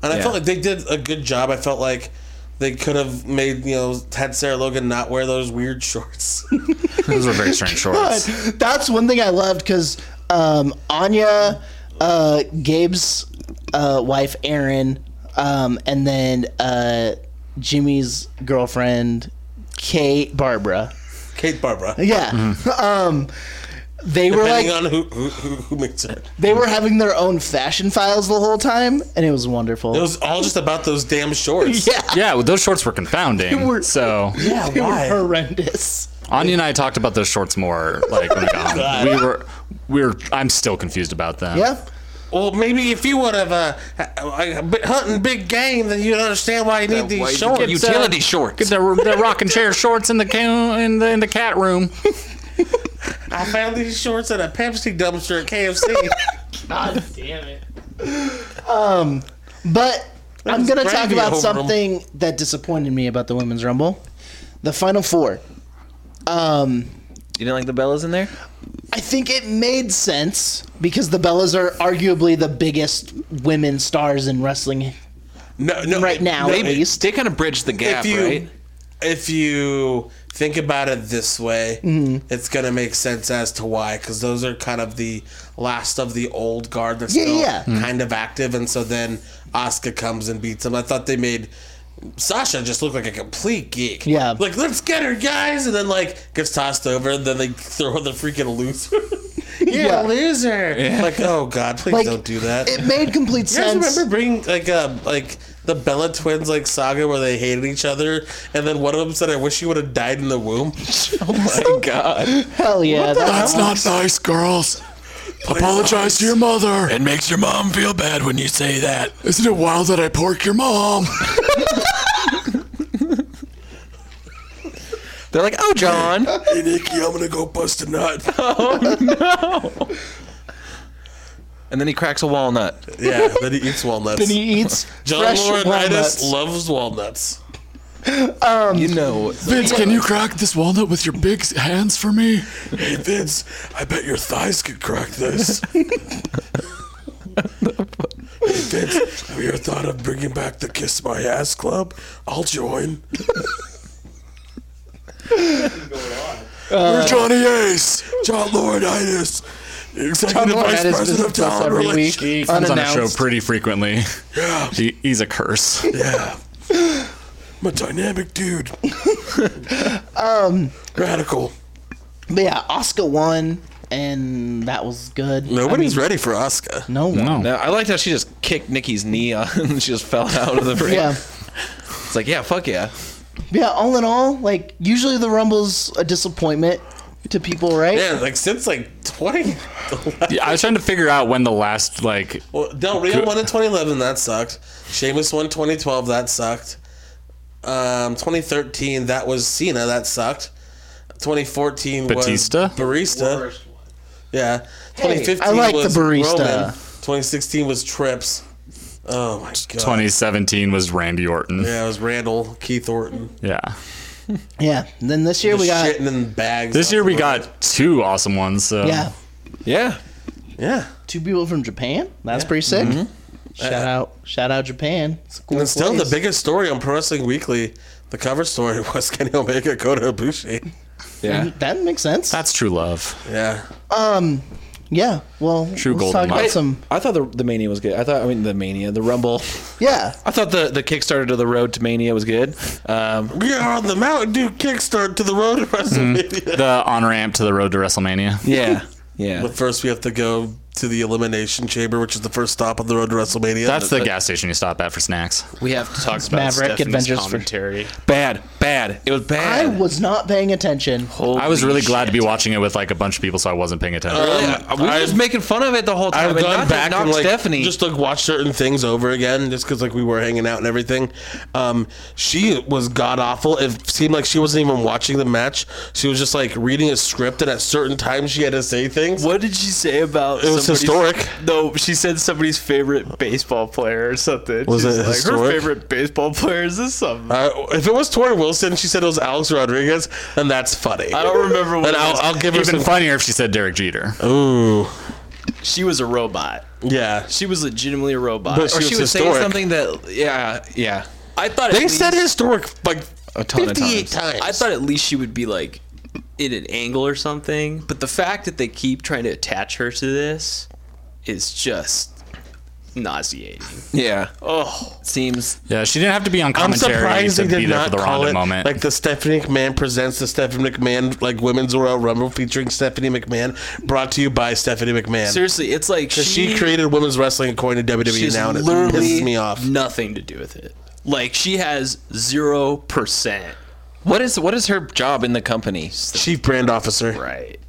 Speaker 1: and I
Speaker 3: Yeah.
Speaker 1: felt like they did a good job. I felt like they could have made you know had Sarah Logan not wear those weird shorts.
Speaker 4: Those were very strange
Speaker 2: But
Speaker 4: shorts.
Speaker 2: that's one thing I loved because um, Anya, uh, Gabe's uh, wife, Erin, um, and then uh, Jimmy's girlfriend, Kate Barbara.
Speaker 1: Kate Barbara.
Speaker 2: Yeah. Um, they were like
Speaker 1: Depending on who, who, who, who makes it,
Speaker 2: they were having their own fashion files the whole time, and it was wonderful.
Speaker 1: it was all just about those damn shorts.
Speaker 2: yeah,
Speaker 4: yeah, well, those shorts were confounding.
Speaker 2: were-
Speaker 4: so
Speaker 1: yeah.
Speaker 2: they were
Speaker 1: Why?
Speaker 2: horrendous.
Speaker 4: Anya and I talked about those shorts more. Like when we got home. we were, we were. I'm still confused about them.
Speaker 2: Yeah.
Speaker 1: Well, maybe if you would have uh, uh, uh, hunting big game, then you'd understand why you need
Speaker 6: why you
Speaker 1: these shorts.
Speaker 4: It's, uh,
Speaker 3: Utility shorts.
Speaker 4: They're, they're rocking chair shorts in the ca- in the in the cat room.
Speaker 1: I found these shorts at a Pepsi dumpster at KFC.
Speaker 2: But I'm
Speaker 1: is
Speaker 2: going to
Speaker 1: gravy
Speaker 2: talk about
Speaker 1: over 'em.
Speaker 2: something that disappointed me about the women's rumble. The final four. Um,
Speaker 3: You didn't like the Bellas in there?
Speaker 2: I think it made sense because the Bellas are arguably the biggest women stars in wrestling.
Speaker 1: no, no.
Speaker 2: Right now,
Speaker 1: no,
Speaker 2: maybe.
Speaker 3: They kind of bridged the gap,
Speaker 1: if you
Speaker 3: right?
Speaker 1: if you think about it this way,
Speaker 2: Mm-hmm.
Speaker 1: it's gonna make sense as to why, because those are kind of the last of the old guard that's
Speaker 2: Yeah,
Speaker 1: still
Speaker 2: yeah.
Speaker 1: kind of active, and so then Asuka comes and beats him. I thought they made Sasha just look like a complete geek.
Speaker 2: Yeah.
Speaker 1: like let's get her, guys, and then like gets tossed over, and then they throw her the freaking loser. You're
Speaker 2: Yeah.
Speaker 1: a loser. Like, oh god, please
Speaker 2: Like,
Speaker 1: don't do that.
Speaker 2: It made complete
Speaker 1: You guys
Speaker 2: sense.
Speaker 1: remember bringing like uh, like the Bella twins like saga where they hated each other and then one of them said, "I wish you would have died in the womb."
Speaker 3: my God.
Speaker 2: Hell yeah. that-
Speaker 7: That's not nice, girls. Apologize to your mother. It makes your mom feel bad when you say that. Isn't it wild that I pork your mom?
Speaker 3: They're like, oh, John.
Speaker 7: hey, Nikki, I'm gonna go bust a nut.
Speaker 3: And then he cracks a walnut.
Speaker 1: yeah, then he eats walnuts.
Speaker 2: and he eats
Speaker 1: John
Speaker 2: fresh
Speaker 1: Laurinaitis
Speaker 2: walnuts.
Speaker 1: loves walnuts.
Speaker 3: You know.
Speaker 7: Vince, can you crack this walnut with your big hands for me?
Speaker 1: Hey Vince, I bet your thighs could crack this.
Speaker 7: Vince, have you ever thought of bringing back the Kiss My Ass Club? I'll join. We're Johnny Ace, John Laurinaitis, Executive Vice
Speaker 2: Laurinaitis
Speaker 7: President of
Speaker 2: visits us
Speaker 7: Talent
Speaker 2: every
Speaker 7: Relations.
Speaker 2: week.
Speaker 4: Comes on a show
Speaker 2: Unannounced.
Speaker 4: pretty frequently. Yeah. He, he's a curse.
Speaker 7: Yeah. I'm a dynamic dude. um, Radical.
Speaker 2: But yeah, Oscar won, and that was good.
Speaker 1: Nobody's ready for Asuka.
Speaker 2: No one.
Speaker 4: No.
Speaker 3: Now, I liked how she just kicked Nikki's knee on and she just fell out of the ring.
Speaker 2: Yeah.
Speaker 3: It's like, yeah, fuck yeah.
Speaker 2: But yeah, all in all, like, usually the Rumble's a disappointment to people, right?
Speaker 1: Yeah, like since like twenty.
Speaker 4: Yeah, I was trying to figure out when the last like
Speaker 1: Well, Del Rio won in 2011. That sucked. Sheamus won 2012. That sucked. Um, 2013. That was Cena. That sucked. 2014
Speaker 4: Batista?
Speaker 1: was Barista. Yeah. 2015
Speaker 2: I like the
Speaker 1: was
Speaker 2: Barista.
Speaker 1: Roman. 2016 was Trips. Oh my god.
Speaker 4: 2017 was Randy Orton.
Speaker 1: Yeah, it was Randall, Keith Orton.
Speaker 4: Yeah.
Speaker 2: Yeah. And then this year we got.
Speaker 1: shitting in bags.
Speaker 4: This
Speaker 1: off
Speaker 4: year
Speaker 1: the
Speaker 4: we
Speaker 1: road.
Speaker 4: got two awesome ones. So
Speaker 2: Yeah.
Speaker 3: Yeah.
Speaker 1: yeah.
Speaker 2: Two people from Japan. That's pretty sick. Shout out, shout out Japan. It's a cool
Speaker 1: And still, the
Speaker 2: place.
Speaker 1: biggest story on Pro Wrestling Weekly, the cover story was Kenny Omega go to Ibushi.
Speaker 3: Yeah.
Speaker 2: That makes sense.
Speaker 4: that's true love.
Speaker 1: Yeah.
Speaker 2: yeah. Well,
Speaker 4: True
Speaker 2: let's
Speaker 4: golden
Speaker 2: talk about
Speaker 4: mine.
Speaker 2: some.
Speaker 3: I thought the, the Mania was good. I thought, I mean, the Mania, the Rumble.
Speaker 2: Yeah.
Speaker 3: I thought the, the Kickstarter to the Road to Mania was good. Um,
Speaker 1: We are on the Mountain Dew kickstart to the road to WrestleMania.
Speaker 4: The on ramp to the road to WrestleMania.
Speaker 3: yeah. Yeah.
Speaker 1: But first, we have to go to the Elimination Chamber, which is the first stop on the road to WrestleMania.
Speaker 4: That's the gas station you stop at for snacks.
Speaker 6: We have to talk about
Speaker 2: Maverick
Speaker 6: Stephanie's
Speaker 2: Adventures for-
Speaker 6: commentary.
Speaker 3: Bad. Bad. It was
Speaker 2: I
Speaker 3: bad.
Speaker 2: was not paying attention.
Speaker 4: I was really glad to be watching it with like a bunch of people, so I wasn't paying attention.
Speaker 3: Yeah, we were just making fun of it the whole time.
Speaker 1: I've
Speaker 3: and
Speaker 1: gone
Speaker 3: not to
Speaker 1: back
Speaker 3: knock
Speaker 1: and like
Speaker 3: Stephanie.
Speaker 1: just like watched certain things over again, just because like we were hanging out and everything. Um, she was god awful. It seemed like she wasn't even watching the match. She was just like reading a script, and at certain times she had to say things.
Speaker 6: What did she say about
Speaker 1: It was
Speaker 6: somebody's-
Speaker 1: historic.
Speaker 6: No, she said somebody's favorite baseball player or something.
Speaker 1: Was
Speaker 6: She's
Speaker 1: it
Speaker 6: like,
Speaker 1: historic?
Speaker 6: Her favorite baseball player is this something.
Speaker 1: Uh, if it was Tori Wilson, she said it was Alex Rodriguez, and that's funny.
Speaker 6: I don't remember what
Speaker 1: And
Speaker 6: it
Speaker 1: I'll,
Speaker 6: was.
Speaker 1: I'll give her
Speaker 4: Even
Speaker 1: some. Oh.
Speaker 4: funnier if she said Derek Jeter.
Speaker 1: Ooh,
Speaker 6: she was a robot.
Speaker 1: yeah.
Speaker 6: She was legitimately a robot.
Speaker 1: But
Speaker 3: or
Speaker 1: she
Speaker 3: she
Speaker 1: was
Speaker 3: was saying
Speaker 1: historic.
Speaker 3: something that, yeah, yeah.
Speaker 6: I thought at
Speaker 1: They said
Speaker 6: least-
Speaker 1: historic like
Speaker 3: A ton of
Speaker 1: 58
Speaker 3: times.
Speaker 1: times.
Speaker 6: I thought at least she would be like in an angle or something. But the fact that they keep trying to attach her to this is just nauseating.
Speaker 3: Yeah.
Speaker 6: Oh,
Speaker 3: Seems.
Speaker 4: Yeah, she didn't have to be on
Speaker 1: I'm
Speaker 4: commentary
Speaker 1: surprised
Speaker 4: to
Speaker 1: they
Speaker 4: be
Speaker 1: did
Speaker 4: there
Speaker 1: not
Speaker 4: for the
Speaker 1: call
Speaker 4: Ronda
Speaker 1: it
Speaker 4: moment.
Speaker 1: like the Stephanie McMahon presents the Stephanie McMahon like Women's Royal Rumble featuring Stephanie McMahon, brought to you by Stephanie McMahon.
Speaker 6: seriously, it's like she,
Speaker 1: She created women's wrestling according to WWE
Speaker 6: she's
Speaker 1: now, and it
Speaker 6: literally
Speaker 1: pisses me off.
Speaker 6: nothing to do with it. Like she has zero percent.
Speaker 3: What is what is her job in the company?
Speaker 1: Chief Brand Officer.
Speaker 6: Right.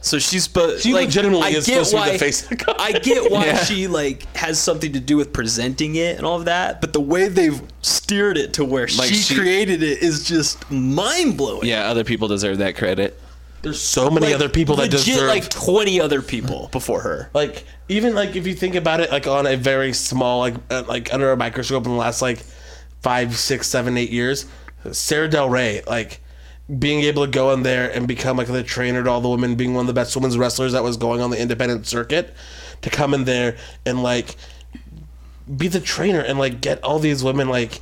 Speaker 6: So she's supposed.
Speaker 1: She
Speaker 6: like,
Speaker 1: legitimately
Speaker 6: I
Speaker 1: is
Speaker 6: get
Speaker 1: supposed to be the
Speaker 6: why-
Speaker 1: face of the company.
Speaker 6: I get why
Speaker 3: Yeah.
Speaker 6: she like has something to do with presenting it and all of that, but the way they've steered it to where
Speaker 3: Like
Speaker 6: she,
Speaker 3: she-
Speaker 6: created it is just mind blowing.
Speaker 3: Yeah, other people deserve that credit.
Speaker 1: There's so many other people that
Speaker 6: legit,
Speaker 1: deserve
Speaker 6: like twenty other people before her.
Speaker 1: like even like if you think about it like on a very small like uh, like under a microscope in the last like five six seven eight years sarah del rey like being able to go in there and become like the trainer to all the women being one of the best women's wrestlers that was going on the independent circuit to come in there and like be the trainer and like get all these women like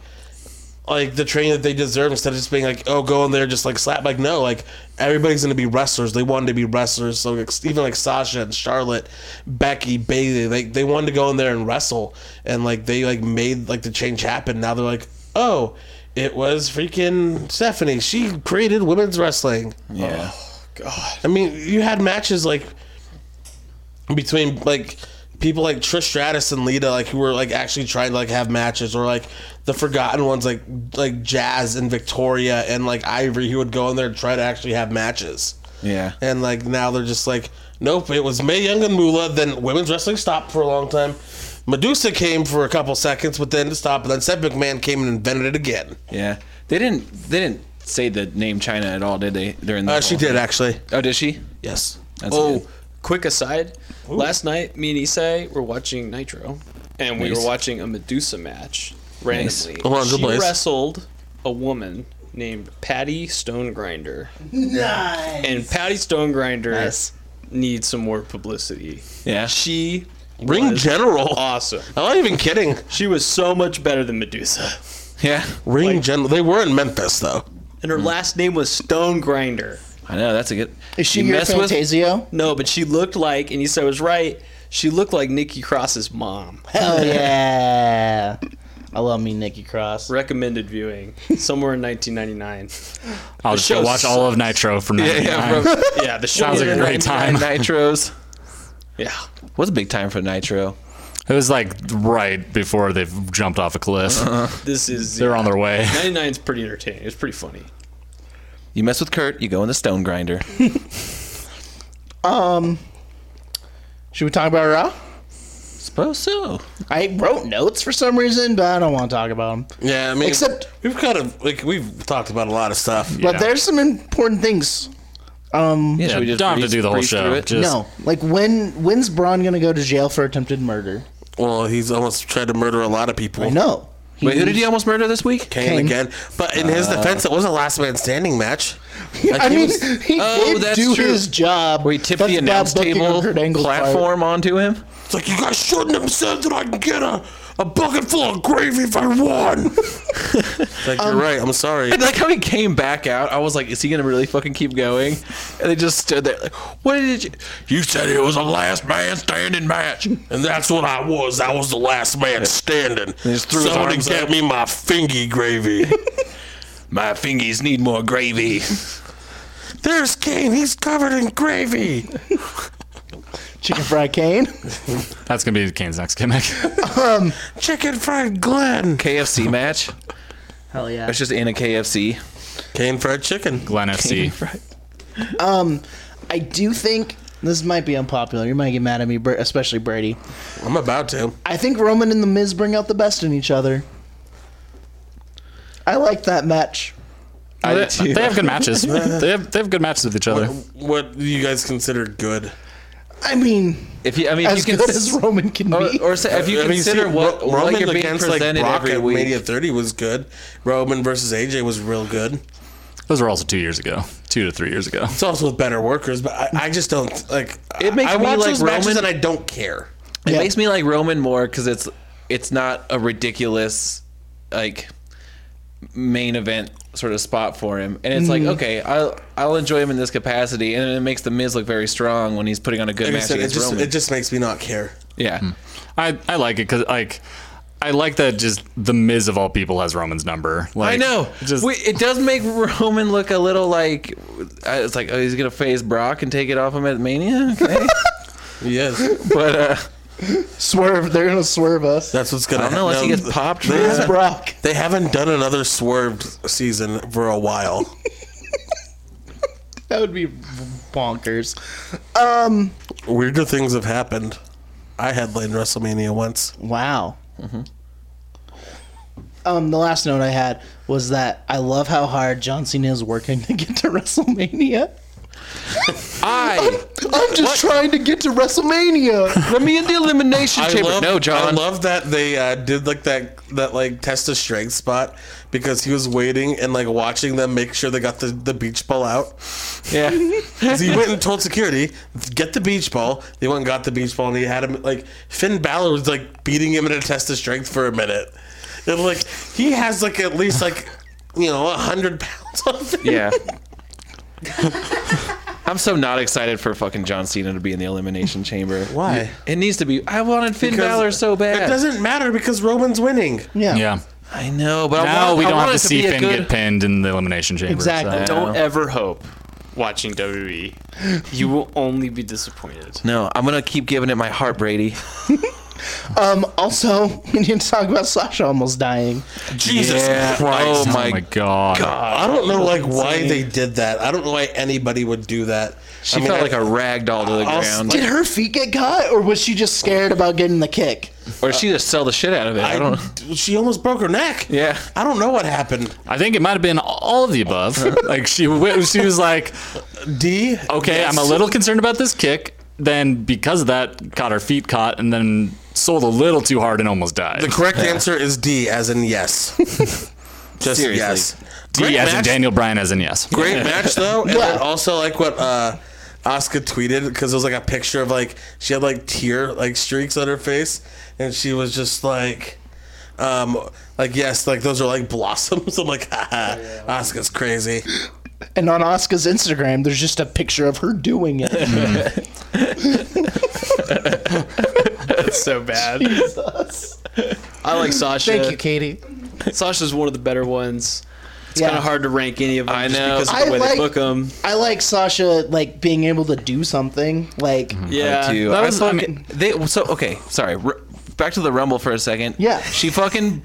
Speaker 1: like the training that they deserve instead of just being like, oh, go in there, just like slap. Like, no, like everybody's going to be wrestlers. They wanted to be wrestlers. So like, even like Sasha and Charlotte, Becky, Bailey, like they wanted to go in there and wrestle. And like they like made like the change happen. Now they're like, oh, it was freaking Stephanie. She created women's wrestling.
Speaker 3: Yeah.
Speaker 1: I mean, you had matches like between like people like Trish Stratus and Lita, like who were like actually trying to like have matches, or like the forgotten ones like like Jazz and Victoria and like Ivory, who would go in there and try to actually have matches.
Speaker 3: Yeah.
Speaker 1: And like now they're just like, nope, it was May Young and Moolah. Then women's wrestling stopped for a long time. Medusa came for a couple seconds, but then it stopped. And then Seth McMahon came and invented it again.
Speaker 3: Yeah. They didn't. They didn't say the name China at all, did they? During the.
Speaker 1: Uh, she
Speaker 3: whole-
Speaker 1: did actually.
Speaker 3: Oh, did she?
Speaker 1: Yes.
Speaker 3: That's
Speaker 6: Oh,
Speaker 3: good.
Speaker 6: quick aside. Last night, me and Isai were watching Nitro, and we
Speaker 3: Nice.
Speaker 6: were watching a Medusa match randomly.
Speaker 1: Hold on, good
Speaker 6: she
Speaker 1: place.
Speaker 6: wrestled a woman named Patty Stonegrinder. Nice. And Patty Stonegrinder needs some more publicity.
Speaker 3: Yeah.
Speaker 6: She
Speaker 1: Ring
Speaker 6: was
Speaker 1: General.
Speaker 6: awesome.
Speaker 1: I'm not even kidding.
Speaker 6: She was so much better than Medusa.
Speaker 3: Yeah.
Speaker 1: Ring General. They were in Memphis though.
Speaker 6: And her last name was Stone Grinder.
Speaker 3: I know. That's a good.
Speaker 2: Is she
Speaker 3: You
Speaker 2: your
Speaker 3: mess with-
Speaker 2: Fantasio?
Speaker 6: No, but she looked like, and you said I was right, she looked like Nikki Cross's mom.
Speaker 2: Hell yeah. I love me Nikki Cross.
Speaker 6: Recommended viewing somewhere in 1999.
Speaker 4: I'll just go
Speaker 6: show
Speaker 4: watch all of Nitro from now.
Speaker 3: Yeah, yeah,
Speaker 4: on.
Speaker 3: bro.
Speaker 6: Yeah, the show
Speaker 4: Sounds like a great time.
Speaker 3: Nitros.
Speaker 6: Yeah.
Speaker 3: What's a big time for Nitro?
Speaker 4: It was like right before they've jumped off a cliff.
Speaker 3: Uh-huh.
Speaker 6: This is
Speaker 4: They're on their way.
Speaker 6: 99 is pretty entertaining. It's pretty funny.
Speaker 3: You mess with Kurt, you go in the stone grinder.
Speaker 2: Should we talk about Raw?
Speaker 3: Suppose so.
Speaker 2: I wrote notes for some reason, but I don't want to talk about them.
Speaker 1: Yeah, I mean,
Speaker 2: Except-
Speaker 1: we've kind of like we've talked about a lot of stuff.
Speaker 2: But there's some important things. Um,
Speaker 3: Yeah,
Speaker 4: Yeah, don't have to do the whole show. Just,
Speaker 2: no, like when when's Braun gonna go to jail for attempted murder?
Speaker 1: Well, he's almost tried to murder a lot of people.
Speaker 2: I know. He-
Speaker 3: Wait, who did he almost murder this week?
Speaker 1: Kane,
Speaker 2: Kane.
Speaker 1: again, but in
Speaker 3: Uh.
Speaker 1: his defense, it was a last man standing match. Like,
Speaker 2: I
Speaker 1: he
Speaker 2: mean,
Speaker 1: was-
Speaker 2: he
Speaker 3: Oh,
Speaker 2: did
Speaker 3: that's
Speaker 2: do
Speaker 3: true.
Speaker 2: his job.
Speaker 3: Where he tipped
Speaker 2: That's
Speaker 3: the
Speaker 2: bad
Speaker 3: announce
Speaker 2: booking
Speaker 3: table
Speaker 2: on Kurt Angle's part.
Speaker 3: platform onto him.
Speaker 1: it's like you guys shouldn't have said that I can get a, a bucket full of gravy if I won. It's like you're right. I'm sorry.
Speaker 3: Um, And like how he came back out, I was like, is he gonna really fucking keep going? And they just stood there like, what did you
Speaker 7: You said it was a last man standing match.
Speaker 1: And that's what I was. I was the last man standing.
Speaker 3: just threw his
Speaker 1: Somebody
Speaker 3: arms
Speaker 1: get
Speaker 3: up.
Speaker 1: me my fingy gravy.
Speaker 7: My fingies need more gravy.
Speaker 1: There's Kane. He's covered in gravy.
Speaker 2: Chicken fried cane.
Speaker 4: That's gonna be Kane's next gimmick.
Speaker 1: Chicken fried Glenn.
Speaker 3: KFC match?
Speaker 2: Hell yeah.
Speaker 3: It's just in a KFC.
Speaker 1: Kane fried chicken.
Speaker 4: Glen FC.
Speaker 2: I do think this might be unpopular. You might get mad at me, Br- especially Brady.
Speaker 1: I'm about to.
Speaker 2: I think Roman and The Miz bring out the best in each other. I like that match.
Speaker 4: I did too. They have good matches. they have they have good matches with each other.
Speaker 1: What do you guys consider good?
Speaker 2: I mean,
Speaker 3: If you I mean
Speaker 2: as
Speaker 3: if you
Speaker 2: good as Roman can be.
Speaker 3: or, or say, if you consider
Speaker 1: see,
Speaker 3: what,
Speaker 1: Ro-
Speaker 3: what
Speaker 1: Roman
Speaker 3: you're being
Speaker 1: against like
Speaker 3: presented
Speaker 1: Brock
Speaker 3: every
Speaker 1: at
Speaker 3: week.
Speaker 1: Mania 30 was good. Roman versus AJ was real good.
Speaker 4: Those were also two years ago, two to three years ago.
Speaker 1: It's also with better workers, but I, I just don't like.
Speaker 3: It makes
Speaker 1: I
Speaker 3: me
Speaker 1: watch
Speaker 3: like
Speaker 1: those matches
Speaker 3: Roman-
Speaker 1: and I don't care.
Speaker 3: It
Speaker 2: Yeah.
Speaker 3: makes me like Roman more because it's it's not a ridiculous like main event sort of spot for him, and it's like
Speaker 1: Mm.
Speaker 3: okay, I'll I'll enjoy him in this capacity, and then it makes the Miz look very strong when he's putting on a good
Speaker 1: Like I
Speaker 3: match
Speaker 1: said, it
Speaker 3: against
Speaker 1: just
Speaker 3: Roman.
Speaker 1: it just makes me not care.
Speaker 3: yeah,
Speaker 4: I, I like it because like I like that just the Miz of all people has Roman's number. Like,
Speaker 3: I know.
Speaker 4: Just
Speaker 3: Wait, it does make Roman look a little like uh, it's like oh he's gonna face Brock and take it off him at Mania, okay?
Speaker 1: Yes,
Speaker 3: but uh,
Speaker 2: swerve. They're going to swerve us.
Speaker 1: that's what's gonna.
Speaker 3: I don't know unless he
Speaker 1: no,
Speaker 3: gets popped.
Speaker 1: They
Speaker 3: for-
Speaker 2: It's
Speaker 1: haven't,
Speaker 2: Brock.
Speaker 1: they haven't done another swerved season for a while.
Speaker 2: That would be bonkers.
Speaker 1: Weirder things have happened. I headlined WrestleMania once.
Speaker 2: Wow. Mm-hmm. Um, the last note I had was that I love how hard John Cena is working to get to WrestleMania.
Speaker 3: I
Speaker 2: I'm just trying to get to WrestleMania.
Speaker 3: let me in the elimination chamber. no, John.
Speaker 1: I love that they uh, did like that that like test of strength spot because he was waiting and like watching them make sure they got the, the beach ball out.
Speaker 3: yeah.
Speaker 1: 'Cause he went and told security, get the beach ball. They went and got the beach ball and he had him like Finn Balor was like beating him in a test of strength for a minute. And like he has like at least like you know a hundred pounds of it.
Speaker 3: Yeah. I'm so not excited for fucking John Cena to be in the elimination chamber.
Speaker 1: Why?
Speaker 3: It needs to be. I wanted Finn
Speaker 1: Because
Speaker 3: Balor so
Speaker 1: It
Speaker 3: bad.
Speaker 1: doesn't matter because Roman's winning.
Speaker 2: Yeah.
Speaker 4: Yeah.
Speaker 3: I know, but I
Speaker 4: Now
Speaker 3: want,
Speaker 4: we
Speaker 3: I
Speaker 4: don't
Speaker 3: want
Speaker 4: have
Speaker 3: it
Speaker 4: to see
Speaker 3: be a
Speaker 4: Finn
Speaker 3: good- Oh
Speaker 4: get pinned in the elimination chamber. so-
Speaker 2: Exactly.
Speaker 6: Don't ever hope watching WWE. You will only be disappointed.
Speaker 3: No, I'm gonna keep giving it my heart, Brady.
Speaker 2: Um, also, we need to talk about Sasha almost dying.
Speaker 1: Jesus
Speaker 3: Oh
Speaker 1: Christ!
Speaker 3: my,
Speaker 4: Oh my god.
Speaker 1: I don't know like why they did that. I don't know why anybody would do that.
Speaker 3: She felt like a rag doll to the
Speaker 1: I'll
Speaker 3: ground,
Speaker 2: Did her feet get caught, or was she just scared about getting the kick?
Speaker 3: or she just sell the shit out of it. I,
Speaker 1: I
Speaker 3: don't.
Speaker 1: she almost broke her neck.
Speaker 3: Yeah.
Speaker 1: I don't know what happened.
Speaker 4: I think it might have been all of the above. like she w- she was like,
Speaker 1: D.
Speaker 4: okay, I'm a little concerned about this kick. Then because of that, got her feet caught and then sold a little too hard and almost died.
Speaker 1: The correct answer is D, as in yes. Just
Speaker 3: Seriously.
Speaker 1: yes.
Speaker 4: D as in
Speaker 1: match.
Speaker 4: Daniel Bryan as in yes.
Speaker 1: Great match though, and
Speaker 2: Yeah.
Speaker 1: then also like what uh, Asuka tweeted because it was like a picture of like she had like tear like streaks on her face, and she was just like. Um, like yes, like those are like blossoms. I'm like, haha, Asuka's crazy.
Speaker 2: And on Asuka's Instagram, there's just a picture of her doing it.
Speaker 6: That's so bad. I like Sasha.
Speaker 2: Thank you, Katie.
Speaker 6: Sasha's one of the better ones. It's
Speaker 2: Yeah.
Speaker 6: kind of hard to rank any of them.
Speaker 3: I
Speaker 6: just
Speaker 3: know.
Speaker 6: because of
Speaker 2: I
Speaker 6: the way
Speaker 2: like-
Speaker 6: they book them.
Speaker 2: I like Sasha like being able to do something. Like
Speaker 6: Yeah,
Speaker 3: do.
Speaker 4: That
Speaker 3: I
Speaker 4: was- I
Speaker 3: fucking- they so okay. Sorry, r- back to the Rumble for a second.
Speaker 2: Yeah.
Speaker 3: she fucking,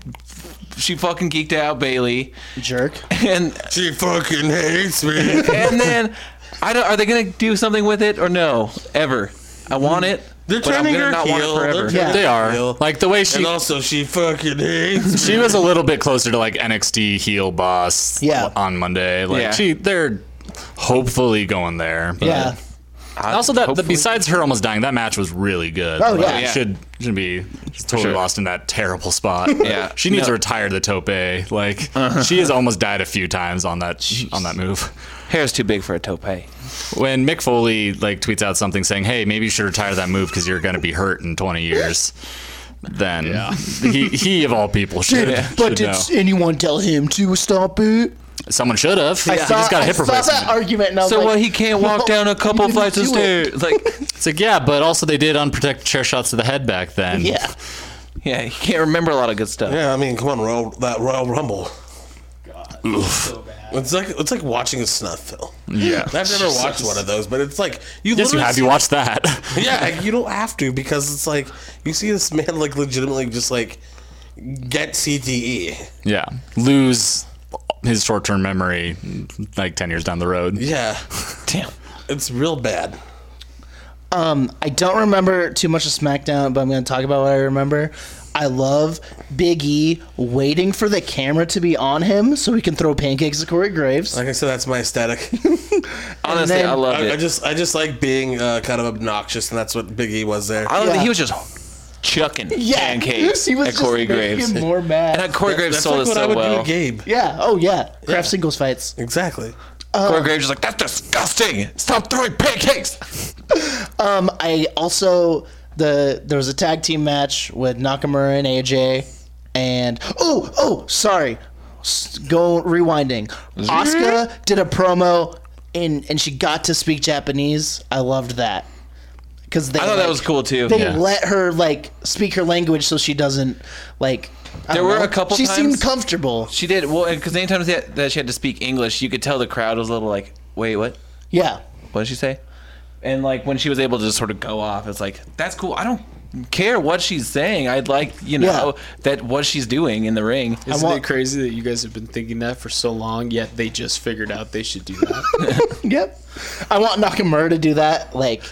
Speaker 3: she fucking geeked out Bailey,
Speaker 2: jerk.
Speaker 3: and
Speaker 1: She fucking hates me.
Speaker 3: and then I don't. Are they gonna do something with it or no? Ever? I want it.
Speaker 1: They're
Speaker 3: but I'm
Speaker 1: turning
Speaker 3: gonna
Speaker 1: her
Speaker 3: not
Speaker 1: heel.
Speaker 3: Want it forever.
Speaker 1: They're turning-
Speaker 4: They are
Speaker 1: Real.
Speaker 4: like the way she
Speaker 1: and also, she fucking hates.
Speaker 4: she was a little bit closer to like NXT heel boss.
Speaker 2: Yeah.
Speaker 4: on Monday, like
Speaker 3: Yeah.
Speaker 4: she they're hopefully going there. But
Speaker 2: Yeah.
Speaker 4: Also, that the,
Speaker 3: Hopefully-
Speaker 4: besides her almost dying, that match was really good.
Speaker 2: Oh,
Speaker 4: Like,
Speaker 2: yeah.
Speaker 4: it
Speaker 3: Yeah.
Speaker 4: should should be she's totally
Speaker 3: sure.
Speaker 4: lost in that terrible spot.
Speaker 3: Yeah.
Speaker 4: she needs
Speaker 3: No. Uh-huh.
Speaker 4: to retire the tope. Like she has almost died a few times on that on that move.
Speaker 3: Hair's too big for a tope.
Speaker 4: When Mick Foley like tweets out something saying, "Hey, maybe you should retire that move because you're going to be hurt in 20 years," then he he of all people should.
Speaker 2: But
Speaker 4: should
Speaker 2: did
Speaker 4: know.
Speaker 2: anyone tell him to stop it?
Speaker 4: Someone should have. he
Speaker 2: saw-
Speaker 4: just got a hip
Speaker 2: I saw
Speaker 4: replacement.
Speaker 2: that argument, and I was
Speaker 3: So
Speaker 2: like,
Speaker 3: what? He can't walk
Speaker 2: "No,
Speaker 3: down a couple
Speaker 2: you didn't
Speaker 3: flights of
Speaker 2: do it."
Speaker 3: stairs. Like,
Speaker 4: it's like yeah, but also they did unprotected chair shots to the head back then.
Speaker 2: Yeah.
Speaker 3: yeah, he can't remember a lot of good stuff.
Speaker 1: Yeah, I mean, come on, Royal, that Royal Rumble. God, it's like it's like watching a snuff film.
Speaker 4: yeah.
Speaker 1: I've never watched one of those, but it's like you.
Speaker 4: Yes, you
Speaker 1: literally
Speaker 4: have. You watched that.
Speaker 1: see- Yeah, like, you don't have to because it's like you see this man like legitimately just like get E. CTE.
Speaker 4: Yeah. Lose his short term memory like 10 years down the road.
Speaker 1: Yeah,
Speaker 3: Damn.
Speaker 1: it's real bad.
Speaker 2: Um, I don't remember too much of SmackDown, but I'm going to talk about what I remember. I love Big E waiting for the camera to be on him so he can throw pancakes at Corey Graves.
Speaker 1: Like I said, that's my aesthetic.
Speaker 3: Honestly,
Speaker 2: then-
Speaker 3: I love
Speaker 1: I,
Speaker 3: it.
Speaker 1: I just I just like being uh, kind of obnoxious, and that's what Biggie was there.
Speaker 3: I love that
Speaker 2: Yeah.
Speaker 3: he was just chucking pancakes
Speaker 2: he was
Speaker 3: at Corey
Speaker 2: just making
Speaker 3: Graves.
Speaker 2: More mad.
Speaker 3: And Corey Graves
Speaker 1: that's
Speaker 3: sold
Speaker 1: like
Speaker 3: it
Speaker 1: what I
Speaker 3: so
Speaker 1: would
Speaker 3: well.
Speaker 1: do to Gabe.
Speaker 2: yeah. Oh yeah. Craft singles fights.
Speaker 1: Exactly.
Speaker 3: Corey Graves was like, "That's disgusting! Stop throwing pancakes!"
Speaker 2: Um, I also the there was a tag team match with Nakamura and AJ, and oh oh sorry, S- go rewinding. Asuka did a promo and and she got to speak Japanese. I loved that because they
Speaker 3: I thought
Speaker 2: like,
Speaker 3: that was cool too.
Speaker 2: They
Speaker 4: Yeah.
Speaker 2: let her like speak her language so she doesn't like. I
Speaker 3: There
Speaker 2: don't
Speaker 3: were
Speaker 2: know.
Speaker 3: a couple
Speaker 2: She seemed
Speaker 3: times-
Speaker 2: comfortable.
Speaker 3: She did well because anytime that that she had to speak English, you could tell the crowd was a little like, "Wait, what?
Speaker 2: Yeah.
Speaker 3: What did she say?" And like when she was able to just sort of go off, it's like, "That's cool. I don't care what she's saying. I'd like you know
Speaker 2: Yeah.
Speaker 3: that what she's doing in the ring."
Speaker 6: Isn't
Speaker 2: want-
Speaker 6: it crazy that you guys have been thinking that for so long, yet they just figured out they should do that?
Speaker 2: Yep. I want Nakamura to do that. Like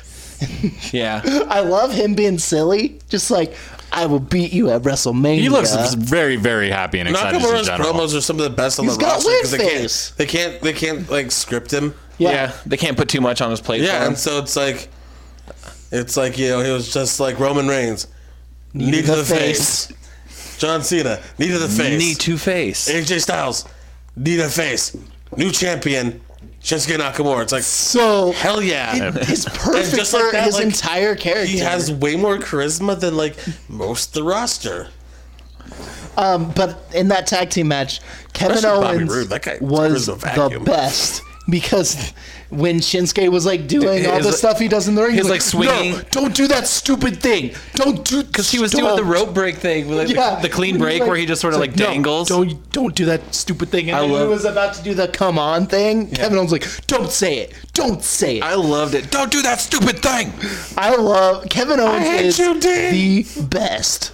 Speaker 3: Yeah,
Speaker 2: I love him being silly. Just like I will beat you at WrestleMania.
Speaker 4: He looks very, very happy and excited in
Speaker 1: Nakamura's
Speaker 4: general.
Speaker 1: promos are some of the best on
Speaker 2: He's
Speaker 1: the
Speaker 2: got
Speaker 1: roster because they
Speaker 2: weird face.
Speaker 1: can't they can't they can't like script him.
Speaker 2: Yeah.
Speaker 3: yeah. They can't put too much on his plate.
Speaker 1: Yeah,
Speaker 3: for him.
Speaker 1: and so it's like, it's like you know, he was just like Roman Reigns, knee, to
Speaker 2: the
Speaker 1: the, face. John Cena, knee to the face.
Speaker 3: knee to face.
Speaker 1: AJ Styles, knee to the face. New champion, Shinsuke Nakamura. It's like
Speaker 2: So
Speaker 1: hell yeah.
Speaker 2: it's perfect
Speaker 1: And just
Speaker 2: for
Speaker 1: like that,
Speaker 2: his
Speaker 1: like,
Speaker 2: entire character.
Speaker 1: he has way more charisma than like most of the roster.
Speaker 2: Um, but in that tag team match, Kevin
Speaker 1: Especially Bobby
Speaker 2: Owens
Speaker 1: Roode. That guy
Speaker 2: was
Speaker 1: screws the
Speaker 2: the
Speaker 1: vacuum.
Speaker 2: best because when Shinsuke was like doing all
Speaker 3: his,
Speaker 2: the
Speaker 3: like-
Speaker 2: stuff he does in the ring,
Speaker 3: his,
Speaker 2: he's
Speaker 3: like, swinging-
Speaker 2: No, don't do that stupid thing. Don't do because
Speaker 3: He was doing the rope break thing, with, like, the- the, clean break where he just sort of like dangles.
Speaker 2: don't don't do that stupid thing. And
Speaker 3: I
Speaker 2: then
Speaker 3: love-
Speaker 2: he was about to do the come on thing. Kevin Owens was like, don't say it. Don't say it.
Speaker 3: I loved it.
Speaker 7: Don't do that stupid thing.
Speaker 2: I love Kevin Owens
Speaker 7: hate
Speaker 2: is
Speaker 7: you, Dean.
Speaker 2: the best.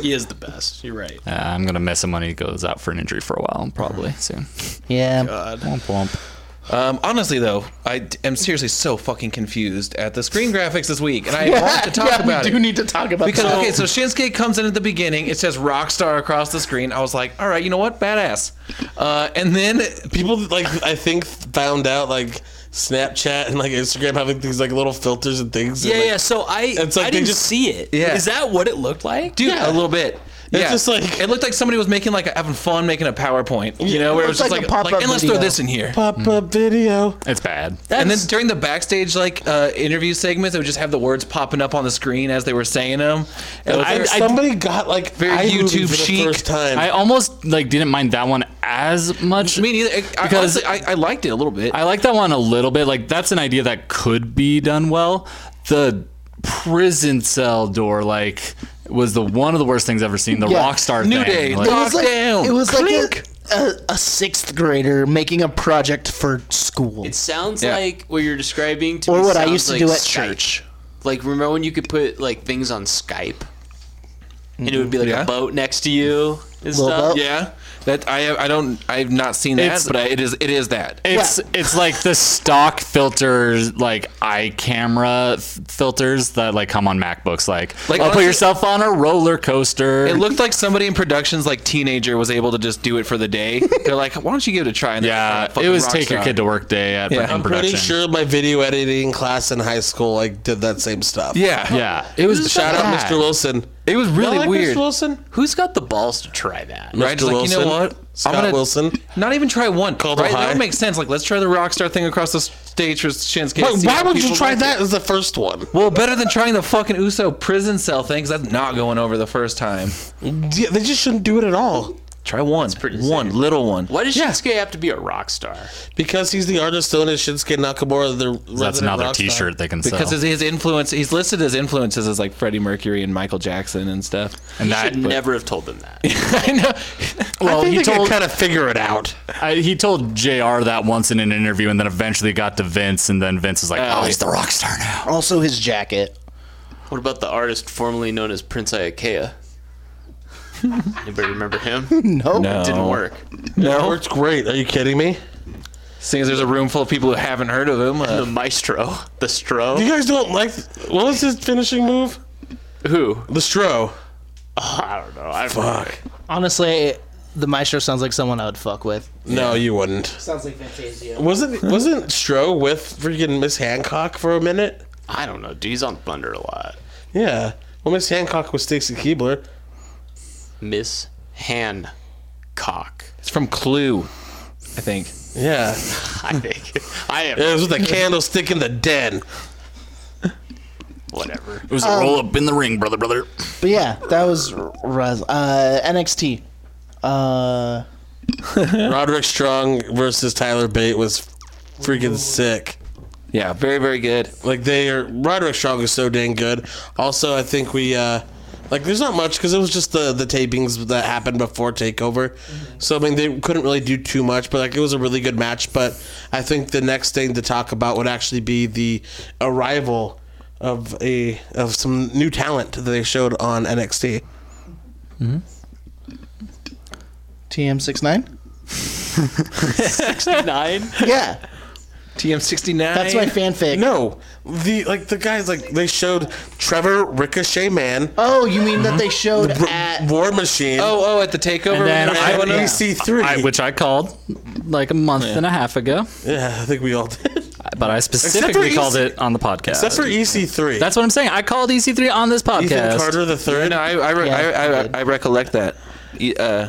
Speaker 6: He is the best. You're right.
Speaker 4: Uh, I'm gonna miss him when he goes out for an injury for a while, probably soon.
Speaker 2: Yeah.
Speaker 4: Womp womp.
Speaker 3: Um, honestly, though, I d- am seriously so fucking confused at the screen graphics this week, and I want to talk
Speaker 2: yeah,
Speaker 3: about
Speaker 2: we
Speaker 3: it.
Speaker 2: do need to talk about
Speaker 3: because
Speaker 2: that.
Speaker 3: okay, so Shinsuke comes in at the beginning. It says Rockstar across the screen. I was like, all right, you know what, badass. Uh, and then
Speaker 1: People like I think found out like Snapchat and like Instagram having these like little filters and things.
Speaker 8: Yeah,
Speaker 1: and, like,
Speaker 8: yeah. So I,
Speaker 1: It's like
Speaker 8: I
Speaker 1: they
Speaker 8: didn't
Speaker 1: just-
Speaker 8: see it.
Speaker 3: Yeah.
Speaker 8: Is that what it looked like?
Speaker 3: dude, a little bit. yeah.
Speaker 1: just like-
Speaker 3: it looked like somebody was making like having fun making a PowerPoint, you know, where it was
Speaker 2: It's
Speaker 3: just
Speaker 2: like
Speaker 3: like,
Speaker 2: a pop-up
Speaker 3: like, and let's throw
Speaker 2: video.
Speaker 3: this in here.
Speaker 1: Pop up video.
Speaker 4: It's bad.
Speaker 3: And then
Speaker 8: That's-
Speaker 3: during the backstage like uh, interview segments, they would just have the words popping up on the screen as they were saying them. And
Speaker 1: I,
Speaker 3: there-
Speaker 1: somebody got like
Speaker 3: Very
Speaker 1: iMovie
Speaker 3: YouTube
Speaker 1: for the
Speaker 3: chic.
Speaker 1: first time.
Speaker 4: I almost like didn't mind that one as much.
Speaker 3: me neither. I,
Speaker 4: Because-
Speaker 3: because I, honestly, I, I liked it a little bit.
Speaker 4: I like that one a little bit. Like that's an idea that could be done well. The prison cell door like was the one of the worst things I've ever seen. The
Speaker 2: Yeah.
Speaker 4: rock star
Speaker 3: New
Speaker 4: thing.
Speaker 3: Day,
Speaker 4: Like,
Speaker 2: it was like,
Speaker 3: Lockdown.
Speaker 2: it was
Speaker 3: Clink.
Speaker 2: like a, a, a sixth grader making a project for school.
Speaker 6: It sounds
Speaker 3: Yeah.
Speaker 6: like what you're describing to
Speaker 2: Or
Speaker 6: me
Speaker 2: what I
Speaker 6: sounds
Speaker 2: used to
Speaker 6: like
Speaker 2: do at
Speaker 6: Skype.
Speaker 2: church.
Speaker 6: Like remember when you could put like things on Skype, and it would be like
Speaker 8: Mm-hmm.
Speaker 3: Yeah.
Speaker 6: a boat next to you and
Speaker 2: Little
Speaker 6: stuff.
Speaker 2: boat.
Speaker 3: yeah, that I I don't I've not seen that,
Speaker 4: It's-
Speaker 3: but I, it is it is that.
Speaker 4: It's it's like the stock filters, like eye camera f- filters that like come on MacBooks. Like,
Speaker 3: Like,
Speaker 4: I'll
Speaker 3: honestly-
Speaker 4: put yourself on a roller coaster.
Speaker 3: It looked like somebody in productions, like teenager, was able to just do it for the day. They're like, why don't you give it a try? And they're like,
Speaker 4: yeah,
Speaker 3: "Ah,
Speaker 4: it was
Speaker 3: fucking
Speaker 4: take your
Speaker 3: rockstar."
Speaker 4: kid to work day at
Speaker 3: Yeah.
Speaker 4: in
Speaker 3: I'm
Speaker 1: I'm pretty
Speaker 4: production.
Speaker 1: sure my video editing class in high school like did that same stuff.
Speaker 3: Yeah,
Speaker 4: Yeah, it was
Speaker 1: Shout out
Speaker 4: bad.
Speaker 1: Mr. Wilson.
Speaker 3: It was really
Speaker 1: Y'all like
Speaker 3: weird.
Speaker 1: Mr. Wilson?
Speaker 8: Who's got the balls to try that?
Speaker 3: Right? Just
Speaker 1: Mr.
Speaker 3: like, you know
Speaker 1: Wilson,
Speaker 3: what?
Speaker 1: Scott Wilson.
Speaker 3: Not even try one.
Speaker 1: Caldwell
Speaker 3: right? That
Speaker 1: High.
Speaker 3: would make sense. Like, let's try the rockstar thing across the stage for Shinsuke.
Speaker 1: Wait,
Speaker 3: see
Speaker 1: why
Speaker 3: how
Speaker 1: would you
Speaker 3: people
Speaker 1: try
Speaker 3: like
Speaker 1: that
Speaker 3: it.
Speaker 1: as the first one?
Speaker 3: Well, better than trying the fucking Uso prison cell thing, 'cause that's not going over the first time.
Speaker 1: Yeah, they just shouldn't do it at all.
Speaker 3: Try one. one little one.
Speaker 6: Why does Shinsuke have to be a rock star?
Speaker 1: Because he's the artist known as Shinsuke Nakamura, the
Speaker 4: That's
Speaker 1: resident
Speaker 4: another
Speaker 1: rock star.
Speaker 4: T-shirt they can
Speaker 3: Because
Speaker 4: sell.
Speaker 3: his, his influence, he's listed as influences as like Freddie Mercury and Michael Jackson and stuff.
Speaker 4: and
Speaker 6: I
Speaker 4: that,
Speaker 6: should never have told them that.
Speaker 3: I know.
Speaker 4: well,
Speaker 1: I think
Speaker 4: he
Speaker 1: they
Speaker 4: told
Speaker 1: can kind of figure it out.
Speaker 4: I, he told Jr. that once in an interview, and then eventually got to Vince, and then Vince was like, "Oh, he's the rock star now."
Speaker 2: also, his jacket.
Speaker 6: What about the artist formerly known as Prince Iakea? Anybody remember him?
Speaker 2: No,
Speaker 3: No.
Speaker 6: Didn't work.
Speaker 1: It worked great. Are you kidding me?
Speaker 3: Seeing as there's a room full of people who haven't heard of him,
Speaker 6: The
Speaker 3: uh,
Speaker 6: maestro, the stro.
Speaker 1: You guys don't like. What was his finishing move?
Speaker 6: Who?
Speaker 1: The stro.
Speaker 6: I don't know. I
Speaker 1: Fuck.
Speaker 2: honestly, the maestro sounds like someone I would fuck with.
Speaker 1: No, you wouldn't.
Speaker 2: Sounds like Fantasia.
Speaker 1: Wasn't wasn't Stro with freaking Miss Hancock for a minute?
Speaker 6: I don't know. Dude, he's on Thunder a lot.
Speaker 1: Yeah. Well, Miss Hancock was Stacey Keebler.
Speaker 6: Miss Hancock.
Speaker 3: it's from Clue, I think.
Speaker 1: Yeah.
Speaker 6: I think. I am.
Speaker 1: It was with a candlestick in the den.
Speaker 6: Whatever.
Speaker 4: It was
Speaker 3: Oh,
Speaker 4: a roll up in the ring, brother, brother.
Speaker 2: But yeah, that was Res- uh, NXT. Uh,
Speaker 1: Roderick Strong versus Tyler Bate was freaking sick.
Speaker 3: Yeah, very very good.
Speaker 1: Like they are Roderick Strong is so dang good. Also, I think we uh like there's not much because it was just the the tapings that happened before Takeover. So I mean they couldn't really do too much, but like it was a really good match. But I think the next thing to talk about would actually be the arrival of a of some new talent that they showed on NXT.
Speaker 2: TM69?
Speaker 6: Nine?
Speaker 2: Yeah,
Speaker 3: TM69.
Speaker 2: that's my fanfic.
Speaker 1: No, the like the guys like they showed Trevor Ricochet Man,
Speaker 2: Oh, you mean that they showed
Speaker 1: R-
Speaker 2: at.
Speaker 1: War Machine, E
Speaker 3: Oh oh, at the takeover. when
Speaker 4: And then
Speaker 3: they were
Speaker 4: I-
Speaker 1: and
Speaker 3: showing up?
Speaker 1: EC3.
Speaker 4: I, which I called like a month and a half ago,
Speaker 1: yeah, I think we all did.
Speaker 4: but I
Speaker 1: for
Speaker 4: specifically
Speaker 1: EC
Speaker 4: called it on the podcast.
Speaker 1: Except for E EC3.
Speaker 4: That's what I'm saying. I called EC3 on this
Speaker 1: Ethan
Speaker 4: podcast.
Speaker 1: Carter the
Speaker 3: I
Speaker 1: third.
Speaker 3: know, I I, re-
Speaker 2: Yeah,
Speaker 3: I, I,
Speaker 2: good.
Speaker 3: I recollect that. E- Uh,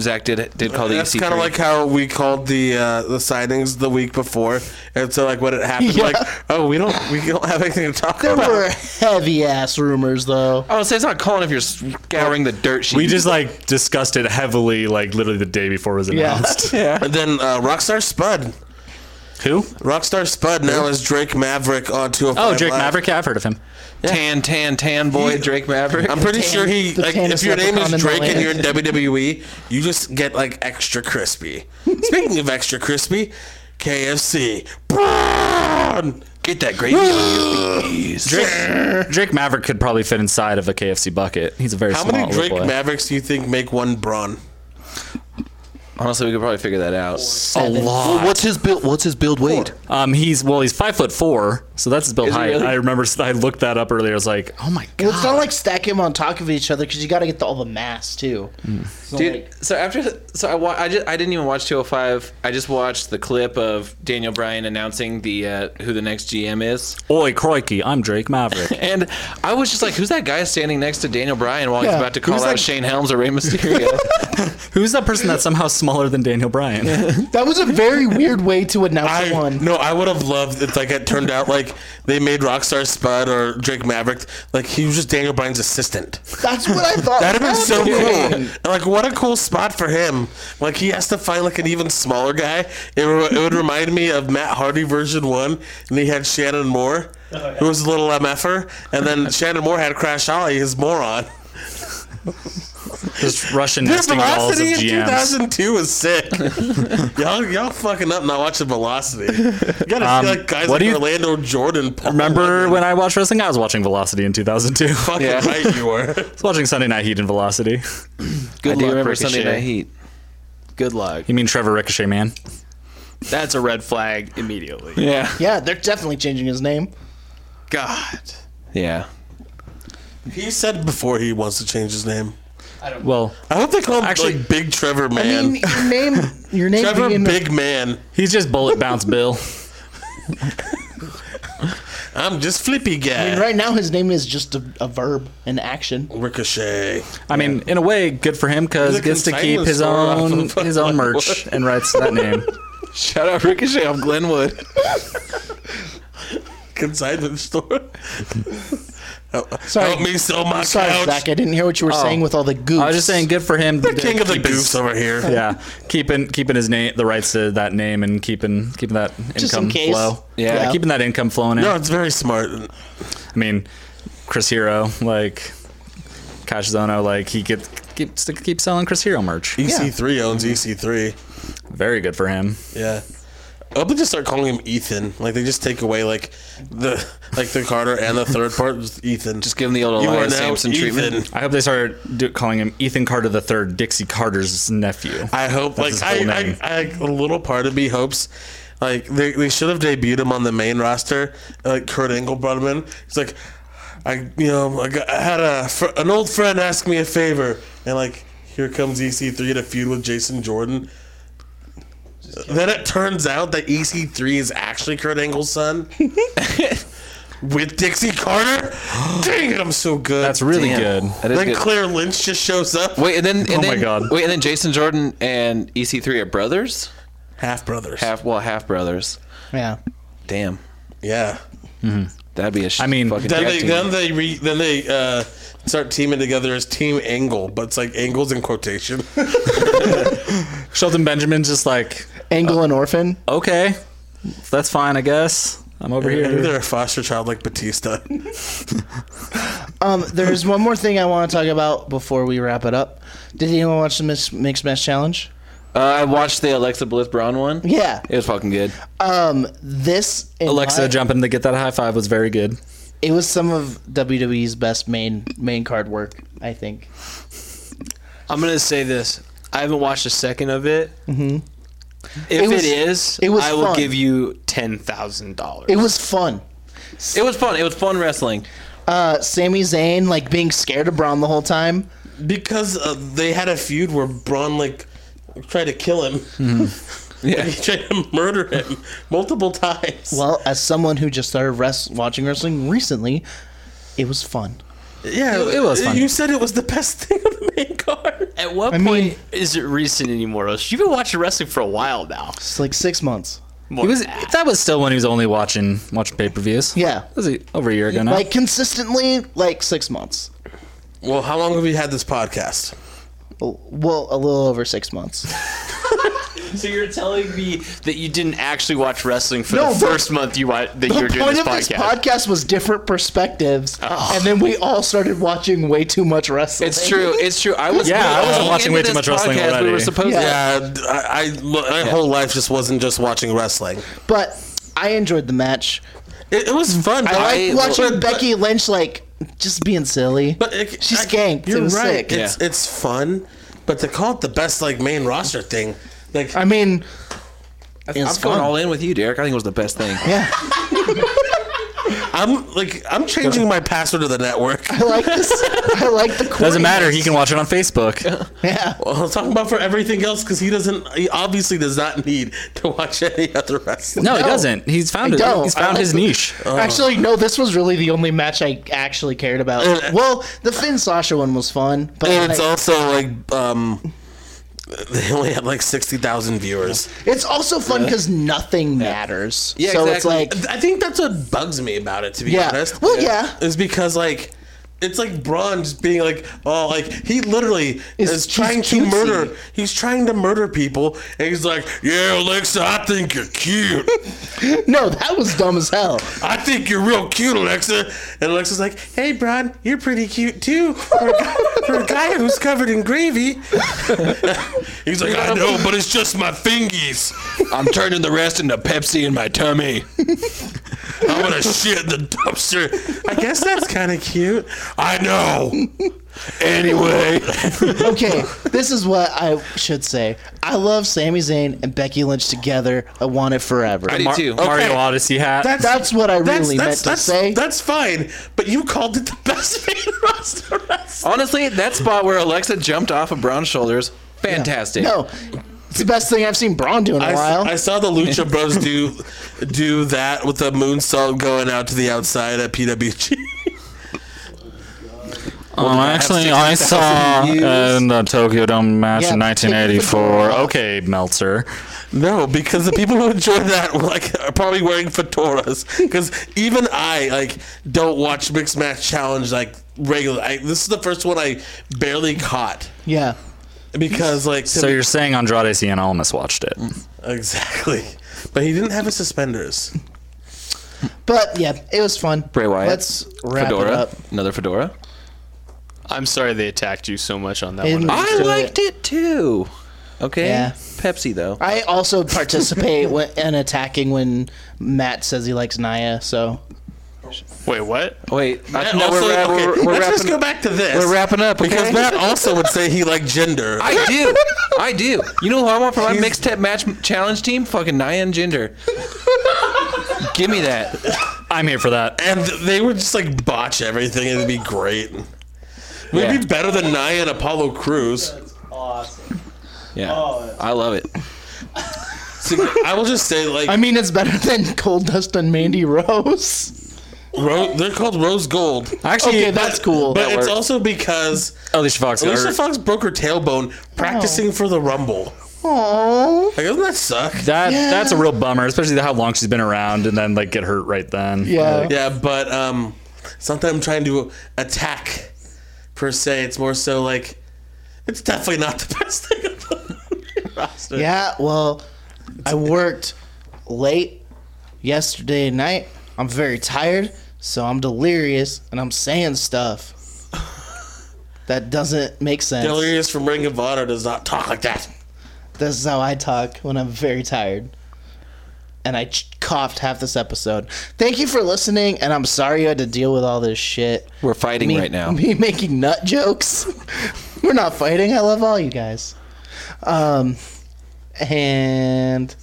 Speaker 3: Zach did did call the E
Speaker 1: That's
Speaker 3: EC3.
Speaker 1: kind of like how we called the uh, the signings the week before, and so like when it happened, like oh we don't we don't have anything to talk
Speaker 2: There
Speaker 1: about.
Speaker 2: were heavy ass rumors though.
Speaker 3: I would say Oh, it's not calling if you're scouring the dirt sheet.
Speaker 4: We just like discussed it heavily, like literally the day before it was announced.
Speaker 1: And then uh, Rockstar Spud,
Speaker 4: Who?
Speaker 1: Rockstar Spud now is Drake Maverick on 205
Speaker 4: Oh, Drake
Speaker 1: Live.
Speaker 4: Maverick. Yeah, I've heard of him.
Speaker 3: tan tan tan boy
Speaker 1: He-
Speaker 3: Drake Maverick.
Speaker 1: I'm pretty sure he
Speaker 2: the
Speaker 1: like
Speaker 2: tannest
Speaker 1: if your name
Speaker 2: leprechaun
Speaker 1: is
Speaker 2: in the
Speaker 1: Drake and
Speaker 2: land.
Speaker 1: you're in WWE, you just get like extra crispy. Speaking of extra crispy, KFC. Brawn!
Speaker 3: get that gravy.
Speaker 4: Drake, Drake Maverick could probably fit inside of a KFC bucket. He's a very
Speaker 1: How
Speaker 4: small
Speaker 1: many
Speaker 4: little
Speaker 1: Drake
Speaker 4: boy.
Speaker 1: Mavericks do you think make one brawn?
Speaker 3: Honestly, we could probably figure that out.
Speaker 2: Seven.
Speaker 3: what's his build? What's his build weight?
Speaker 4: um, he's well, he's five foot four, so that's his built
Speaker 3: he
Speaker 4: height.
Speaker 3: really?
Speaker 4: I remember s- I looked that up earlier. I was like, oh my god.
Speaker 2: Well, it's not like stack him on top of each other because you got to get the, all the mass too.
Speaker 1: Mm.
Speaker 2: So,
Speaker 3: Dude,
Speaker 2: like,
Speaker 3: so after so I wa- I, just, I didn't even watch 205. I just watched the clip of Daniel Bryan announcing the uh, who the next GM is,
Speaker 4: Oi, crikey! I'm Drake Maverick.
Speaker 3: and I was just like, who's that guy standing next to Daniel Bryan while he's
Speaker 2: Yeah,
Speaker 3: about to call out Shane Helms or Rey Mysterio?
Speaker 4: Who's that person that's somehow smaller than Daniel Bryan?
Speaker 2: that was a very weird way to announce
Speaker 1: I
Speaker 2: one.
Speaker 1: no, I would have loved if like it turned out like they made Rockstar Spud or Drake Maverick like he was just Daniel Bryan's assistant.
Speaker 2: That's what I thought.
Speaker 1: That'd have been so cool.
Speaker 2: happened.
Speaker 1: And, like, what a cool spot for him. Like, he has to find like an even smaller guy. It, re- it would remind me of Matt Hardy version one, and he had Shannon Moore, who was a little mf'er, and then Shannon Moore had Crash Holly, his moron.
Speaker 4: Just Russian
Speaker 1: Their
Speaker 4: nesting dolls of
Speaker 1: velocity in
Speaker 4: GMs.
Speaker 1: 2002 is sick. y'all, y'all fucking up not watching Velocity. You gotta
Speaker 4: Um,
Speaker 1: feel like guys like
Speaker 4: what do you-
Speaker 1: Orlando Jordan. Paul
Speaker 4: Remember
Speaker 1: Levin.
Speaker 4: when I watched wrestling? I was watching Velocity in 2002. I
Speaker 1: Fucking right you were.
Speaker 4: was watching Sunday Night Heat and Velocity.
Speaker 3: Good I do
Speaker 6: luck,
Speaker 3: remember
Speaker 6: Ricochet.
Speaker 3: Sunday Night Heat.
Speaker 6: Good luck.
Speaker 4: You mean Trevor Ricochet Man?
Speaker 6: That's a red flag immediately.
Speaker 3: Yeah,
Speaker 2: Yeah, they're definitely changing his name.
Speaker 6: God.
Speaker 3: yeah.
Speaker 1: He said before he wants to change his name.
Speaker 4: Well,
Speaker 1: I hope they call him
Speaker 4: Actually-
Speaker 1: like Big Trevor Man.
Speaker 2: I mean, your name, your name
Speaker 1: Trevor
Speaker 2: being
Speaker 1: Big Man.
Speaker 4: he's just bullet bounce Bill.
Speaker 1: I'm just Flippy
Speaker 2: I
Speaker 1: Guy.
Speaker 2: mean, right now his name is just a, a verb, an action.
Speaker 1: Ricochet.
Speaker 4: I mean, in a way, good for him because
Speaker 1: He's a
Speaker 4: gets to keep
Speaker 1: consignment
Speaker 4: his
Speaker 1: store off
Speaker 4: own
Speaker 1: of-
Speaker 4: his own merch and rights to that name.
Speaker 3: Shout out Ricochet. I'm Glenwood.
Speaker 1: Consignment store.
Speaker 2: Sorry,
Speaker 1: Help me sell my
Speaker 2: sorry,
Speaker 1: couch.
Speaker 2: Zach. I didn't hear what you were saying with all the goofs.
Speaker 4: Oh. I was just saying, good for him. to
Speaker 1: King of the
Speaker 4: keep his-
Speaker 1: goofs over here.
Speaker 4: Yeah, keeping keeping his name, the rights to that name, and keeping keeping that income
Speaker 2: Just in case.
Speaker 4: flow.
Speaker 2: Yeah.
Speaker 4: yeah, keeping that income flowing in.
Speaker 1: No, it's very smart.
Speaker 4: I mean, Chris Hero, like Cash Zono, like he gets keeps to keep selling Chris Hero merch.
Speaker 1: EC3 E owns EC3.
Speaker 4: Very good for him.
Speaker 1: Yeah. I hope they just start calling him Ethan. Like they just take away like the like the Carter and the third part was Ethan.
Speaker 3: Just give him the old Elias Sampson treatment.
Speaker 4: I hope they start do, calling him Ethan Carter the Third, Dixie Carter's nephew.
Speaker 1: I hope
Speaker 4: his
Speaker 1: like
Speaker 4: whole
Speaker 1: I,
Speaker 4: name.
Speaker 1: I, I a little part of me hopes like they, they should have debuted him on the main roster. Like Kurt Angle brought him in. He's like, I you know I, got, I had a fr- an old friend ask me a favor, and like here comes EC3 to feud with Jason Jordan. Then it turns out that EC3 is actually Kurt Angle's son. With Dixie Carter, dang it, I'm so good.
Speaker 4: That's really
Speaker 3: Damn.
Speaker 4: good.
Speaker 3: That is
Speaker 1: Then
Speaker 3: good.
Speaker 1: Claire Lynch just shows up.
Speaker 3: Wait, and then and
Speaker 4: Oh my
Speaker 3: then-
Speaker 4: God.
Speaker 3: Wait, and then Jason Jordan and EC3 are brothers.
Speaker 1: Half brothers.
Speaker 3: Half well, half brothers.
Speaker 2: yeah.
Speaker 3: Damn,
Speaker 1: Yeah.
Speaker 3: that'd be a. sh-
Speaker 4: I mean,
Speaker 3: fucking
Speaker 1: Then
Speaker 3: tag
Speaker 1: they,
Speaker 3: team.
Speaker 1: then they re, then they uh, start teaming together as Team Angle, but it's like angles in quotation.
Speaker 4: Shelton Benjamin's just like,
Speaker 2: Angle and orphan.
Speaker 4: okay, that's fine, I guess. I'm over here.
Speaker 1: They're a foster child like Batista.
Speaker 2: Um, there's one more thing I want to talk about before we wrap it up. Did anyone watch the Mix- Mixed Match Challenge?
Speaker 3: Uh, I watched the Alexa Bliss Brown one.
Speaker 2: Yeah.
Speaker 3: It was fucking good.
Speaker 2: Um, this in my-
Speaker 4: Alexa jumping to get that high five was very good.
Speaker 2: It was some of WWE's best main main card work, I think.
Speaker 6: I'm gonna say this. I haven't watched a second of it. Mm-hmm. If it,
Speaker 2: was-
Speaker 6: is,
Speaker 2: it was
Speaker 6: I will
Speaker 2: fun.
Speaker 6: give you ten thousand dollars.
Speaker 2: It was fun.
Speaker 3: It was fun. It was fun wrestling.
Speaker 2: Uh, Sami Zayn like being scared of Braun the whole time.
Speaker 1: because uh, they had a feud where Braun like tried to kill him.
Speaker 3: Hmm. Yeah.
Speaker 1: he tried to murder him multiple times.
Speaker 2: Well, as someone who just started rest- watching wrestling recently, it was fun.
Speaker 1: Yeah,
Speaker 3: It- it was fun.
Speaker 1: You said it was the best thing on the main card.
Speaker 6: At what
Speaker 2: I
Speaker 6: point
Speaker 2: mean-
Speaker 6: is it recent anymore? Roast? You've been watching wrestling for a while now.
Speaker 2: It's like six months.
Speaker 6: More
Speaker 4: He was
Speaker 6: than that.
Speaker 4: that was still when he was only watching watching pay per views.
Speaker 2: Yeah.
Speaker 4: was he over a year ago now?
Speaker 2: Like consistently, like six months.
Speaker 1: Well, how long have we had this podcast?
Speaker 2: Well, a little over six months.
Speaker 6: So you're telling me that you didn't actually watch wrestling for
Speaker 2: No,
Speaker 6: the
Speaker 2: the-
Speaker 6: first month you wa- that you
Speaker 2: Oh, The
Speaker 6: were doing
Speaker 2: point
Speaker 6: this
Speaker 2: of this
Speaker 6: podcast?
Speaker 2: podcast was different perspectives, and then we all started watching way too much wrestling.
Speaker 3: It's true. It's true. I was.
Speaker 4: Yeah, I wasn't
Speaker 3: going
Speaker 4: watching
Speaker 3: into
Speaker 4: way too
Speaker 3: this
Speaker 4: much wrestling
Speaker 3: podcast, We were
Speaker 4: already.
Speaker 3: supposed to.
Speaker 1: Yeah, d- Uh, I, I- my whole life just wasn't just watching wrestling.
Speaker 2: But I enjoyed the match.
Speaker 1: It, it was fun. but
Speaker 2: I like watching
Speaker 1: but-
Speaker 2: Becky Lynch like just being silly.
Speaker 1: But it,
Speaker 2: She's
Speaker 1: I-
Speaker 2: ganked. It
Speaker 1: You're
Speaker 2: was
Speaker 1: right.
Speaker 2: sick.
Speaker 1: It's it's fun, but to call it the best like main roster thing, like
Speaker 2: I mean, it's
Speaker 3: I'm going
Speaker 2: fun.
Speaker 3: all in with you, Derek. I think it was the best thing.
Speaker 2: yeah,
Speaker 1: I'm like I'm changing my password to the network.
Speaker 2: I like this. I like the.
Speaker 4: Doesn't matter. He can watch it on Facebook.
Speaker 2: Yeah.
Speaker 1: I'm talking about for everything else because he doesn't. He obviously does not need to watch any other wrestling.
Speaker 4: No, he doesn't. He's found
Speaker 2: I
Speaker 4: it.
Speaker 2: don't.
Speaker 4: He's found
Speaker 2: I like
Speaker 4: his
Speaker 2: the-
Speaker 4: niche.
Speaker 2: Actually, no. This was really the only match I actually cared about. well, the Finn Sasha one was fun, but
Speaker 1: and it's
Speaker 2: like-
Speaker 1: also like um, they only had like sixty thousand viewers.
Speaker 2: it's also fun because nothing matters. Yeah, so it's like
Speaker 1: I think that's what bugs me about it, to be
Speaker 2: Yeah.
Speaker 1: honest.
Speaker 2: Well, yeah.
Speaker 1: Is because, like, it's like Braun just being like, oh, like, he literally
Speaker 2: It's-
Speaker 1: is
Speaker 2: he's
Speaker 1: trying to
Speaker 2: cutesy.
Speaker 1: murder. He's trying to murder people, and he's like, yeah, Alexa, I think you're cute.
Speaker 2: no, that was dumb as hell.
Speaker 1: I think you're real cute, Alexa. And Alexa's like, hey, Braun, you're pretty cute, too, for a guy, for a guy who's covered in gravy. he's like, I know, but it's just my fingies.
Speaker 8: I'm turning the rest into Pepsi in my tummy.
Speaker 1: I'm gonna shit in the dumpster. I guess that's kind of cute. I know. Anyway,
Speaker 2: Okay, this is what I should say. I love Sami Zayn and Becky Lynch together. I want it forever.
Speaker 3: I do too.
Speaker 4: Mario Odyssey hat.
Speaker 1: that's
Speaker 2: That's what I
Speaker 1: that's
Speaker 2: really
Speaker 1: that's,
Speaker 2: meant to
Speaker 1: that's,
Speaker 2: say.
Speaker 1: that's fine. But you called it the best main roster wrestling.
Speaker 3: Honestly, that spot where Alexa jumped off of Brown's shoulders, fantastic.
Speaker 2: no, it's the best thing I've seen Braun do in a
Speaker 1: I, s-
Speaker 2: while.
Speaker 1: I saw the Lucha Bros do do that with the moonsault going out to the outside at PWG.
Speaker 4: Um, actually, I saw in the Tokyo Dome match
Speaker 2: Yeah,
Speaker 4: in
Speaker 2: but-
Speaker 4: 1984. Okay, Meltzer.
Speaker 1: No, because the people who enjoy that like are probably wearing fedoras. Because even I like don't watch mixed match challenge like regular. I, this is the first one I barely caught
Speaker 2: yeah,
Speaker 1: because like
Speaker 4: So you're saying Andrade Cien almost watched it?
Speaker 1: exactly, but he didn't have his suspenders.
Speaker 2: but yeah, it was fun.
Speaker 3: Bray Wyatt,
Speaker 2: Let's wrap
Speaker 3: Fedora,
Speaker 2: it up.
Speaker 3: another fedora.
Speaker 6: I'm sorry they attacked you so much on that
Speaker 2: And-
Speaker 6: one.
Speaker 3: I
Speaker 2: So-
Speaker 3: liked it too. Okay.
Speaker 2: Yeah.
Speaker 3: Pepsi though.
Speaker 2: I also participate when, in attacking when Matt says he likes Naya. So
Speaker 6: Wait, what?
Speaker 3: Wait, I,
Speaker 1: And
Speaker 3: no,
Speaker 1: also-
Speaker 3: we're, wra-
Speaker 1: okay,
Speaker 3: we're, we're
Speaker 1: let's
Speaker 3: wrapping.
Speaker 1: just go back to this.
Speaker 3: we're wrapping up okay?
Speaker 1: because Matt also would say he liked gender.
Speaker 3: I do. I do. You know who I want for my mixtape match challenge team? Fucking Nia and Ginger. Give me that.
Speaker 4: I'm here for that.
Speaker 1: and they would just like botch everything. It'd be great. We'd
Speaker 3: Yeah.
Speaker 1: be better than Nia and Apollo Cruz.
Speaker 3: Yeah. I love it.
Speaker 1: See, I will just say like
Speaker 2: I mean, it's better than Cold Dust and Mandy Rose.
Speaker 1: Ro- they're called Rose Gold.
Speaker 4: Actually,
Speaker 2: Okay, that's cool.
Speaker 1: But it's
Speaker 3: works.
Speaker 1: also because
Speaker 4: Alicia Fox. got
Speaker 1: Alicia
Speaker 4: hurt.
Speaker 1: Fox broke her tailbone practicing for the Rumble.
Speaker 2: Aww.
Speaker 1: Like, doesn't that suck?
Speaker 4: That
Speaker 2: Yeah.
Speaker 4: that's a real bummer, especially how long she's been around, and then like get hurt right then.
Speaker 2: Yeah.
Speaker 1: Yeah, but um, it's not that I'm trying to attack per se. It's more so like it's definitely not the best thing. I've done on your roster.
Speaker 2: Yeah, well, I worked late yesterday night. I'm very tired, so I'm delirious and I'm saying stuff that doesn't make sense.
Speaker 1: Delirious from Ring of Honor does not talk like that.
Speaker 2: this is how I talk when I'm very tired. And I ch- coughed half this episode. Thank you for listening, and I'm sorry you had to deal with all this shit.
Speaker 3: We're fighting
Speaker 2: me,
Speaker 3: right now.
Speaker 2: Me making nut jokes. We're not fighting. I love all you guys. Um, and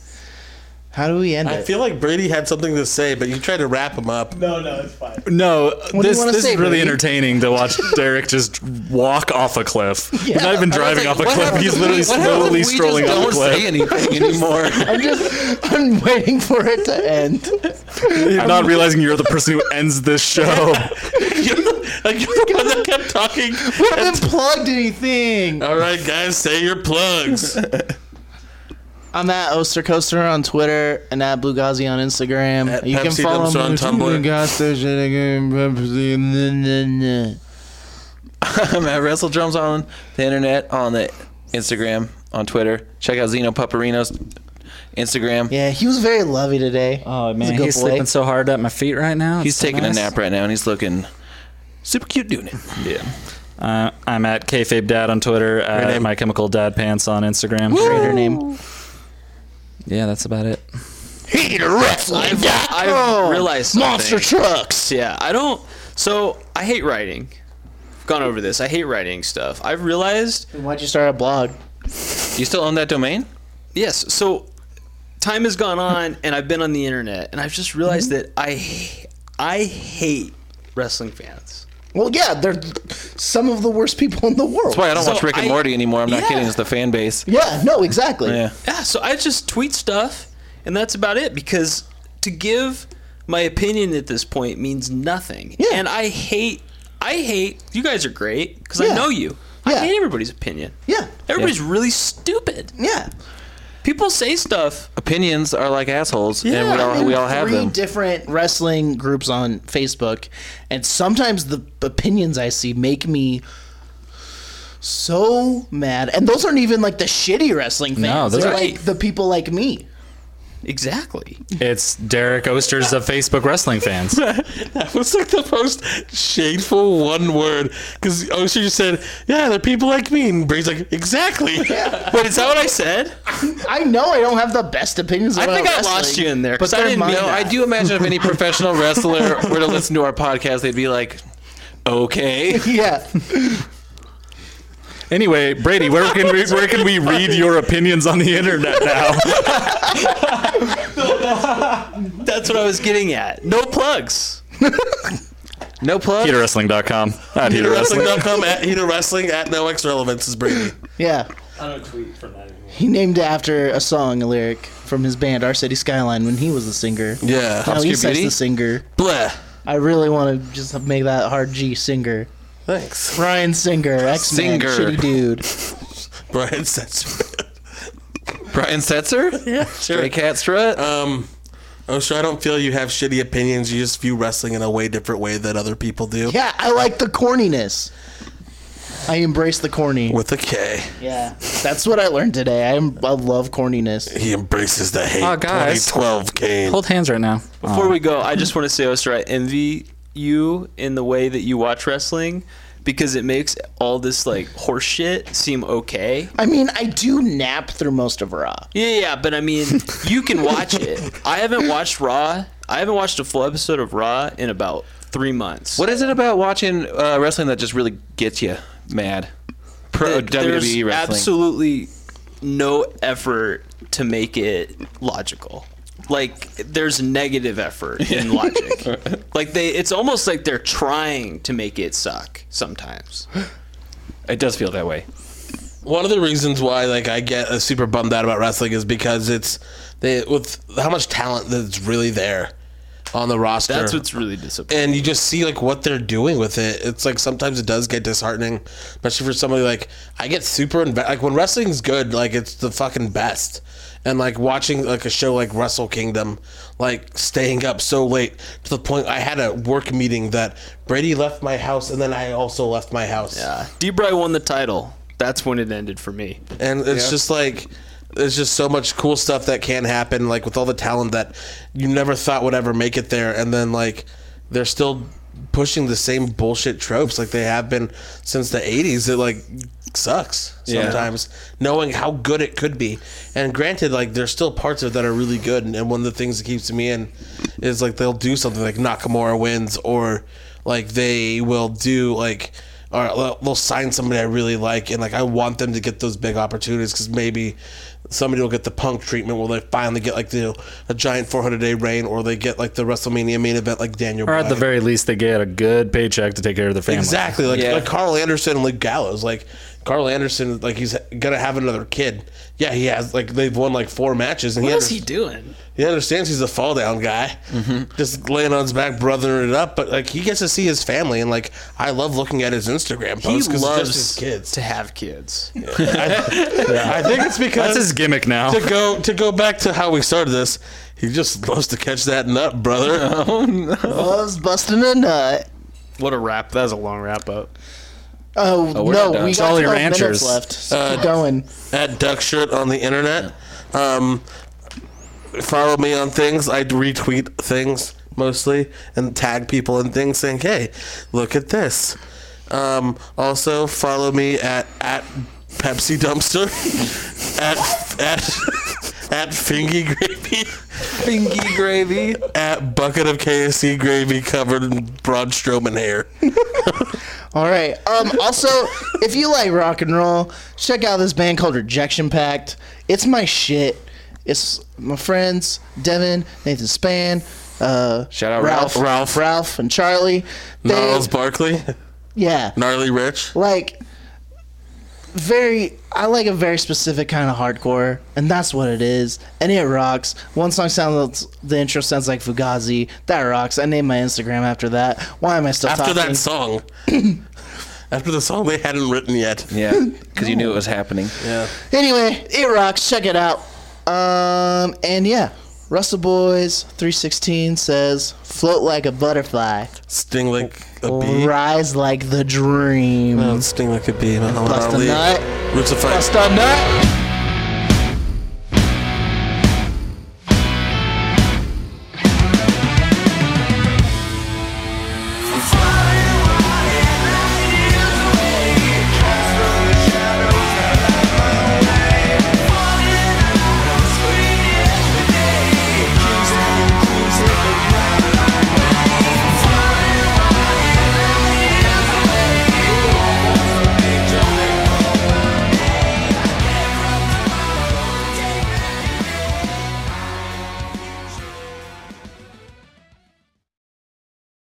Speaker 2: How do we end
Speaker 1: I
Speaker 2: it?
Speaker 1: feel like Brady had something to say, but you tried to wrap him up.
Speaker 4: No,
Speaker 2: you
Speaker 4: this,
Speaker 2: wanna
Speaker 4: this
Speaker 2: say,
Speaker 4: is really
Speaker 2: Brady?
Speaker 4: entertaining to watch Derek just walk off a cliff. He's not even driving off a cliff. He's literally slowly strolling off a
Speaker 8: Don't
Speaker 4: cliff.
Speaker 8: say anything anymore.
Speaker 2: I'm just I'm waiting for it to end.
Speaker 4: You're not realizing you're the person who ends this show.
Speaker 1: Like you're the one that kept talking.
Speaker 2: We haven't plugged
Speaker 3: Oh,
Speaker 2: anything.
Speaker 1: All right, guys, say your plugs.
Speaker 2: I'm at Ostercoaster on Twitter and at Blugazi on Instagram.
Speaker 1: At
Speaker 2: you can
Speaker 1: Pepsi
Speaker 2: follow
Speaker 1: Dumpster on
Speaker 2: me
Speaker 1: Tumblr.
Speaker 2: Tumblr.
Speaker 3: I'm at Wrestle Drums on the internet, on the Instagram, on Twitter. Check out Zeno Paparino's Instagram.
Speaker 2: Yeah, he was very lovey today.
Speaker 9: Oh
Speaker 2: He's a
Speaker 9: man,
Speaker 2: good
Speaker 9: he's
Speaker 2: boy.
Speaker 9: sleeping so hard at my feet right now.
Speaker 3: He's
Speaker 9: It's so
Speaker 3: taking
Speaker 9: nice.
Speaker 3: a nap right now, and he's looking super cute doing it. Yeah.
Speaker 4: Uh, I'm at kayfabe dad on Twitter. At my chemical dad pants on Instagram.
Speaker 2: Her name.
Speaker 9: Yeah, that's about it.
Speaker 6: I've, I've realized something.
Speaker 2: Monster trucks.
Speaker 6: Yeah, I don't. So I hate writing. I've gone over this. I hate writing stuff. I've realized.
Speaker 2: Why'd you start a blog?
Speaker 3: You still own that domain?
Speaker 6: Yes. So time has gone on, and I've been on the internet, and I've just realized
Speaker 2: Mm-hmm.
Speaker 6: that I, h- I hate wrestling fans.
Speaker 2: Well, yeah, they're some of the worst people in the world.
Speaker 3: Why I don't
Speaker 6: So
Speaker 3: watch Rick and
Speaker 6: I-
Speaker 3: Morty anymore. I'm not
Speaker 6: yeah.
Speaker 3: kidding. It's the fan base.
Speaker 2: Yeah, no, exactly.
Speaker 3: Yeah.
Speaker 6: Yeah. So I just tweet stuff, and that's about it. Because to give my opinion at this point means nothing.
Speaker 2: Yeah.
Speaker 6: And I hate. I hate. You guys are great because
Speaker 2: Yeah.
Speaker 6: I know you.
Speaker 2: Yeah.
Speaker 6: I hate everybody's opinion.
Speaker 2: Yeah.
Speaker 6: Everybody's really stupid.
Speaker 2: Yeah.
Speaker 6: People say stuff.
Speaker 3: Opinions are like assholes, and we
Speaker 2: Yeah, I
Speaker 3: all
Speaker 2: mean,
Speaker 3: we all have
Speaker 2: three
Speaker 3: them.
Speaker 2: different wrestling groups on Facebook, and sometimes the opinions I see make me so mad. And those aren't even like the shitty wrestling fans.
Speaker 9: No, those
Speaker 2: They're
Speaker 9: are-
Speaker 2: like the people like me.
Speaker 6: Exactly.
Speaker 4: It's Derek Osters of Facebook wrestling fans.
Speaker 1: That was like the most shameful one word because Osher just said, "Yeah, they're people like me," and Brady's like, "Exactly."
Speaker 6: Wait, is that what I said?
Speaker 2: I know I don't have the best opinions.
Speaker 6: I
Speaker 2: About
Speaker 6: think I
Speaker 2: wrestling,
Speaker 6: lost you in there.
Speaker 2: but
Speaker 6: But I
Speaker 2: they're
Speaker 6: didn't
Speaker 2: mine
Speaker 6: know.
Speaker 2: now.
Speaker 6: I
Speaker 3: I
Speaker 6: do.
Speaker 3: do imagine if any professional wrestler were to listen to our podcast, they'd be like, "Okay,
Speaker 2: Yeah.
Speaker 4: Anyway, Brady, where can we where can we read your opinions on the internet now?
Speaker 6: That's what I was getting at. No plugs.
Speaker 3: no plug."
Speaker 4: HeaterWrestling.com. At HeaterWrestling.
Speaker 1: Wrestling.com at Hito Wrestling at No X Relevance is Brady.
Speaker 2: Yeah. I don't tweet from that anymore. He named it after a song, a lyric from his band, Our City Skyline, when he was the singer.
Speaker 1: Yeah.
Speaker 2: No, he
Speaker 3: Obscure
Speaker 2: says
Speaker 3: Beauty?
Speaker 2: the singer.
Speaker 1: Bleh.
Speaker 2: I really want to just make that hard G singer.
Speaker 1: Thanks,
Speaker 2: Brian Singer, X Men,
Speaker 3: Singer.
Speaker 2: shitty dude.
Speaker 1: Brian. Setzer.
Speaker 3: Brian Setzer, yeah, Stray Cat Strut.
Speaker 6: Uh,
Speaker 1: Um, Osher, I don't feel you have shitty opinions. You just view wrestling in a way different way than other people do.
Speaker 2: Yeah, I like the corniness. I embrace the corny.
Speaker 1: With a K,
Speaker 2: Yeah, that's what I learned today. I, am, I love corniness.
Speaker 1: he embraces the hate.
Speaker 4: Oh, guys.
Speaker 1: 2012 came.
Speaker 4: Hold hands right now.
Speaker 6: Before we go, I just want to say, Oster, I envy you in the way that you watch wrestling because it makes all this like horse shit seem okay.
Speaker 2: I mean, I do nap through most of Raw.
Speaker 6: Yeah, yeah, but I mean, you can watch it. I haven't watched Raw. I haven't watched a full episode of Raw in about three months.
Speaker 3: What is it about watching uh, wrestling that just really gets you mad? Pro
Speaker 6: Th- there's
Speaker 3: WWE E wrestling.
Speaker 6: Absolutely no effort to make it logical. Like there's negative effort in logic. like they, it's almost like they're trying to make it suck sometimes.
Speaker 3: it does feel that way.
Speaker 1: one of the reasons why like I get uh, super bummed out about wrestling is because it's they with how much talent that's really there on the roster.
Speaker 6: That's what's really disappointing.
Speaker 1: and you just see like what they're doing with it. It's like sometimes it does get disheartening, especially for somebody like I get super inve- like when wrestling's good, like it's the fucking best. And like watching like a show like Wrestle Kingdom, like staying up so late to the point I had a work meeting that Brady left my house and then I also left my house.
Speaker 6: Yeah, Debray won the title. That's when it ended for me.
Speaker 1: and it's just like there's just so much cool stuff that can happen like with all the talent that you never thought would ever make it there and then like they're still pushing the same bullshit tropes like they have been since the 80s it like sucks sometimes knowing how good it could be and granted like there's still parts of it that are really good and, and one of the things that keeps me in is like they'll do something like nakamura wins or like they will do like or they'll- they'll sign somebody I really like, and like I want them to get those big opportunities because maybe somebody will get the Punk treatment where they finally get like the a giant 400 day reign, or they get like the WrestleMania main event like Daniel.
Speaker 4: Or at the
Speaker 1: Bryan.
Speaker 4: very least, they get a good paycheck to take care of their family.
Speaker 1: Exactly, like
Speaker 3: Yeah.
Speaker 1: like Carl Anderson and Luke Gallows. Like Carl Anderson, like he's gonna have another kid. Yeah, he has. Like they've won like four matches, and
Speaker 10: What
Speaker 1: he,
Speaker 10: is
Speaker 1: under-
Speaker 10: he doing?
Speaker 1: he understands he's a fall down guy, just laying on his back, brothering it up. But like he gets to see his family, and like I love looking at his Instagram
Speaker 10: He
Speaker 1: posts because just his
Speaker 10: loves
Speaker 1: kids.
Speaker 10: to have kids.
Speaker 1: I think it's because
Speaker 4: That's his gimmick now.
Speaker 1: to go to go back to how we started this. He just loves to catch that nut, brother.
Speaker 2: Loves busting a nut.
Speaker 6: What a wrap. That was a long wrap up.
Speaker 2: Oh,
Speaker 3: we're
Speaker 2: no,
Speaker 3: not done.
Speaker 2: we
Speaker 3: It's
Speaker 2: got
Speaker 4: all your
Speaker 2: 12 minutes
Speaker 4: ranchers.
Speaker 2: left. So
Speaker 6: Uh,
Speaker 2: keep going.
Speaker 1: at duck shirt on the internet. Um, follow me on things. I retweet things mostly and tag people in things saying, "Hey, look at this." Um, also follow me at at Pepsi Dumpster at at at Fingy Gravy. Fingy Gravy at bucket of KFC gravy covered in Braun Strowman hair.
Speaker 2: All right. Um, also, if you like rock and roll, check out this band called Rejection Pact. It's my shit. It's my friends Devin, Nathan Span, uh,
Speaker 3: Shout out Ralph.
Speaker 2: Ralph, Ralph, and Charlie. They-
Speaker 1: Charles Barkley,
Speaker 2: yeah,
Speaker 1: gnarly rich.
Speaker 2: like very. I like a very specific kind of hardcore, and that's what it is. And it rocks. One song sounds the intro sounds like Fugazi. That rocks. I named my Instagram after that. Why am I still
Speaker 1: after
Speaker 2: talking?
Speaker 1: that song. after the song they hadn't written yet.
Speaker 3: Yeah, because you knew it was happening.
Speaker 2: Anyway, it rocks. Check it out. Um, and yeah, Russell Boys 316 says, "Float like a butterfly,
Speaker 1: Sting like a bee.
Speaker 2: rise like the dream."
Speaker 1: Don't sting like a bee. man. I'm
Speaker 2: Bust a
Speaker 1: Ali.
Speaker 2: nut.
Speaker 1: Roots of Fire.
Speaker 2: Bust a nut.